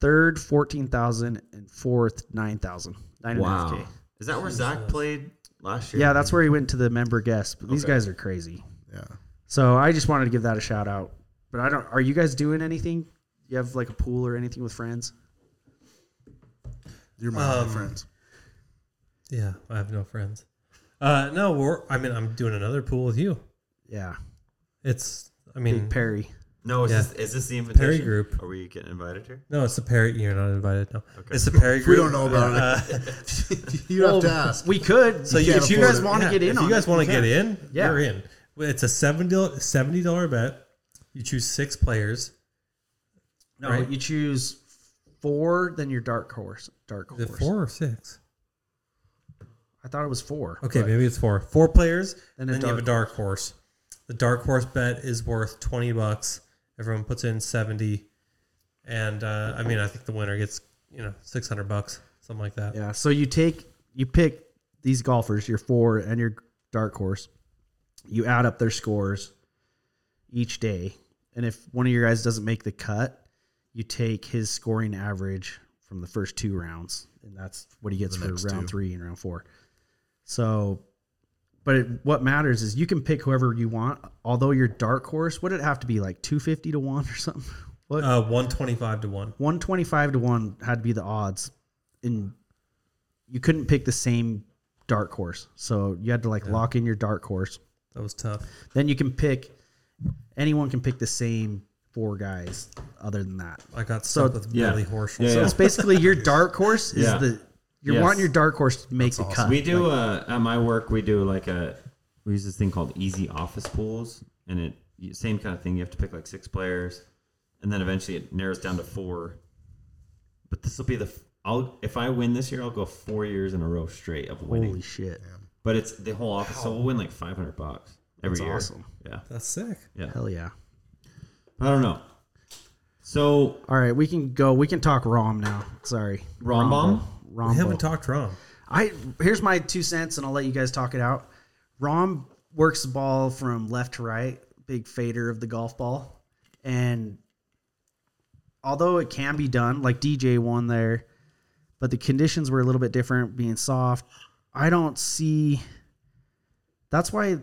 Speaker 7: Third fourteen thousand, and fourth nine thousand. Nine and a half
Speaker 5: Wow.
Speaker 7: K.
Speaker 5: Is that where Zach played last year?
Speaker 7: Yeah, that's where he went to the member guest. But these guys are crazy.
Speaker 6: Yeah.
Speaker 7: So I just wanted to give that a shout out. But I don't. Are you guys doing anything? You have like a pool or anything with friends?
Speaker 6: You're my
Speaker 8: Um,
Speaker 6: friends.
Speaker 8: Yeah. I have no friends. Uh no, we're I mean I'm doing another pool with you.
Speaker 7: Yeah,
Speaker 8: It's I
Speaker 7: Big
Speaker 8: mean
Speaker 7: Perry.
Speaker 5: No, is,
Speaker 8: Yeah.
Speaker 5: this, is this the invitation?
Speaker 8: Perry group.
Speaker 5: Are we getting invited here?
Speaker 8: no, it's the Perry you're not invited, no. It's the Perry group.
Speaker 6: We don't know about
Speaker 8: Uh,
Speaker 6: You have to ask.
Speaker 7: We could. So
Speaker 6: you
Speaker 7: if
Speaker 6: can't
Speaker 7: you
Speaker 6: afford
Speaker 7: guys
Speaker 6: it.
Speaker 7: want to
Speaker 8: Yeah,
Speaker 7: get in
Speaker 8: if
Speaker 7: on
Speaker 8: you guys
Speaker 7: it,
Speaker 8: want to
Speaker 7: we
Speaker 8: get
Speaker 7: can.
Speaker 8: in,
Speaker 7: Yeah.
Speaker 8: you're in. It's a seven deal- seventy dollar bet. You choose six players.
Speaker 7: No,
Speaker 8: right?
Speaker 7: you choose four. Then your dark horse. Dark
Speaker 8: Is
Speaker 7: horse.
Speaker 8: it four or six?
Speaker 7: I thought it was four.
Speaker 8: Okay,
Speaker 7: but-
Speaker 8: maybe it's four. Four players,
Speaker 7: Then
Speaker 8: and
Speaker 7: a
Speaker 8: then you have a
Speaker 7: dark
Speaker 8: dark horse. The dark horse bet is worth twenty bucks. Everyone puts in seventy, and uh, I mean, I think the winner gets you know six hundred bucks, something like that.
Speaker 7: Yeah. So you take you pick these golfers, your four and your dark horse. You add up their scores each day, and if one of your guys doesn't make the cut, you take his scoring average from the first two rounds, and that's what he gets
Speaker 6: The
Speaker 7: for
Speaker 6: next
Speaker 7: round
Speaker 6: two.
Speaker 7: three and round four. So, but it, what matters is you can pick whoever you want. Although your dark horse, would it have to be like two fifty to one or something? What
Speaker 8: Uh, one twenty-five to one.
Speaker 7: 125 to 1 had to be the odds and you couldn't pick the same dark horse so you had to like lock in your dark horse
Speaker 8: That was tough.
Speaker 7: then you can pick anyone can pick the same four guys other than that
Speaker 8: I got
Speaker 7: So-
Speaker 8: stuck with
Speaker 5: Yeah.
Speaker 8: really horse.
Speaker 5: Yeah,
Speaker 7: so
Speaker 5: yeah.
Speaker 7: it's basically your dark horse is
Speaker 5: Yeah.
Speaker 7: the you
Speaker 5: Yes.
Speaker 7: want your dark horse to make the cut
Speaker 5: We do uh, at my work. We do like a we use this thing called Easy Office Pools, and it you- same kind of thing. You have to pick like six players, and then eventually it narrows down to four. But this will be the f- I'll if I win this year, I'll go four years in a row straight of winning.
Speaker 7: holy shit
Speaker 5: But it's the whole office, so we'll win like five hundred bucks every year.
Speaker 7: awesome.
Speaker 5: Yeah,
Speaker 8: That's sick.
Speaker 7: hell yeah
Speaker 5: I don't know. So
Speaker 7: all right we can go we can talk rom now sorry
Speaker 5: Rom bomb?
Speaker 7: rom
Speaker 8: We haven't talked wrong.
Speaker 7: I here's my two cents, and I'll let you guys talk it out. Rom works the ball from left to right, big fader of the golf ball, and although it can be done, like DJ won there, but the conditions were a little bit different, being soft. I don't see. That's why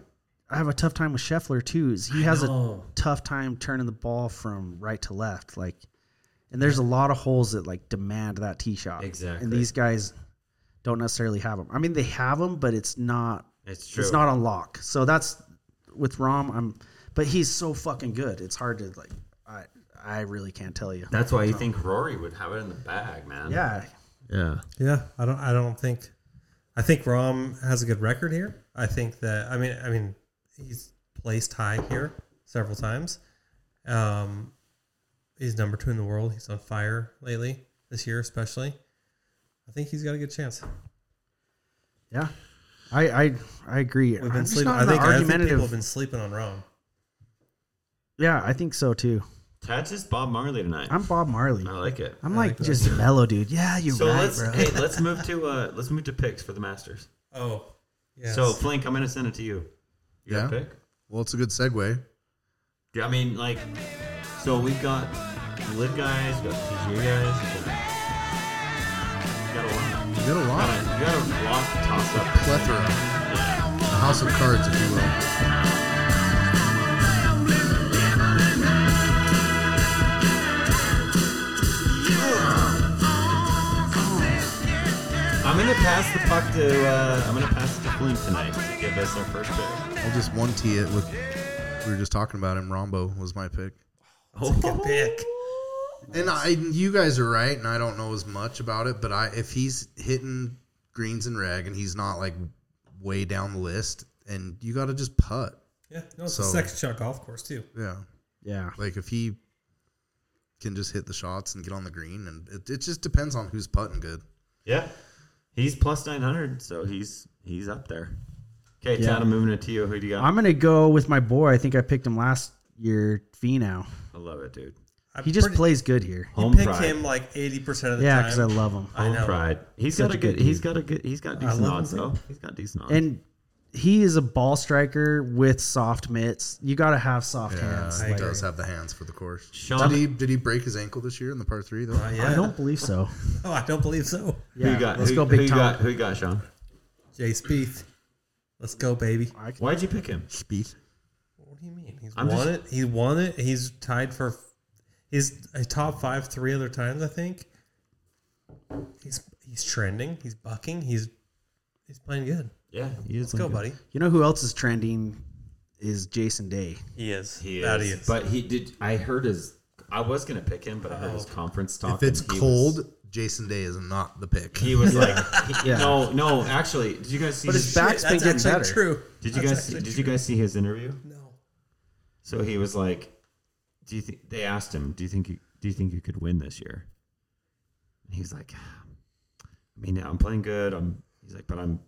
Speaker 7: I have a tough time with Scheffler too. Is he has a
Speaker 8: know.
Speaker 7: tough time turning the ball from right to left, like. And there's a lot of holes that like demand that tee shot.
Speaker 5: Exactly.
Speaker 7: And these guys don't necessarily have them. I mean, they have them, but it's not
Speaker 5: it's true.
Speaker 7: it's not on lock. So that's with Rom. I'm, but he's so fucking good. It's hard to like. I I really can't tell you.
Speaker 5: That's why you think Rory would have it in the bag, man.
Speaker 7: Yeah,
Speaker 5: Yeah.
Speaker 8: Yeah, I don't. I don't think. I think Rom has a good record here. I think that. I mean. I mean, he's placed high here several times. Um, he's number two in the world. He's on fire lately this year, especially. I think he's got a good chance.
Speaker 7: yeah. I I I agree.
Speaker 8: We've been
Speaker 7: I'm just
Speaker 8: sleeping.
Speaker 7: not
Speaker 8: I
Speaker 7: an
Speaker 8: think, I think
Speaker 7: argumentative-
Speaker 8: people have been sleeping on Rom.
Speaker 7: yeah, I think so too.
Speaker 5: That's just Bob Marley tonight.
Speaker 7: I'm Bob Marley.
Speaker 5: Oh, I like it.
Speaker 7: I'm like just mellow, dude. Yeah, you're
Speaker 5: so
Speaker 7: right,
Speaker 5: let's
Speaker 7: bro.
Speaker 5: hey, let's move to uh let's move to picks for the Masters.
Speaker 8: Oh, yes.
Speaker 5: So Flink, I'm gonna send it to you. You got a
Speaker 6: Yeah.
Speaker 5: pick?
Speaker 6: Well, it's a good segue.
Speaker 5: Yeah, I mean like so we've got lid guys, we've got PGA guys, we've got, we got a lot.
Speaker 6: You got a
Speaker 5: We
Speaker 6: lot.
Speaker 5: got a, we got a lot to toss up.
Speaker 6: Plethora. A house of cards, if you will.
Speaker 5: I'm gonna pass the puck to uh, I'm gonna pass it to Flink tonight to give us our first pick.
Speaker 6: I'll just one tee it with. We were just talking about him. Rombo was my pick,
Speaker 5: That's a good pick.
Speaker 6: and I, you guys are right, and I don't know as much about it, but I, if he's hitting greens and reg, and he's not like way down the list, and you got to just putt.
Speaker 8: yeah, no, it's a
Speaker 6: so-
Speaker 8: sex shot golf course too.
Speaker 6: Yeah,
Speaker 7: yeah,
Speaker 6: like if he can just hit the shots and get on the green, and it, it just depends on who's putting good.
Speaker 5: Yeah, he's plus 900, so he's he's up there. Okay, Chad, I'm moving it to you. Who do you got?
Speaker 7: I'm gonna go with my boy. I think I picked him last year. Fee now.
Speaker 5: I love it, dude.
Speaker 8: I'm
Speaker 7: He just
Speaker 8: pretty-
Speaker 7: plays good here.
Speaker 8: You
Speaker 5: Home
Speaker 8: pick
Speaker 5: pride.
Speaker 8: him like eighty percent of the
Speaker 7: Yeah,
Speaker 8: time.
Speaker 7: because I love him.
Speaker 8: I
Speaker 5: Home
Speaker 8: know.
Speaker 5: pride. He's got a good. He's got a good. He's got decent
Speaker 8: love
Speaker 5: odds
Speaker 8: him.
Speaker 5: though. He's got decent odds.
Speaker 7: And he is a ball striker with soft mitts. You got to have soft
Speaker 6: Yeah,
Speaker 7: hands.
Speaker 6: he
Speaker 7: Like,
Speaker 6: does have the hands for the course.
Speaker 5: Sean-
Speaker 6: Did he did he break his ankle this year in the par three though?
Speaker 8: Uh,
Speaker 7: I
Speaker 8: yeah.
Speaker 7: don't believe so.
Speaker 8: Oh, I don't believe so.
Speaker 5: who
Speaker 7: Yeah,
Speaker 5: you got?
Speaker 7: let's
Speaker 5: who,
Speaker 7: go, big
Speaker 5: who you
Speaker 7: Tom.
Speaker 5: got? Who you got, Sean?
Speaker 8: Jay Spieth, let's go, baby.
Speaker 5: Why'd you pick him?
Speaker 6: Speed.
Speaker 8: What do you mean? He's
Speaker 5: I'm
Speaker 8: won it. He won it. He's tied for he's a top five three other times, I think. He's he's trending. He's bucking. He's he's playing good.
Speaker 5: Yeah,
Speaker 8: Let's go, buddy.
Speaker 7: You know who else is trending? Is Jason Day.
Speaker 8: He is.
Speaker 5: He
Speaker 8: That
Speaker 5: is.
Speaker 8: he is.
Speaker 5: But he did. I heard his. I was gonna pick him, but I heard his conference talk.
Speaker 6: If it's
Speaker 5: and he was-
Speaker 6: cold, Jason Day is not the pick.
Speaker 5: he was like, he- no, no. Actually, did you guys see?
Speaker 7: But
Speaker 5: his-
Speaker 7: his back's been
Speaker 8: That's
Speaker 7: getting
Speaker 8: actually
Speaker 7: better.
Speaker 8: true.
Speaker 5: Did you
Speaker 8: That's
Speaker 5: guys?
Speaker 8: actually
Speaker 5: Did you guys see his interview?
Speaker 8: No.
Speaker 5: So he was like, "Do you think?" They asked him, "Do you think you do you think you could win this year?" And he was like, "I mean, I'm playing good. I'm." He's like, "But I'm,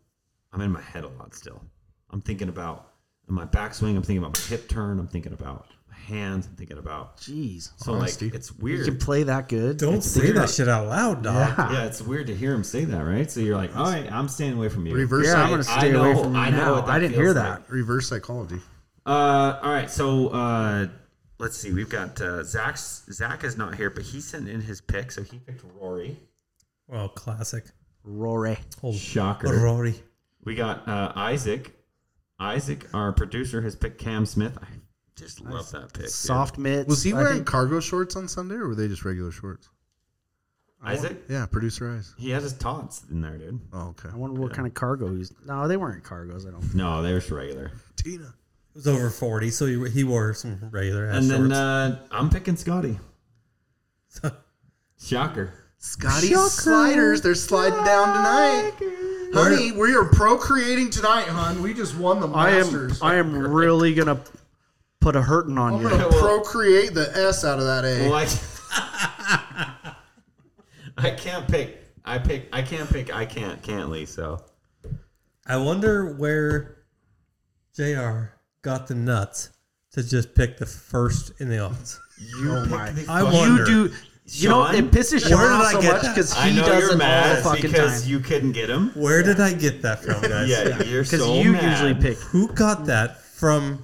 Speaker 5: I'm in my head a lot still. I'm thinking about my backswing. I'm thinking about my hip turn. I'm thinking about my hands. I'm thinking about."
Speaker 7: Jeez.
Speaker 5: So
Speaker 6: Honesty.
Speaker 5: like, it's
Speaker 7: You can
Speaker 5: weird.
Speaker 7: play that good.
Speaker 8: Don't
Speaker 7: It's-
Speaker 8: say that shit out loud, dog.
Speaker 7: Yeah.
Speaker 5: yeah, it's weird to hear him say that, right? So you're like, "All right, I'm staying away from you."
Speaker 6: reverse
Speaker 7: Yeah, I'm
Speaker 6: psych-
Speaker 7: going to
Speaker 5: I
Speaker 7: stay away
Speaker 5: know,
Speaker 7: from
Speaker 5: I
Speaker 7: you
Speaker 5: know
Speaker 7: now.
Speaker 5: what that
Speaker 7: I didn't
Speaker 5: feels
Speaker 7: hear
Speaker 5: like.
Speaker 7: that.
Speaker 6: reverse psychology.
Speaker 5: Uh, all right. So uh, let's see. We've got uh, Zach's. Zach is not here, but he sent in his pick. So he picked Rory.
Speaker 8: Well, classic.
Speaker 7: Rory.
Speaker 8: Old
Speaker 5: Shocker.
Speaker 8: Rory.
Speaker 5: We got uh, Isaac. Isaac, our producer, has picked Cam Smith. I just love that pick. dude.
Speaker 7: Soft mitts.
Speaker 6: Was he
Speaker 7: I
Speaker 6: wearing
Speaker 7: think-
Speaker 6: cargo shorts on Sunday, or were they just regular shorts?
Speaker 5: Isaac.
Speaker 6: Yeah, producer eyes.
Speaker 5: He has his tots in there, dude.
Speaker 6: Oh, okay.
Speaker 7: I wonder what kind of cargo he's. No, they weren't cargos. I don't.
Speaker 5: No, they're just regular.
Speaker 6: Tina.
Speaker 8: It was over forty, so he, he wore some regular ass
Speaker 5: Mm-hmm. And then
Speaker 8: shorts.
Speaker 5: uh, I'm picking Scotty. Shocker.
Speaker 6: Scotty sliders, they're sliding down tonight. Honey, we are procreating tonight, hon. We just won the
Speaker 7: I am.
Speaker 6: Masters.
Speaker 7: I am really gonna put a hurting on
Speaker 6: I'm
Speaker 7: you.
Speaker 6: gonna procreate the S out of that A.
Speaker 5: Well, I, I can't pick. I pick. I can't pick. I can't. Can't Lee. So
Speaker 8: I wonder where JR got the nuts to just pick the first in the odds.
Speaker 5: you oh my.
Speaker 8: I wonder.
Speaker 7: You do. You know,
Speaker 5: Sean?
Speaker 7: it pisses Sean
Speaker 8: Where did
Speaker 7: off
Speaker 8: I
Speaker 7: so
Speaker 8: get
Speaker 7: much
Speaker 8: that?
Speaker 7: because
Speaker 5: I
Speaker 7: he
Speaker 5: know
Speaker 7: does
Speaker 5: you're
Speaker 7: it
Speaker 5: mad
Speaker 7: all the fucking
Speaker 5: because
Speaker 7: time.
Speaker 5: you couldn't get him.
Speaker 8: Where did I get that from, guys?
Speaker 5: Yeah, you're
Speaker 7: Because
Speaker 5: so
Speaker 7: you
Speaker 5: mad.
Speaker 7: usually pick.
Speaker 8: Who got that from?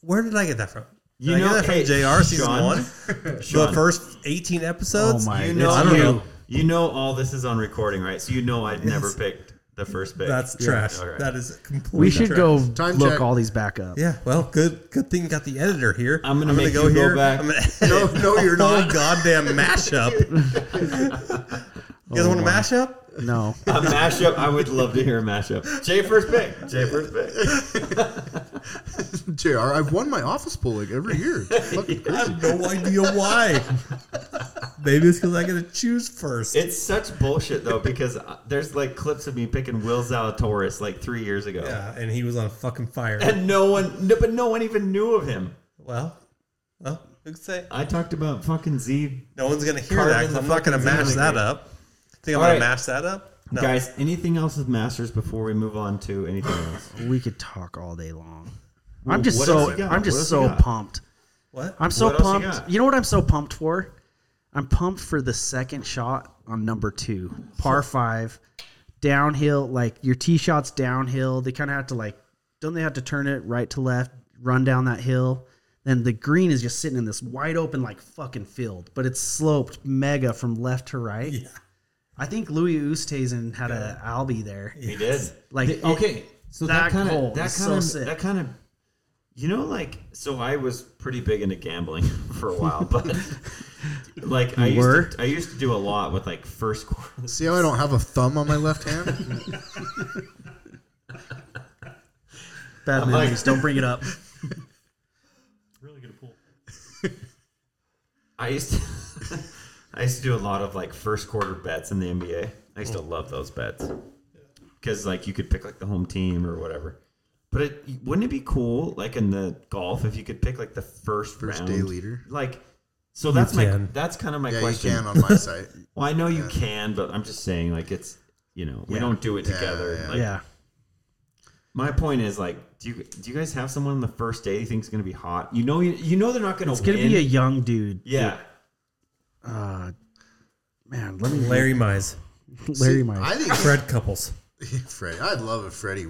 Speaker 8: Where did I get that from? Did
Speaker 5: You
Speaker 8: I
Speaker 5: know-
Speaker 8: get that from
Speaker 5: hey,
Speaker 8: JR season
Speaker 5: Sean.
Speaker 8: one, the
Speaker 5: Sean.
Speaker 8: first eighteen episodes.
Speaker 7: Oh my-
Speaker 5: You
Speaker 7: It's
Speaker 5: know.
Speaker 8: I don't
Speaker 5: you,
Speaker 8: know.
Speaker 5: You know all this is on recording, right? So you know I'd never picked the first pick.
Speaker 8: That's trash.
Speaker 5: All right.
Speaker 8: That is complete.
Speaker 7: We should
Speaker 8: trash.
Speaker 7: go
Speaker 6: Time
Speaker 7: look
Speaker 6: check.
Speaker 7: all these back up.
Speaker 8: Yeah. Well, good. Good thing you got the editor here.
Speaker 5: I'm gonna make you go back.
Speaker 8: I'm gonna edit
Speaker 6: no, you're
Speaker 8: the whole
Speaker 6: not.
Speaker 8: goddamn mashup. you guys want a mashup?
Speaker 7: No.
Speaker 5: a mashup. I would love to hear a mashup. Jay first pick. Jay first pick.
Speaker 6: JR, I've won my office pool like every year. It's fucking
Speaker 8: I
Speaker 6: crazy.
Speaker 8: have no idea why. Maybe it's because I got to choose first.
Speaker 5: It's such bullshit though because uh, there's like clips of me picking Will Zalatoris like three years ago,
Speaker 8: yeah, and he was on fucking fire.
Speaker 5: and no one, no, but no one even knew of him.
Speaker 8: Well, well, who could say?
Speaker 5: I talked about fucking Z.
Speaker 8: No one's gonna hear
Speaker 5: Carving
Speaker 8: that. 'cause
Speaker 5: the
Speaker 8: I'm not gonna
Speaker 5: fucking
Speaker 8: match
Speaker 5: zigzag.
Speaker 8: that up. Think I'm
Speaker 5: All right.
Speaker 8: gonna match that up? No.
Speaker 5: Guys, anything else with Masters before we move on to anything else?
Speaker 7: We could talk all day long.
Speaker 5: Well,
Speaker 7: I'm just
Speaker 5: what else
Speaker 7: so
Speaker 5: you got?
Speaker 7: I'm
Speaker 5: What
Speaker 7: just
Speaker 5: else you
Speaker 7: so
Speaker 5: got?
Speaker 7: pumped.
Speaker 8: What?
Speaker 7: I'm so
Speaker 5: What else you
Speaker 7: pumped.
Speaker 5: got?
Speaker 7: You, know what I'm so pumped for? I'm pumped for the second shot on number two, par five, downhill. Like your tee shots downhill. They kind of have to like, don't they have to turn it right to left, run down that hill? Then the green is just sitting in this wide open like fucking field, but it's sloped mega from left to right.
Speaker 8: Yeah.
Speaker 7: I think Louis Oosthuizen had a an Albie there.
Speaker 5: He did.
Speaker 7: Like,
Speaker 5: The- okay, so that
Speaker 7: that
Speaker 5: kind
Speaker 7: goal
Speaker 5: of that
Speaker 7: is
Speaker 5: kind of
Speaker 7: so sick.
Speaker 5: that kind of you know like so I was pretty big into gambling for a while, but like I
Speaker 7: were?
Speaker 5: used to, I used to do a lot with like first quarter.
Speaker 6: See how I don't have a thumb on my left hand?
Speaker 7: Bad
Speaker 5: like-
Speaker 7: memories. Don't bring it up.
Speaker 5: Really good pool. I used to I used to do a lot of like first quarter bets in the NBA. I used
Speaker 6: Mm.
Speaker 5: to love those bets because like you could pick like the home team or whatever. But it, wouldn't it be cool, like in the golf, if you could pick like the first
Speaker 6: First
Speaker 5: round?
Speaker 6: day leader.
Speaker 5: Like, so that's my
Speaker 8: can.
Speaker 5: that's kind of my
Speaker 6: Yeah, you
Speaker 5: question.
Speaker 6: can on my site.
Speaker 5: Well, I know you can, but I'm just saying, like it's you know we don't do it together.
Speaker 6: yeah.
Speaker 5: Like,
Speaker 7: yeah.
Speaker 5: My point is like, do you do you guys have someone on the first day you think's going to be hot? You know, you, you know they're not going to.
Speaker 7: It's gonna be a young dude.
Speaker 5: yeah.
Speaker 7: Uh, man, let me
Speaker 8: Larry Mize,
Speaker 7: Larry
Speaker 6: See,
Speaker 7: Myers.
Speaker 6: I think
Speaker 8: Fred Couples.
Speaker 6: Freddie. I'd love if Freddie.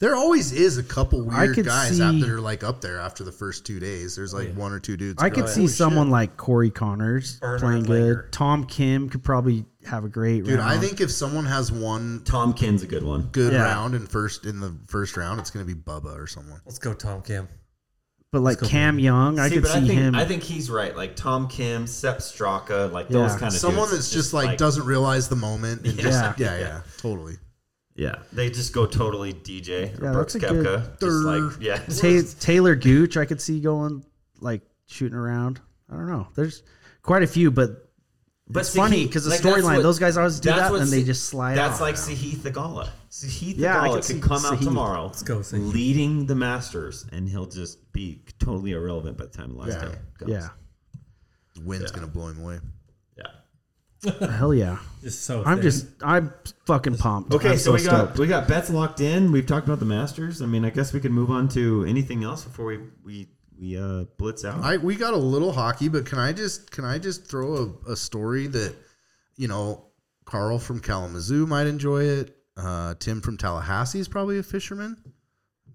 Speaker 6: There always is a couple
Speaker 7: I
Speaker 6: weird
Speaker 7: could
Speaker 6: guys
Speaker 7: see-
Speaker 6: out that are like up there after the first two days. There's like one or two dudes.
Speaker 7: I
Speaker 6: go,
Speaker 7: could see
Speaker 6: "Holy
Speaker 7: someone
Speaker 6: shit."
Speaker 7: like Corey Connors
Speaker 8: Bernard
Speaker 7: playing
Speaker 8: Langer.
Speaker 7: good. Tom Kim could probably have a great
Speaker 6: Dude,
Speaker 7: round.
Speaker 6: I think if someone has one
Speaker 5: Tom Kin's a good one.
Speaker 6: good
Speaker 7: Yeah.
Speaker 6: round and first in the first round, it's gonna be Bubba or someone.
Speaker 8: Let's go, Tom Kim.
Speaker 7: but like Cam Young, I could see
Speaker 5: I think
Speaker 7: him.
Speaker 5: I think he's right. Like Tom Kim, Sep Straka, like those
Speaker 7: Yeah.
Speaker 5: kind of
Speaker 6: Someone
Speaker 5: dudes.
Speaker 6: that's just, like, doesn't realize the moment and just
Speaker 7: Yeah.
Speaker 6: yeah, yeah, totally.
Speaker 5: yeah, they just go totally DJ or
Speaker 7: Yeah,
Speaker 5: Brooks
Speaker 7: that's a good-
Speaker 5: Koepka. Just like yeah,
Speaker 7: Ta- Taylor Gooch, I could see going like shooting around. I don't know. There's quite a few, but
Speaker 5: but
Speaker 7: it's funny 'cause the storyline, those guys always do that, and they just slide
Speaker 5: That's
Speaker 7: off.
Speaker 5: like Sahith Thagala. Sahith
Speaker 7: Yeah,
Speaker 5: Thagala
Speaker 7: I can
Speaker 5: could
Speaker 7: see
Speaker 5: come out
Speaker 7: Sahith.
Speaker 5: tomorrow,
Speaker 8: Let's go, Sahith.
Speaker 5: leading the Masters, and he'll just be totally irrelevant by the time the last
Speaker 6: Yeah.
Speaker 5: day comes.
Speaker 7: yeah,
Speaker 6: Wind's gonna blow him away.
Speaker 5: yeah.
Speaker 7: hell yeah.
Speaker 8: Just so.
Speaker 7: I'm
Speaker 8: thin.
Speaker 7: just I'm fucking pumped.
Speaker 5: Okay,
Speaker 7: I'm
Speaker 5: so, we got
Speaker 7: stoked.
Speaker 5: we got bets locked in. We've talked about the Masters. I mean, I guess we can move on to anything else before we we we uh, blitz out.
Speaker 6: I we got a little hockey, but can I just can I just throw a, a story that you know Carl from Kalamazoo might enjoy it. Uh, Tim from Tallahassee is probably a fisherman.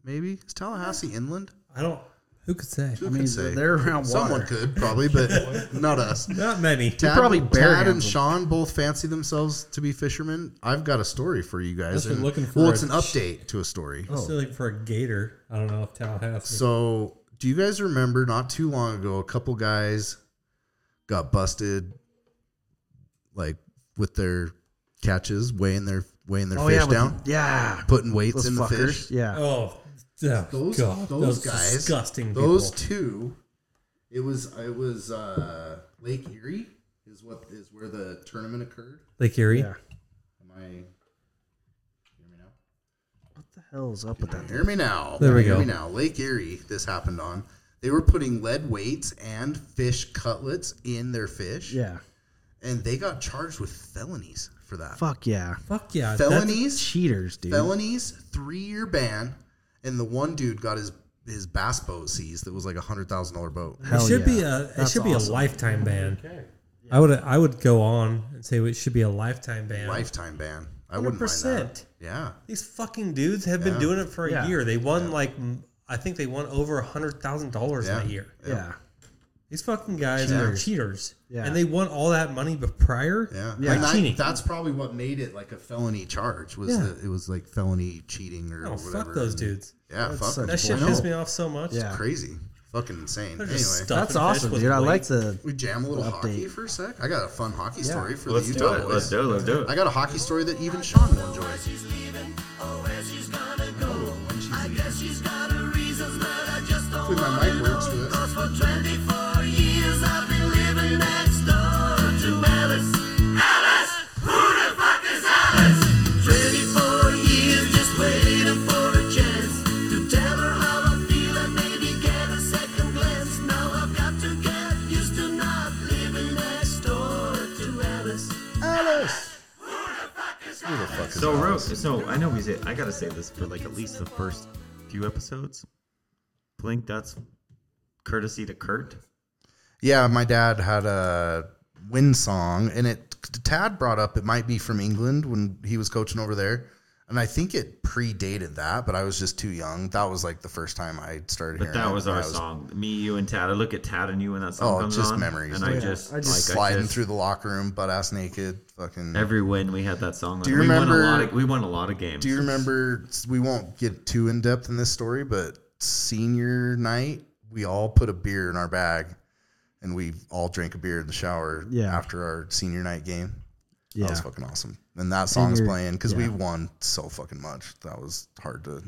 Speaker 6: Maybe is Tallahassee inland?
Speaker 8: I don't. Who could say?
Speaker 6: Who
Speaker 7: I mean,
Speaker 6: could say?
Speaker 7: they're around
Speaker 6: Someone
Speaker 7: water.
Speaker 6: could probably, but not us.
Speaker 8: Not many.
Speaker 6: Tad,
Speaker 7: probably bear
Speaker 6: Tad and
Speaker 7: handles 'em.
Speaker 6: Sean both fancy themselves to be fishermen. I've got a story for you guys.
Speaker 8: Unless you're
Speaker 6: and-
Speaker 8: looking for
Speaker 6: well,
Speaker 8: a Oh,
Speaker 6: it's an
Speaker 8: ch-
Speaker 6: update to a story.
Speaker 8: I'm still looking for a gator. I don't know if Tallahassee.
Speaker 6: So, do you guys remember not too long ago, a couple guys got busted, like with their catches, weighing their weighing their
Speaker 7: Oh
Speaker 6: fish
Speaker 7: yeah, with-
Speaker 6: down,
Speaker 7: yeah.
Speaker 6: putting weights
Speaker 7: Those
Speaker 6: in the
Speaker 7: fuckers.
Speaker 6: fish.
Speaker 7: Yeah.
Speaker 8: oh, yeah,
Speaker 6: Those
Speaker 8: God,
Speaker 6: those, guys,
Speaker 8: disgusting.
Speaker 6: Those
Speaker 8: people.
Speaker 6: two.
Speaker 10: It was it was uh, Lake Erie is what is where the tournament occurred.
Speaker 8: Lake Erie.
Speaker 7: Yeah.
Speaker 10: Am I? Hear me now.
Speaker 7: What the hell is up with that?
Speaker 6: Hear me now.
Speaker 8: There we
Speaker 6: hear
Speaker 8: go.
Speaker 6: Me now, Lake Erie. This happened on. They were putting lead weights and fish cutlets in their fish,
Speaker 7: Yeah.
Speaker 6: and they got charged with felonies for that.
Speaker 7: Fuck yeah.
Speaker 8: Fuck yeah. that's-
Speaker 6: felonies.
Speaker 7: Cheaters, dude.
Speaker 6: felonies, three year ban, and the one dude got his his bass boat seized that was like a hundred thousand dollar boat.
Speaker 7: Hell
Speaker 8: it should be
Speaker 7: yeah.
Speaker 8: a. It
Speaker 7: That's
Speaker 8: should be a
Speaker 7: awesome.
Speaker 8: lifetime ban. I would. I would go on and say it should be a lifetime ban.
Speaker 6: Lifetime ban. I would not mind that.
Speaker 8: 100%.
Speaker 6: Yeah.
Speaker 8: These fucking dudes have been doing it for a
Speaker 7: Yeah.
Speaker 8: year. They won like m- I think they won over a hundred thousand dollars
Speaker 6: Yeah.
Speaker 8: that year.
Speaker 7: yeah.
Speaker 8: These fucking guys are cheaters.
Speaker 7: Yeah.
Speaker 8: And they won all that money be- prior.
Speaker 6: Yeah.
Speaker 7: Yeah.
Speaker 6: And that-
Speaker 8: Cheating.
Speaker 6: that's probably what made it like a felony charge was
Speaker 8: Yeah.
Speaker 6: that it was like felony cheating or
Speaker 8: Oh
Speaker 6: whatever.
Speaker 8: fuck those
Speaker 6: And-
Speaker 8: dudes.
Speaker 6: Yeah, fuck
Speaker 7: such
Speaker 6: them.
Speaker 8: That shit
Speaker 6: I know.
Speaker 8: pissed me off so much.
Speaker 7: Yeah.
Speaker 6: Crazy. Fucking insane.
Speaker 8: They're
Speaker 6: Anyway.
Speaker 8: just stuffing
Speaker 7: That's
Speaker 8: fish
Speaker 7: awesome,
Speaker 8: with
Speaker 7: dude. I like
Speaker 8: weights.
Speaker 7: the.
Speaker 6: We jam a little hockey
Speaker 7: Update.
Speaker 6: for a sec. I got a fun hockey story for
Speaker 5: let's
Speaker 6: the
Speaker 5: do
Speaker 6: Utah
Speaker 5: it.
Speaker 6: boys.
Speaker 5: Let's do it. Let's do
Speaker 6: I
Speaker 5: it.
Speaker 6: got a hockey story that even Sean will enjoy.
Speaker 9: she's leaving, oh, where she's gonna go. I guess she's got her reasons, but I just
Speaker 10: Hopefully my mic works for this.
Speaker 9: For 24 years I've been living next door to Alice. Alice! Who the fuck is Alice? 24 years just waiting for a chance to tell her how I feel and maybe get a second glance. Now I've got to get used to not living next door to Alice.
Speaker 5: So, Ro- so I know we say I gotta say this for like at least the first few episodes. Blink. That's courtesy to Kurt.
Speaker 6: Yeah, my dad had a wind song, and it Tad brought up it might be from England when he was coaching over there, and I think it predated that, but I was just too young. That was like the first time I started.
Speaker 5: But
Speaker 6: hearing
Speaker 5: that
Speaker 6: it,
Speaker 5: was
Speaker 6: and
Speaker 5: our
Speaker 6: I
Speaker 5: song. Me, you, and Tad. I look at Tad and you when that song
Speaker 6: Oh,
Speaker 5: comes
Speaker 6: just
Speaker 5: on,
Speaker 6: memories,
Speaker 5: And I
Speaker 6: dude.
Speaker 5: just,
Speaker 7: I just
Speaker 5: like, I
Speaker 6: sliding
Speaker 5: just-
Speaker 6: through the locker room, butt ass naked, fucking.
Speaker 5: every win. We had that song.
Speaker 6: Do you
Speaker 5: we Won
Speaker 6: remember-
Speaker 5: a lot of, we won a lot of games.
Speaker 6: Do you remember? We won't get too in depth in this story, but senior night, we all put a beer in our bag, and we all drank a beer in the shower
Speaker 7: Yeah.
Speaker 6: after our senior night game.
Speaker 7: Yeah.
Speaker 6: That was fucking awesome. And that song's
Speaker 7: Senior-
Speaker 6: playing because we
Speaker 7: yeah.
Speaker 6: won so fucking much. That was hard to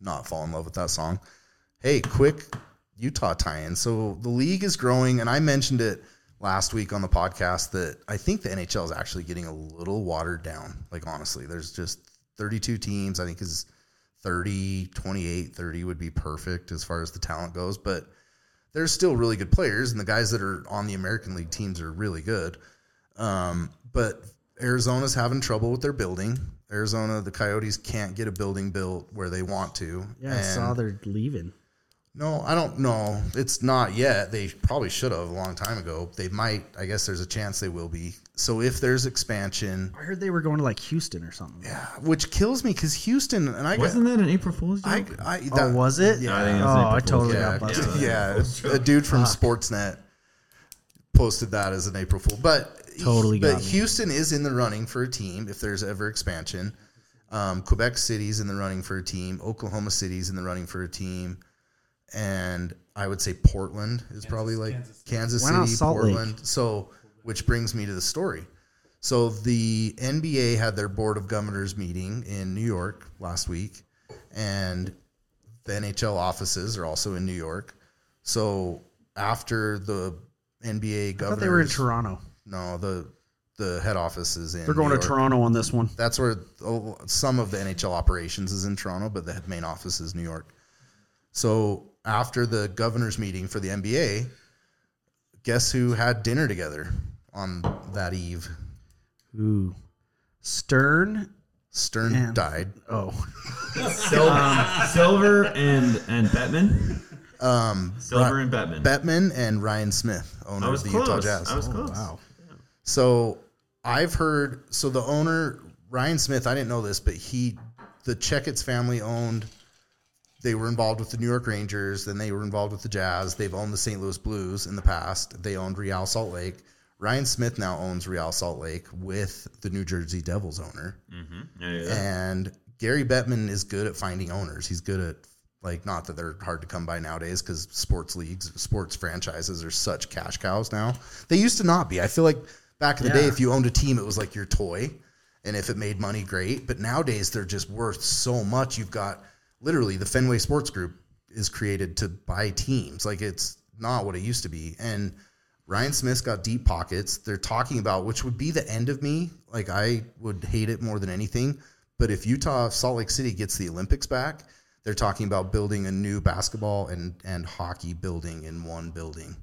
Speaker 6: not fall in love with that song. Hey, quick Utah tie in. So the league is growing, and I mentioned it last week on the podcast that I think the NHL is actually getting a little watered down. Like, honestly, there's just 32 teams. I think is 30, 28, 30 would be perfect as far as the talent goes. But there's still really good players, and the guys that are on the American League teams are really good. Um, but Arizona's having trouble with their building. Arizona, the Coyotes can't get a building built where they want to.
Speaker 7: Yeah, I saw
Speaker 6: And-
Speaker 7: they're leaving.
Speaker 6: no, I don't know. It's not yet. They probably should have a long time ago. They might. I guess there's a chance they will be. So if there's expansion,
Speaker 7: I heard they were going to like Houston or something. Yeah.
Speaker 6: which kills me because Houston and I
Speaker 5: Wasn't that an April Fool's joke?
Speaker 6: got, I, I
Speaker 7: Oh,
Speaker 6: that-
Speaker 7: was it?
Speaker 6: Yeah.
Speaker 5: I think it was an
Speaker 7: Oh, I
Speaker 5: April Fool's
Speaker 7: totally
Speaker 6: yeah,
Speaker 7: got busted.
Speaker 6: yeah, a dude from Sportsnet posted that as an April Fool. But
Speaker 7: Totally
Speaker 6: but
Speaker 7: got me.
Speaker 6: Houston is in the running for a team if there's ever expansion. Um, Quebec City's in the running for a team. Oklahoma City's in the running for a team, and I would say Portland is probably like Kansas,
Speaker 7: Why not
Speaker 6: City,
Speaker 7: Salt Lake?
Speaker 6: Portland. So, which brings me to the story. So the NBA had their board of governors meeting in New York last week, and the NHL offices are also in New York. So after the NBA
Speaker 7: I
Speaker 6: governors,
Speaker 7: thought they were in Toronto.
Speaker 6: No, the the head office is in.
Speaker 7: They're going
Speaker 6: New
Speaker 7: to
Speaker 6: York.
Speaker 7: Toronto on this one.
Speaker 6: That's where oh, some of the NHL operations is in Toronto, but the main office is New York. So after the governors meeting for the NBA, guess who had dinner together on that eve?
Speaker 7: Ooh. Stern.
Speaker 6: Stern
Speaker 7: Man.
Speaker 6: died.
Speaker 7: Oh.
Speaker 5: Silver,
Speaker 7: Um,
Speaker 5: Silver and and Batman.
Speaker 6: Um,
Speaker 5: Silver and Batman.
Speaker 6: Bettman and Ryan Smith, owner
Speaker 5: I was
Speaker 6: of the
Speaker 5: close.
Speaker 6: Utah Jazz. Oh,
Speaker 5: I was close.
Speaker 6: So I've heard. So the owner Ryan Smith, I didn't know this, but he, the Checkets family owned. They were involved with the New York Rangers, then they were involved with the Jazz. They've owned the St. Louis Blues in the past. They owned Real Salt Lake. Ryan Smith now owns Real Salt Lake with the New Jersey Devils owner.
Speaker 5: Yeah, yeah.
Speaker 6: And Gary Bettman is good at finding owners. He's good at like not that they're hard to come by nowadays because sports leagues, sports franchises are such cash cows now. They used to not be. I feel like back in the day,
Speaker 7: Yeah.
Speaker 6: if you owned a team, it was like your toy, and if it made money, great. But nowadays, they're just worth so much. You've got literally the Fenway Sports Group is created to buy teams. Like it's not what it used to be, and Ryan Smith's got deep pockets. They're talking about which would be the end of me. Like I would hate it more than anything. But if Utah, if Salt Lake City gets the Olympics back, they're talking about building a new basketball and and hockey building in one building,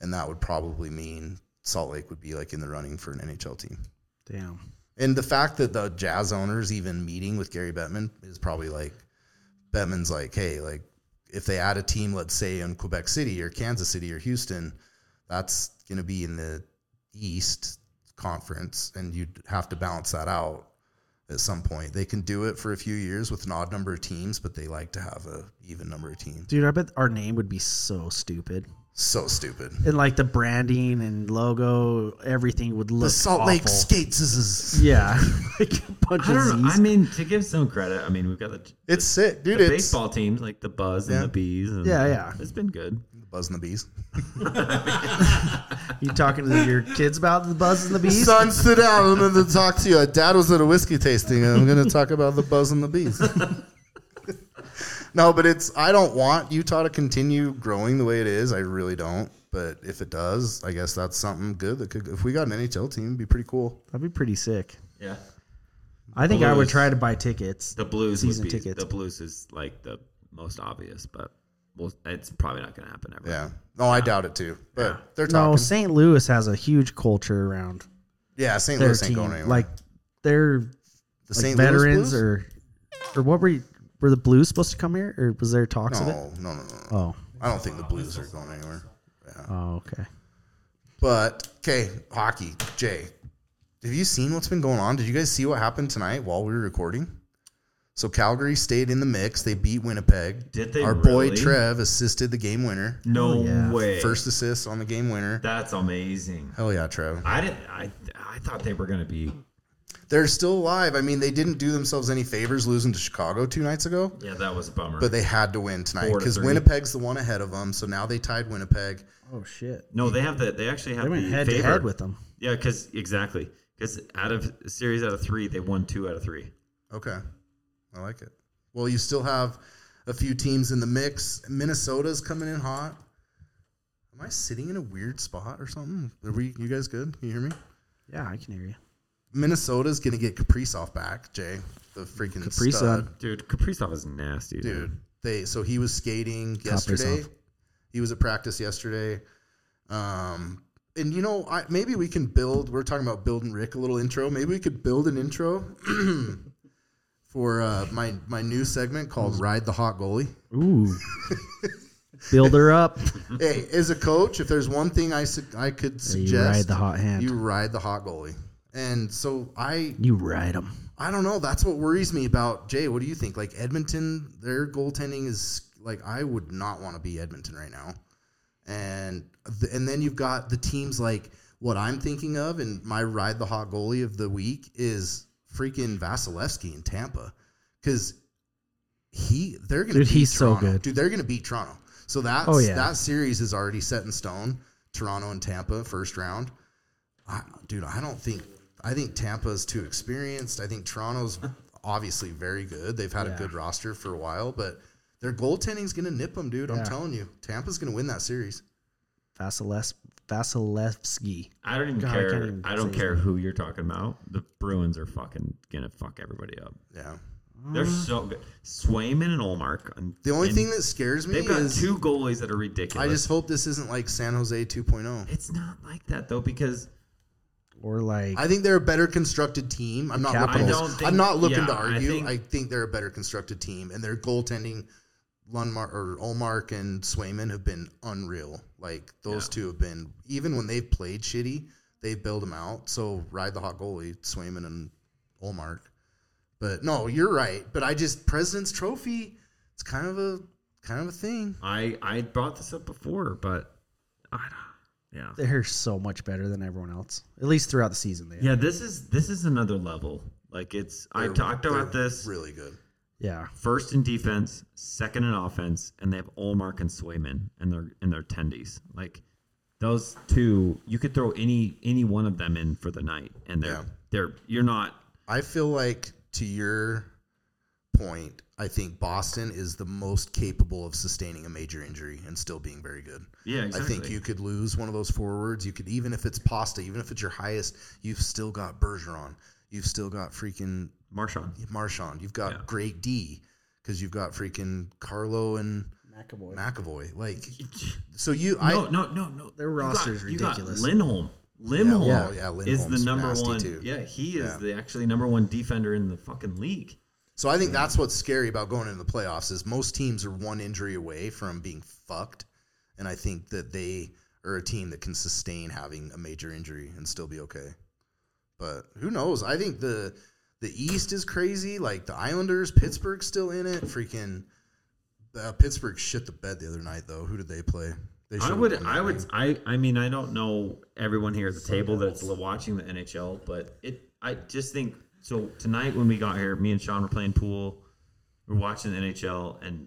Speaker 6: and that would probably mean Salt Lake would be like in the running for an NHL team.
Speaker 7: Damn.
Speaker 6: And the fact that the Jazz owners even meeting with Gary Bettman is probably like Bettman's like, hey, like if they add a team, let's say in Quebec City or Kansas City or Houston, that's going to be in the East Conference, and you'd have to balance that out at some point. They can do it for a few years with an odd number of teams, but they like to have a even number of teams.
Speaker 7: Dude, I bet our name would be so stupid.
Speaker 6: So stupid.
Speaker 7: And like the branding and logo, everything would look
Speaker 6: The Salt Lake
Speaker 7: awful.
Speaker 6: Skates is.
Speaker 7: Yeah. like a bunch
Speaker 5: I
Speaker 7: of
Speaker 5: don't know. I
Speaker 7: Z's.
Speaker 5: mean, to give some credit, I mean, we've got the,
Speaker 6: It's sick,
Speaker 5: the
Speaker 6: dude. It's
Speaker 5: baseball teams like the Buzz
Speaker 6: Yeah.
Speaker 5: and the Bees. And
Speaker 7: Yeah, yeah.
Speaker 5: It's been good.
Speaker 6: buzzing the bees.
Speaker 7: You talking to your kids about the buzz and the bees?
Speaker 6: Son, sit down. I'm going to talk to you. Dad was at a whiskey tasting, and I'm going to talk about the buzz and the bees. No, but it's I don't want Utah to continue growing the way it is. I really don't. But if it does, I guess that's something good that could. If we got an NHL team, it'd be pretty cool.
Speaker 7: That'd be pretty sick.
Speaker 5: Yeah.
Speaker 7: I think I would
Speaker 5: Blues.
Speaker 7: try to buy tickets.
Speaker 5: The Blues
Speaker 7: season
Speaker 5: would be,
Speaker 7: tickets.
Speaker 5: The Blues is like the most obvious, but well, it's probably not going to happen ever.
Speaker 6: Yeah. No, I doubt it too. But they're talking.
Speaker 7: no, St. Louis has a huge culture around
Speaker 6: yeah, St.
Speaker 7: their
Speaker 6: Louis ain't
Speaker 7: team.
Speaker 6: going anywhere.
Speaker 7: Like they're
Speaker 6: the
Speaker 7: like
Speaker 6: St.
Speaker 7: veterans
Speaker 6: Louis Blues?
Speaker 7: or or what were you, were the Blues supposed to come here or was there talks of it?
Speaker 6: no, no, no, no, no.
Speaker 7: Oh,
Speaker 6: I don't think the Blues are going anywhere.
Speaker 7: oh, okay.
Speaker 6: But okay, hockey. Jay, have you seen what's been going on? Did you guys see what happened tonight while we were recording? So Calgary stayed in the mix. They beat Winnipeg.
Speaker 5: Did they
Speaker 6: Our boy
Speaker 5: really?
Speaker 6: Trev assisted the game winner.
Speaker 5: No
Speaker 7: Oh, yeah.
Speaker 5: way.
Speaker 6: First assist on the game winner.
Speaker 5: That's amazing.
Speaker 6: Hell yeah, Trev.
Speaker 5: I didn't. I I thought they were going to be.
Speaker 6: They're still alive. I mean, they didn't do themselves any favors losing to Chicago two nights ago,
Speaker 5: Yeah, that was a bummer.
Speaker 6: but they had to win tonight
Speaker 5: Four to
Speaker 6: because
Speaker 5: three.
Speaker 6: Winnipeg's the one ahead of them. So now they tied Winnipeg.
Speaker 7: Oh shit.
Speaker 5: no, they have the. They actually have
Speaker 7: They went
Speaker 5: the
Speaker 7: head to
Speaker 5: favor.
Speaker 7: head with them.
Speaker 5: Yeah, because exactly. Because out of a series out of three, they won two out of three.
Speaker 6: Okay. I like it. Well, you still have a few teams in the mix. Minnesota's coming in hot. Am I sitting in a weird spot or something? Are we you guys good? Can you hear me?
Speaker 7: Yeah, I can hear you.
Speaker 6: Minnesota's gonna get Kaprizov back, Jay. The freaking
Speaker 7: Kaprizov.
Speaker 6: stud.
Speaker 5: Dude, Kaprizov is nasty, dude.
Speaker 7: Mm-hmm.
Speaker 6: dude. They so he was skating yesterday. He was at practice yesterday. Um, and you know, I, maybe we can build. We're talking about building Rick a little intro. Maybe we could build an intro for uh, my my new segment
Speaker 7: Mm-hmm.
Speaker 6: called "Ride the Hot Goalie."
Speaker 7: Ooh. Build her up.
Speaker 6: hey, as a coach, if there's one thing I su- I could suggest,
Speaker 7: ride the hot hand.
Speaker 6: You ride the hot goalie. And so I
Speaker 7: You ride them.
Speaker 6: I don't know. That's what worries me about Jay. What do you think? Like Edmonton, their goaltending is like I would not want to be Edmonton right now. And th- and then you've got the teams like what I'm thinking of, and my ride the hot goalie of the week is freaking Vasilevsky in Tampa, because he they're gonna
Speaker 7: Dude,
Speaker 6: beat
Speaker 7: he's so
Speaker 6: Toronto.
Speaker 7: good.
Speaker 6: dude. They're gonna beat Toronto. So that's
Speaker 7: Oh, yeah.
Speaker 6: that series is already set in stone. Toronto and Tampa first round. I, dude, I don't think I think Tampa's too experienced. I think Toronto's obviously very good. They've had a good roster for a while, but their goaltending's gonna nip them, dude. I'm telling you, Tampa's gonna win that series.
Speaker 7: Vasiles Vasilevsky.
Speaker 5: I don't even
Speaker 7: God, I
Speaker 5: care.
Speaker 7: can't
Speaker 5: I,
Speaker 7: even
Speaker 5: don't
Speaker 7: say his
Speaker 5: care who you're talking about. The Bruins are fucking gonna fuck everybody up.
Speaker 6: Yeah.
Speaker 5: They're
Speaker 7: Uh.
Speaker 5: so good. Swayman and Olmark. And,
Speaker 6: The only
Speaker 5: and
Speaker 6: thing that scares me
Speaker 5: they've got
Speaker 6: is
Speaker 5: two goalies that are
Speaker 6: I
Speaker 5: ridiculous.
Speaker 6: just hope this isn't like San Jose oh. 2.0.
Speaker 5: it's not like that though because
Speaker 7: Or like
Speaker 6: I think they're a better constructed team. I'm not looking.
Speaker 5: Capitals. I don't think-
Speaker 6: I'm not looking
Speaker 5: yeah,
Speaker 6: to
Speaker 5: I
Speaker 6: argue. I think,
Speaker 5: think-
Speaker 6: they're a better constructed team, and their goaltending, Lundmark or Olmark and Swayman have been unreal. Like those two have been. Even when they've played shitty, they've bailed them out. So ride the hot goalie, Swayman and Olmark. But no, you're right. But I just President's Trophy. It's kind of a kind of a thing.
Speaker 5: I I brought this up before, but I don't. Yeah.
Speaker 7: they're so much better than everyone else. At least throughout the season they are.
Speaker 5: Yeah. This is this is another level. Like it's. I
Speaker 6: They're-
Speaker 5: talked about
Speaker 6: they're
Speaker 5: this
Speaker 6: Really good.
Speaker 7: Yeah.
Speaker 5: first in defense, second in offense, and they have Olmark and Swayman in their in their tendies. Like those two, you could throw any any one of them in for the night, and they're
Speaker 6: Yeah.
Speaker 5: they're you're not.
Speaker 6: I feel like to your point, I think Boston is the most capable of sustaining a major injury and still being very good.
Speaker 5: Yeah, exactly.
Speaker 6: I think you could lose one of those forwards. You could even if it's Pasta, even if it's your highest, you've still got Bergeron. You've still got freaking
Speaker 5: Marshawn.
Speaker 6: Marchand. You've got
Speaker 5: Yeah.
Speaker 6: Great D because you've got freaking Carlo and
Speaker 7: McAvoy.
Speaker 6: McAvoy. Like, so you, I,
Speaker 5: No, no, no, no.
Speaker 7: Their
Speaker 5: You
Speaker 7: roster's
Speaker 5: got, you got
Speaker 7: ridiculous.
Speaker 5: Lindholm. Lindholm,
Speaker 6: Yeah, well, yeah,
Speaker 5: is the
Speaker 6: Lindholm's
Speaker 5: number
Speaker 6: nasty
Speaker 5: one.
Speaker 6: too.
Speaker 5: Yeah, he is
Speaker 6: Yeah.
Speaker 5: the actually number one defender in the fucking league.
Speaker 6: So I think that's what's scary about going into the playoffs is most teams are one injury away from being fucked, and I think that they are a team that can sustain having a major injury and still be okay. But who knows? I think the the East is crazy. Like the Islanders, Pittsburgh's still in it. Freaking uh, Pittsburgh shit the bed the other night though. Who did they play? They
Speaker 5: I
Speaker 6: should've
Speaker 5: would,
Speaker 6: won that
Speaker 5: I
Speaker 6: game.
Speaker 5: would, I, I mean, I don't know everyone here at the table that's li- watching the NHL, but it, I just think so. Tonight when we got here, me and Sean were playing pool, we're watching the NHL, and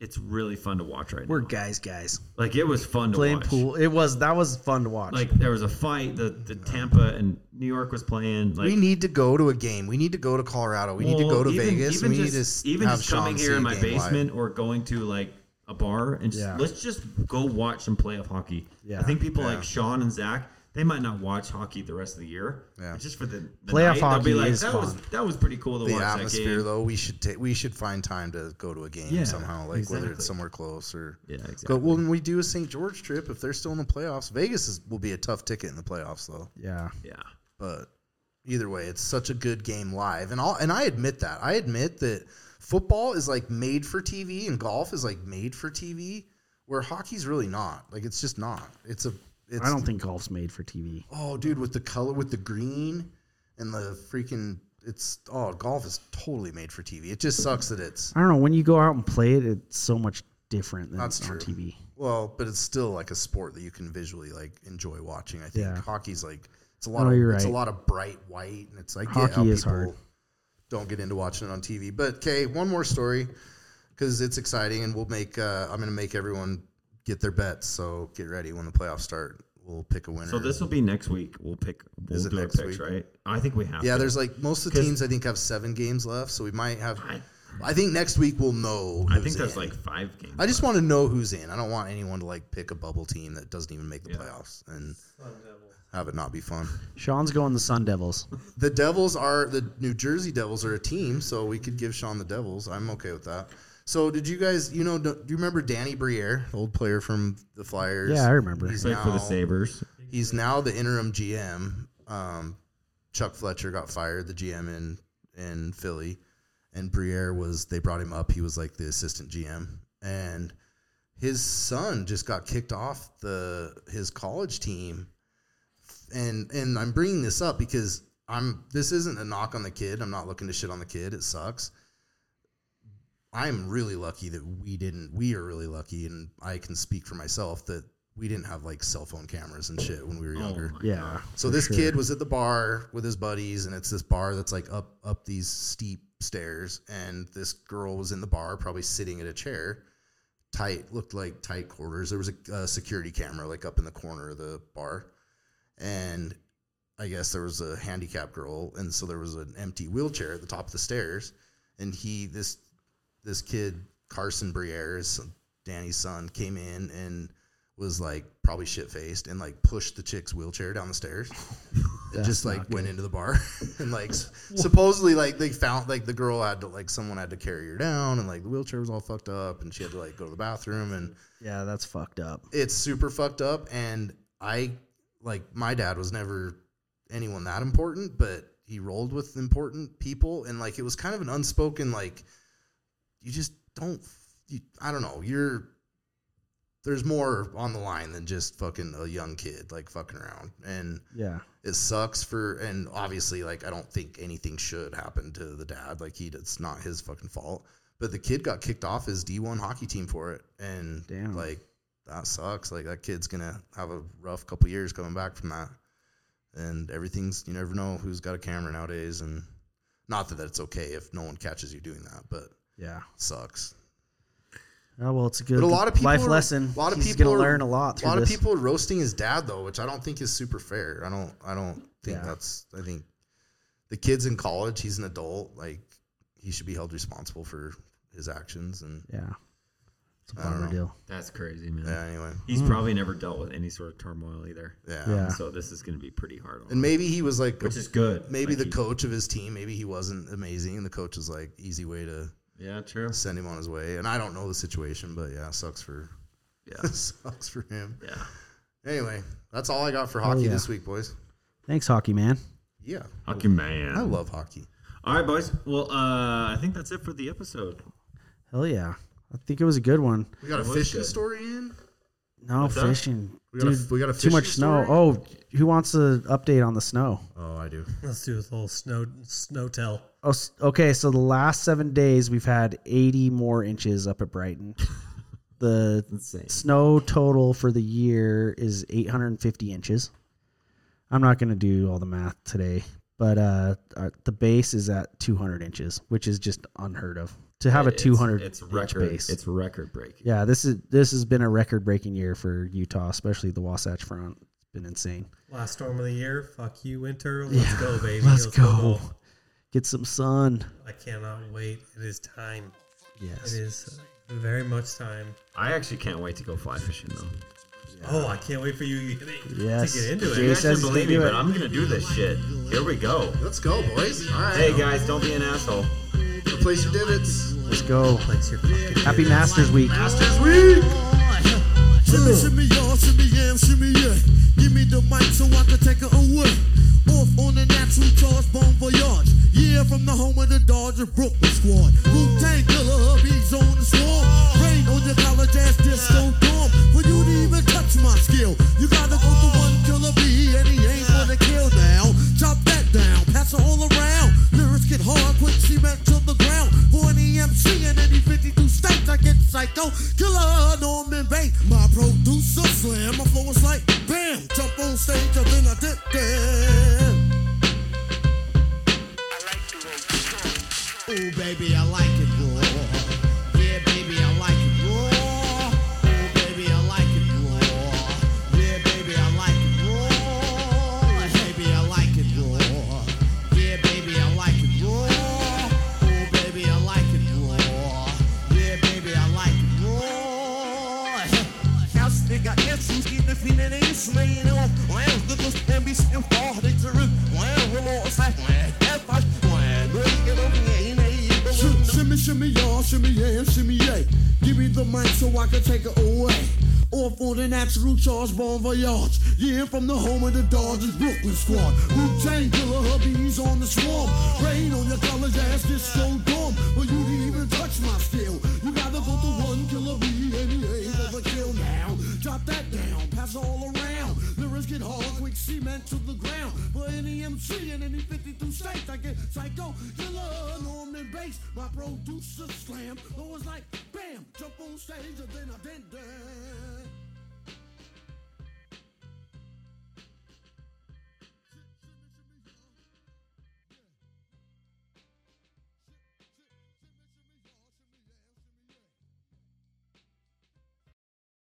Speaker 5: It's really fun to watch right
Speaker 7: We're
Speaker 5: now.
Speaker 7: guys, guys.
Speaker 5: Like it was fun to
Speaker 7: Playing
Speaker 5: watch.
Speaker 7: pool. It was that was fun to watch.
Speaker 5: Like there was a fight. The the Tampa and New York was playing. Like
Speaker 6: we need to go to a game. We need to go to Colorado. We need to
Speaker 5: Well,
Speaker 6: go to Vegas.
Speaker 5: Even
Speaker 6: we
Speaker 5: just,
Speaker 6: need to s-
Speaker 5: even
Speaker 6: have
Speaker 5: just coming
Speaker 6: Sean
Speaker 5: here
Speaker 6: see
Speaker 5: in
Speaker 6: a
Speaker 5: my
Speaker 6: game live.
Speaker 5: basement or going to like a bar and just,
Speaker 7: Yeah.
Speaker 5: let's just go watch some playoff hockey.
Speaker 7: Yeah.
Speaker 5: I think people like Sean and Zach, they might not watch hockey the rest of the year.
Speaker 6: Yeah.
Speaker 5: but Just for the, the
Speaker 7: Playoff
Speaker 5: night, they'll be
Speaker 7: hockey
Speaker 5: like,
Speaker 7: is
Speaker 5: that was
Speaker 7: fun.
Speaker 5: that was pretty cool to
Speaker 6: The
Speaker 5: watch that
Speaker 6: atmosphere,
Speaker 5: game.
Speaker 6: though, we should ta- we should find time to go to a game
Speaker 5: Yeah,
Speaker 6: somehow, like whether
Speaker 5: exactly.
Speaker 6: it's somewhere close or.
Speaker 5: Yeah,
Speaker 6: But
Speaker 5: exactly.
Speaker 6: when we do a St. George trip, if they're still in the playoffs, Vegas is, will be a tough ticket in the playoffs, though.
Speaker 7: yeah.
Speaker 5: yeah.
Speaker 6: but either way, it's such a good game live, and all and I admit that. I admit that football is like made for TV, and golf is like made for TV, where hockey's really not. Like it's just not. It's a. It's,
Speaker 7: I don't think golf's made for TV.
Speaker 6: Oh, dude, with the color, with the green, and the freaking. It's oh, golf is totally made for TV. It just sucks that it's
Speaker 7: I don't know. When you go out and play it, it's so much different than
Speaker 6: That's
Speaker 7: it's on
Speaker 6: true.
Speaker 7: TV.
Speaker 6: well, but it's still like a sport that you can visually like enjoy watching. I think
Speaker 7: Yeah.
Speaker 6: hockey's like it's a lot
Speaker 7: No,
Speaker 6: of
Speaker 7: you're
Speaker 6: it's a
Speaker 7: right.
Speaker 6: lot of bright white, and it's like
Speaker 7: Hockey
Speaker 6: yeah, how
Speaker 7: is
Speaker 6: people
Speaker 7: hard.
Speaker 6: don't get into watching it on TV. But okay, one more story because it's exciting, and we'll make uh, I'm gonna make everyone get their bets. So get ready when the playoffs start. We'll pick a winner.
Speaker 5: So this will be next week. We'll pick. We'll
Speaker 6: Is it
Speaker 5: do
Speaker 6: next
Speaker 5: our picks,
Speaker 6: week?
Speaker 5: right? I think we have.
Speaker 6: yeah,
Speaker 5: to.
Speaker 6: there's like most of the
Speaker 5: 'Cause-
Speaker 6: teams I think have seven games left, so we might have.
Speaker 5: I,
Speaker 6: I think next week we'll know.
Speaker 5: I
Speaker 6: who's
Speaker 5: think there's
Speaker 6: in.
Speaker 5: like five games.
Speaker 6: I just want to know who's in. I don't want anyone to like pick a bubble team that doesn't even make the playoffs and have it not be fun.
Speaker 7: Sean's going the Sun Devils.
Speaker 6: The Devils are the New Jersey Devils are a team, so we could give Sean the Devils. I'm okay with that. So did you guys? You know, do you remember Danny Briere, the old player from the Flyers?
Speaker 7: Yeah, I remember.
Speaker 6: He's
Speaker 5: Played
Speaker 6: now
Speaker 5: for the Sabers.
Speaker 6: he's now the interim GM. Um, Chuck Fletcher got fired, the GM in in Philly, and Briere was they brought him up. He was like the assistant GM, and his son just got kicked off the his college team. And and I'm bringing this up because I'm this isn't a knock on the kid. I'm not looking to shit on the kid. It sucks. I'm really lucky that we didn't. We are really lucky, and I can speak for myself that we didn't have like cell phone cameras and shit when we were younger.
Speaker 7: Yeah.
Speaker 6: So this kid was at the bar with his buddies, and it's this bar that's like up up these steep stairs, and this girl was in the bar, probably sitting at a chair, tight looked like tight quarters. There was a, a security camera like up in the corner of the bar, and I guess there was a handicapped girl, and so there was an empty wheelchair at the top of the stairs, and he this this kid Carson Briere, his son- Danny's son, came in and was like probably shit faced and like pushed the chick's wheelchair down the stairs. and just like went into the bar and like s- supposedly like they found like the girl had to like someone had to carry her down and like the wheelchair was all fucked up and she had to like go to the bathroom and
Speaker 7: Yeah, that's fucked up.
Speaker 6: it's super fucked up and i like my dad was never anyone that important but he rolled with important people and like it was kind of an unspoken like you just don't you, i don't know you're there's more on the line than just fucking a young kid like fucking around and
Speaker 7: Yeah.
Speaker 6: it sucks for and obviously like i don't think anything should happen to the dad like he it's not his fucking fault but the kid got kicked off his d1 hockey team for it and
Speaker 7: Damn.
Speaker 6: like that sucks like that kid's gonna have a rough couple years coming back from that and everything's you never know who's got a camera nowadays and not that that's okay if no one catches you doing that but
Speaker 7: Yeah.
Speaker 6: sucks
Speaker 7: Oh well, it's a good
Speaker 6: but a lot of people
Speaker 7: life
Speaker 6: are-
Speaker 7: lesson.
Speaker 6: A lot of
Speaker 7: He's
Speaker 6: people
Speaker 7: gonna
Speaker 6: are-
Speaker 7: learn a lot.
Speaker 6: A
Speaker 7: Through
Speaker 6: lot
Speaker 7: this.
Speaker 6: of people are roasting his dad though, which I don't think is super fair. I don't. I don't think
Speaker 7: Yeah.
Speaker 6: that's. I think the kid's in college. He's an adult. Like he should be held responsible for his actions. And
Speaker 7: Yeah. It's a
Speaker 6: I don't
Speaker 7: bummer
Speaker 6: know.
Speaker 7: deal.
Speaker 5: That's crazy, man.
Speaker 6: yeah, anyway,
Speaker 5: He's
Speaker 7: Hmm.
Speaker 5: probably never dealt with any sort of turmoil either.
Speaker 6: yeah.
Speaker 7: Yeah.
Speaker 5: So this is going to be pretty hard. On
Speaker 6: And
Speaker 5: him,
Speaker 6: maybe he was like,
Speaker 5: which is good.
Speaker 6: maybe
Speaker 5: Like
Speaker 6: the
Speaker 5: he-
Speaker 6: coach of his team. Maybe he wasn't amazing, and the coach was like, easy way to
Speaker 5: Yeah, true.
Speaker 6: send him on his way. And I don't know the situation, but yeah, sucks for.
Speaker 5: Yeah.
Speaker 6: sucks for him.
Speaker 5: Yeah.
Speaker 6: Anyway, that's all I got for hockey
Speaker 7: yeah.
Speaker 6: this week, boys.
Speaker 7: Thanks, hockey man.
Speaker 6: Yeah,
Speaker 5: Hockey man.
Speaker 6: I love hockey.
Speaker 5: All right, boys. Well, uh, I think that's it for the episode.
Speaker 7: Hell yeah. I think it was a good one.
Speaker 6: We got a
Speaker 5: was
Speaker 6: fishing
Speaker 5: good.
Speaker 6: story in.
Speaker 7: No
Speaker 5: that?
Speaker 7: fishing.
Speaker 6: We got a-
Speaker 7: Dude,
Speaker 6: we got a
Speaker 7: too much
Speaker 6: fishing
Speaker 7: snow. Oh, who wants an update on the snow?
Speaker 6: Oh, I do.
Speaker 8: Let's do a little snow snow tell.
Speaker 7: Oh, s- okay. So the last seven days, we've had 80 more inches up at Brighton. The
Speaker 5: Insane.
Speaker 7: snow total for the year is 850 inches. I'm not going to do all the math uh, today, but uh, our- the base is at 200 inches, which is just unheard of to have a
Speaker 5: It's-
Speaker 7: 200
Speaker 5: It's
Speaker 7: inch
Speaker 5: record.
Speaker 7: base.
Speaker 5: It's record breaking.
Speaker 7: yeah, this is this has been a record breaking year for Utah, especially the Wasatch Front. It's been insane.
Speaker 8: Last storm of the year. Fuck you, winter. Let's
Speaker 7: Yeah,
Speaker 8: go, baby.
Speaker 7: let's go.
Speaker 8: golf.
Speaker 7: Get some sun.
Speaker 8: I cannot wait. It is time. It
Speaker 7: Yes.
Speaker 8: is very much time.
Speaker 5: I actually can't wait to go fly fishing though.
Speaker 8: Oh, I can't wait for you to
Speaker 7: Yes.
Speaker 8: get into
Speaker 7: Jay
Speaker 8: it.
Speaker 5: You guys didn't
Speaker 7: says he's
Speaker 5: believe
Speaker 7: gonna
Speaker 5: me,
Speaker 7: do
Speaker 5: but
Speaker 7: it.
Speaker 5: I'm gonna do this shit. Here we go.
Speaker 6: Let's go, boys. All right.
Speaker 5: Hey guys, don't be an asshole.
Speaker 6: replace your divots.
Speaker 7: Let's go.
Speaker 8: Place your fucking
Speaker 7: Happy Masters Week.
Speaker 6: Masters week.
Speaker 9: Shimmy, shimmy, y'all, shimmy, yeah, shimmy, yeah. Give me the mic so I can take it away. Off on the natural charge, bon voyage. Yeah, from the home of the Dodgers, Brooklyn squad. Wu Tang killer, hubby's on the swarm. Rain on your college ass disco dorm. For you to even touch my skill, you gotta go to one killer B, and he ain't gonna kill now. Chop that down, pass it all around. Lyrics get hard, quick cement to the ground. For an EMC in any 52 states, I get psycho. Killer Norman Bates, my producer slam. My flow is like bam, jump on stage, and then I dip down. Ooh, baby, I like it raw. Yeah, baby, I like it raw. Ooh, baby, I like it raw. Yeah, baby, I like it raw. Baby, I like it raw. Yeah, baby, I like it raw. Ooh, baby, I like it raw. Yeah, baby, I like it raw. House nigga answers, get the feeling they slain off. Land niggas can be still far, they to rip. Land remotes like land, half I, land, no, you know, ain't a
Speaker 2: Sh- Shimmy, shimmy, y'all, shimmy, yeah, and shimmy, yeah. Give me the mic so I can take it away. Or for the natural charge, bon voyage. Yeah, from the home of the Dodgers, Brooklyn squad. Wu Tang killer, hubby's on the swarm. Rain on your college ass, this so dumb. But you didn't even touch my skill. You gotta go to one killer B, and he ain't never kill now. Drop that down, pass all around. Lyrics get hard, quick cement to the ground. For any MC in any 52 states, I get psycho killer, Norman Bates. My producer slam, always like bam, jump on stage and then I bend down.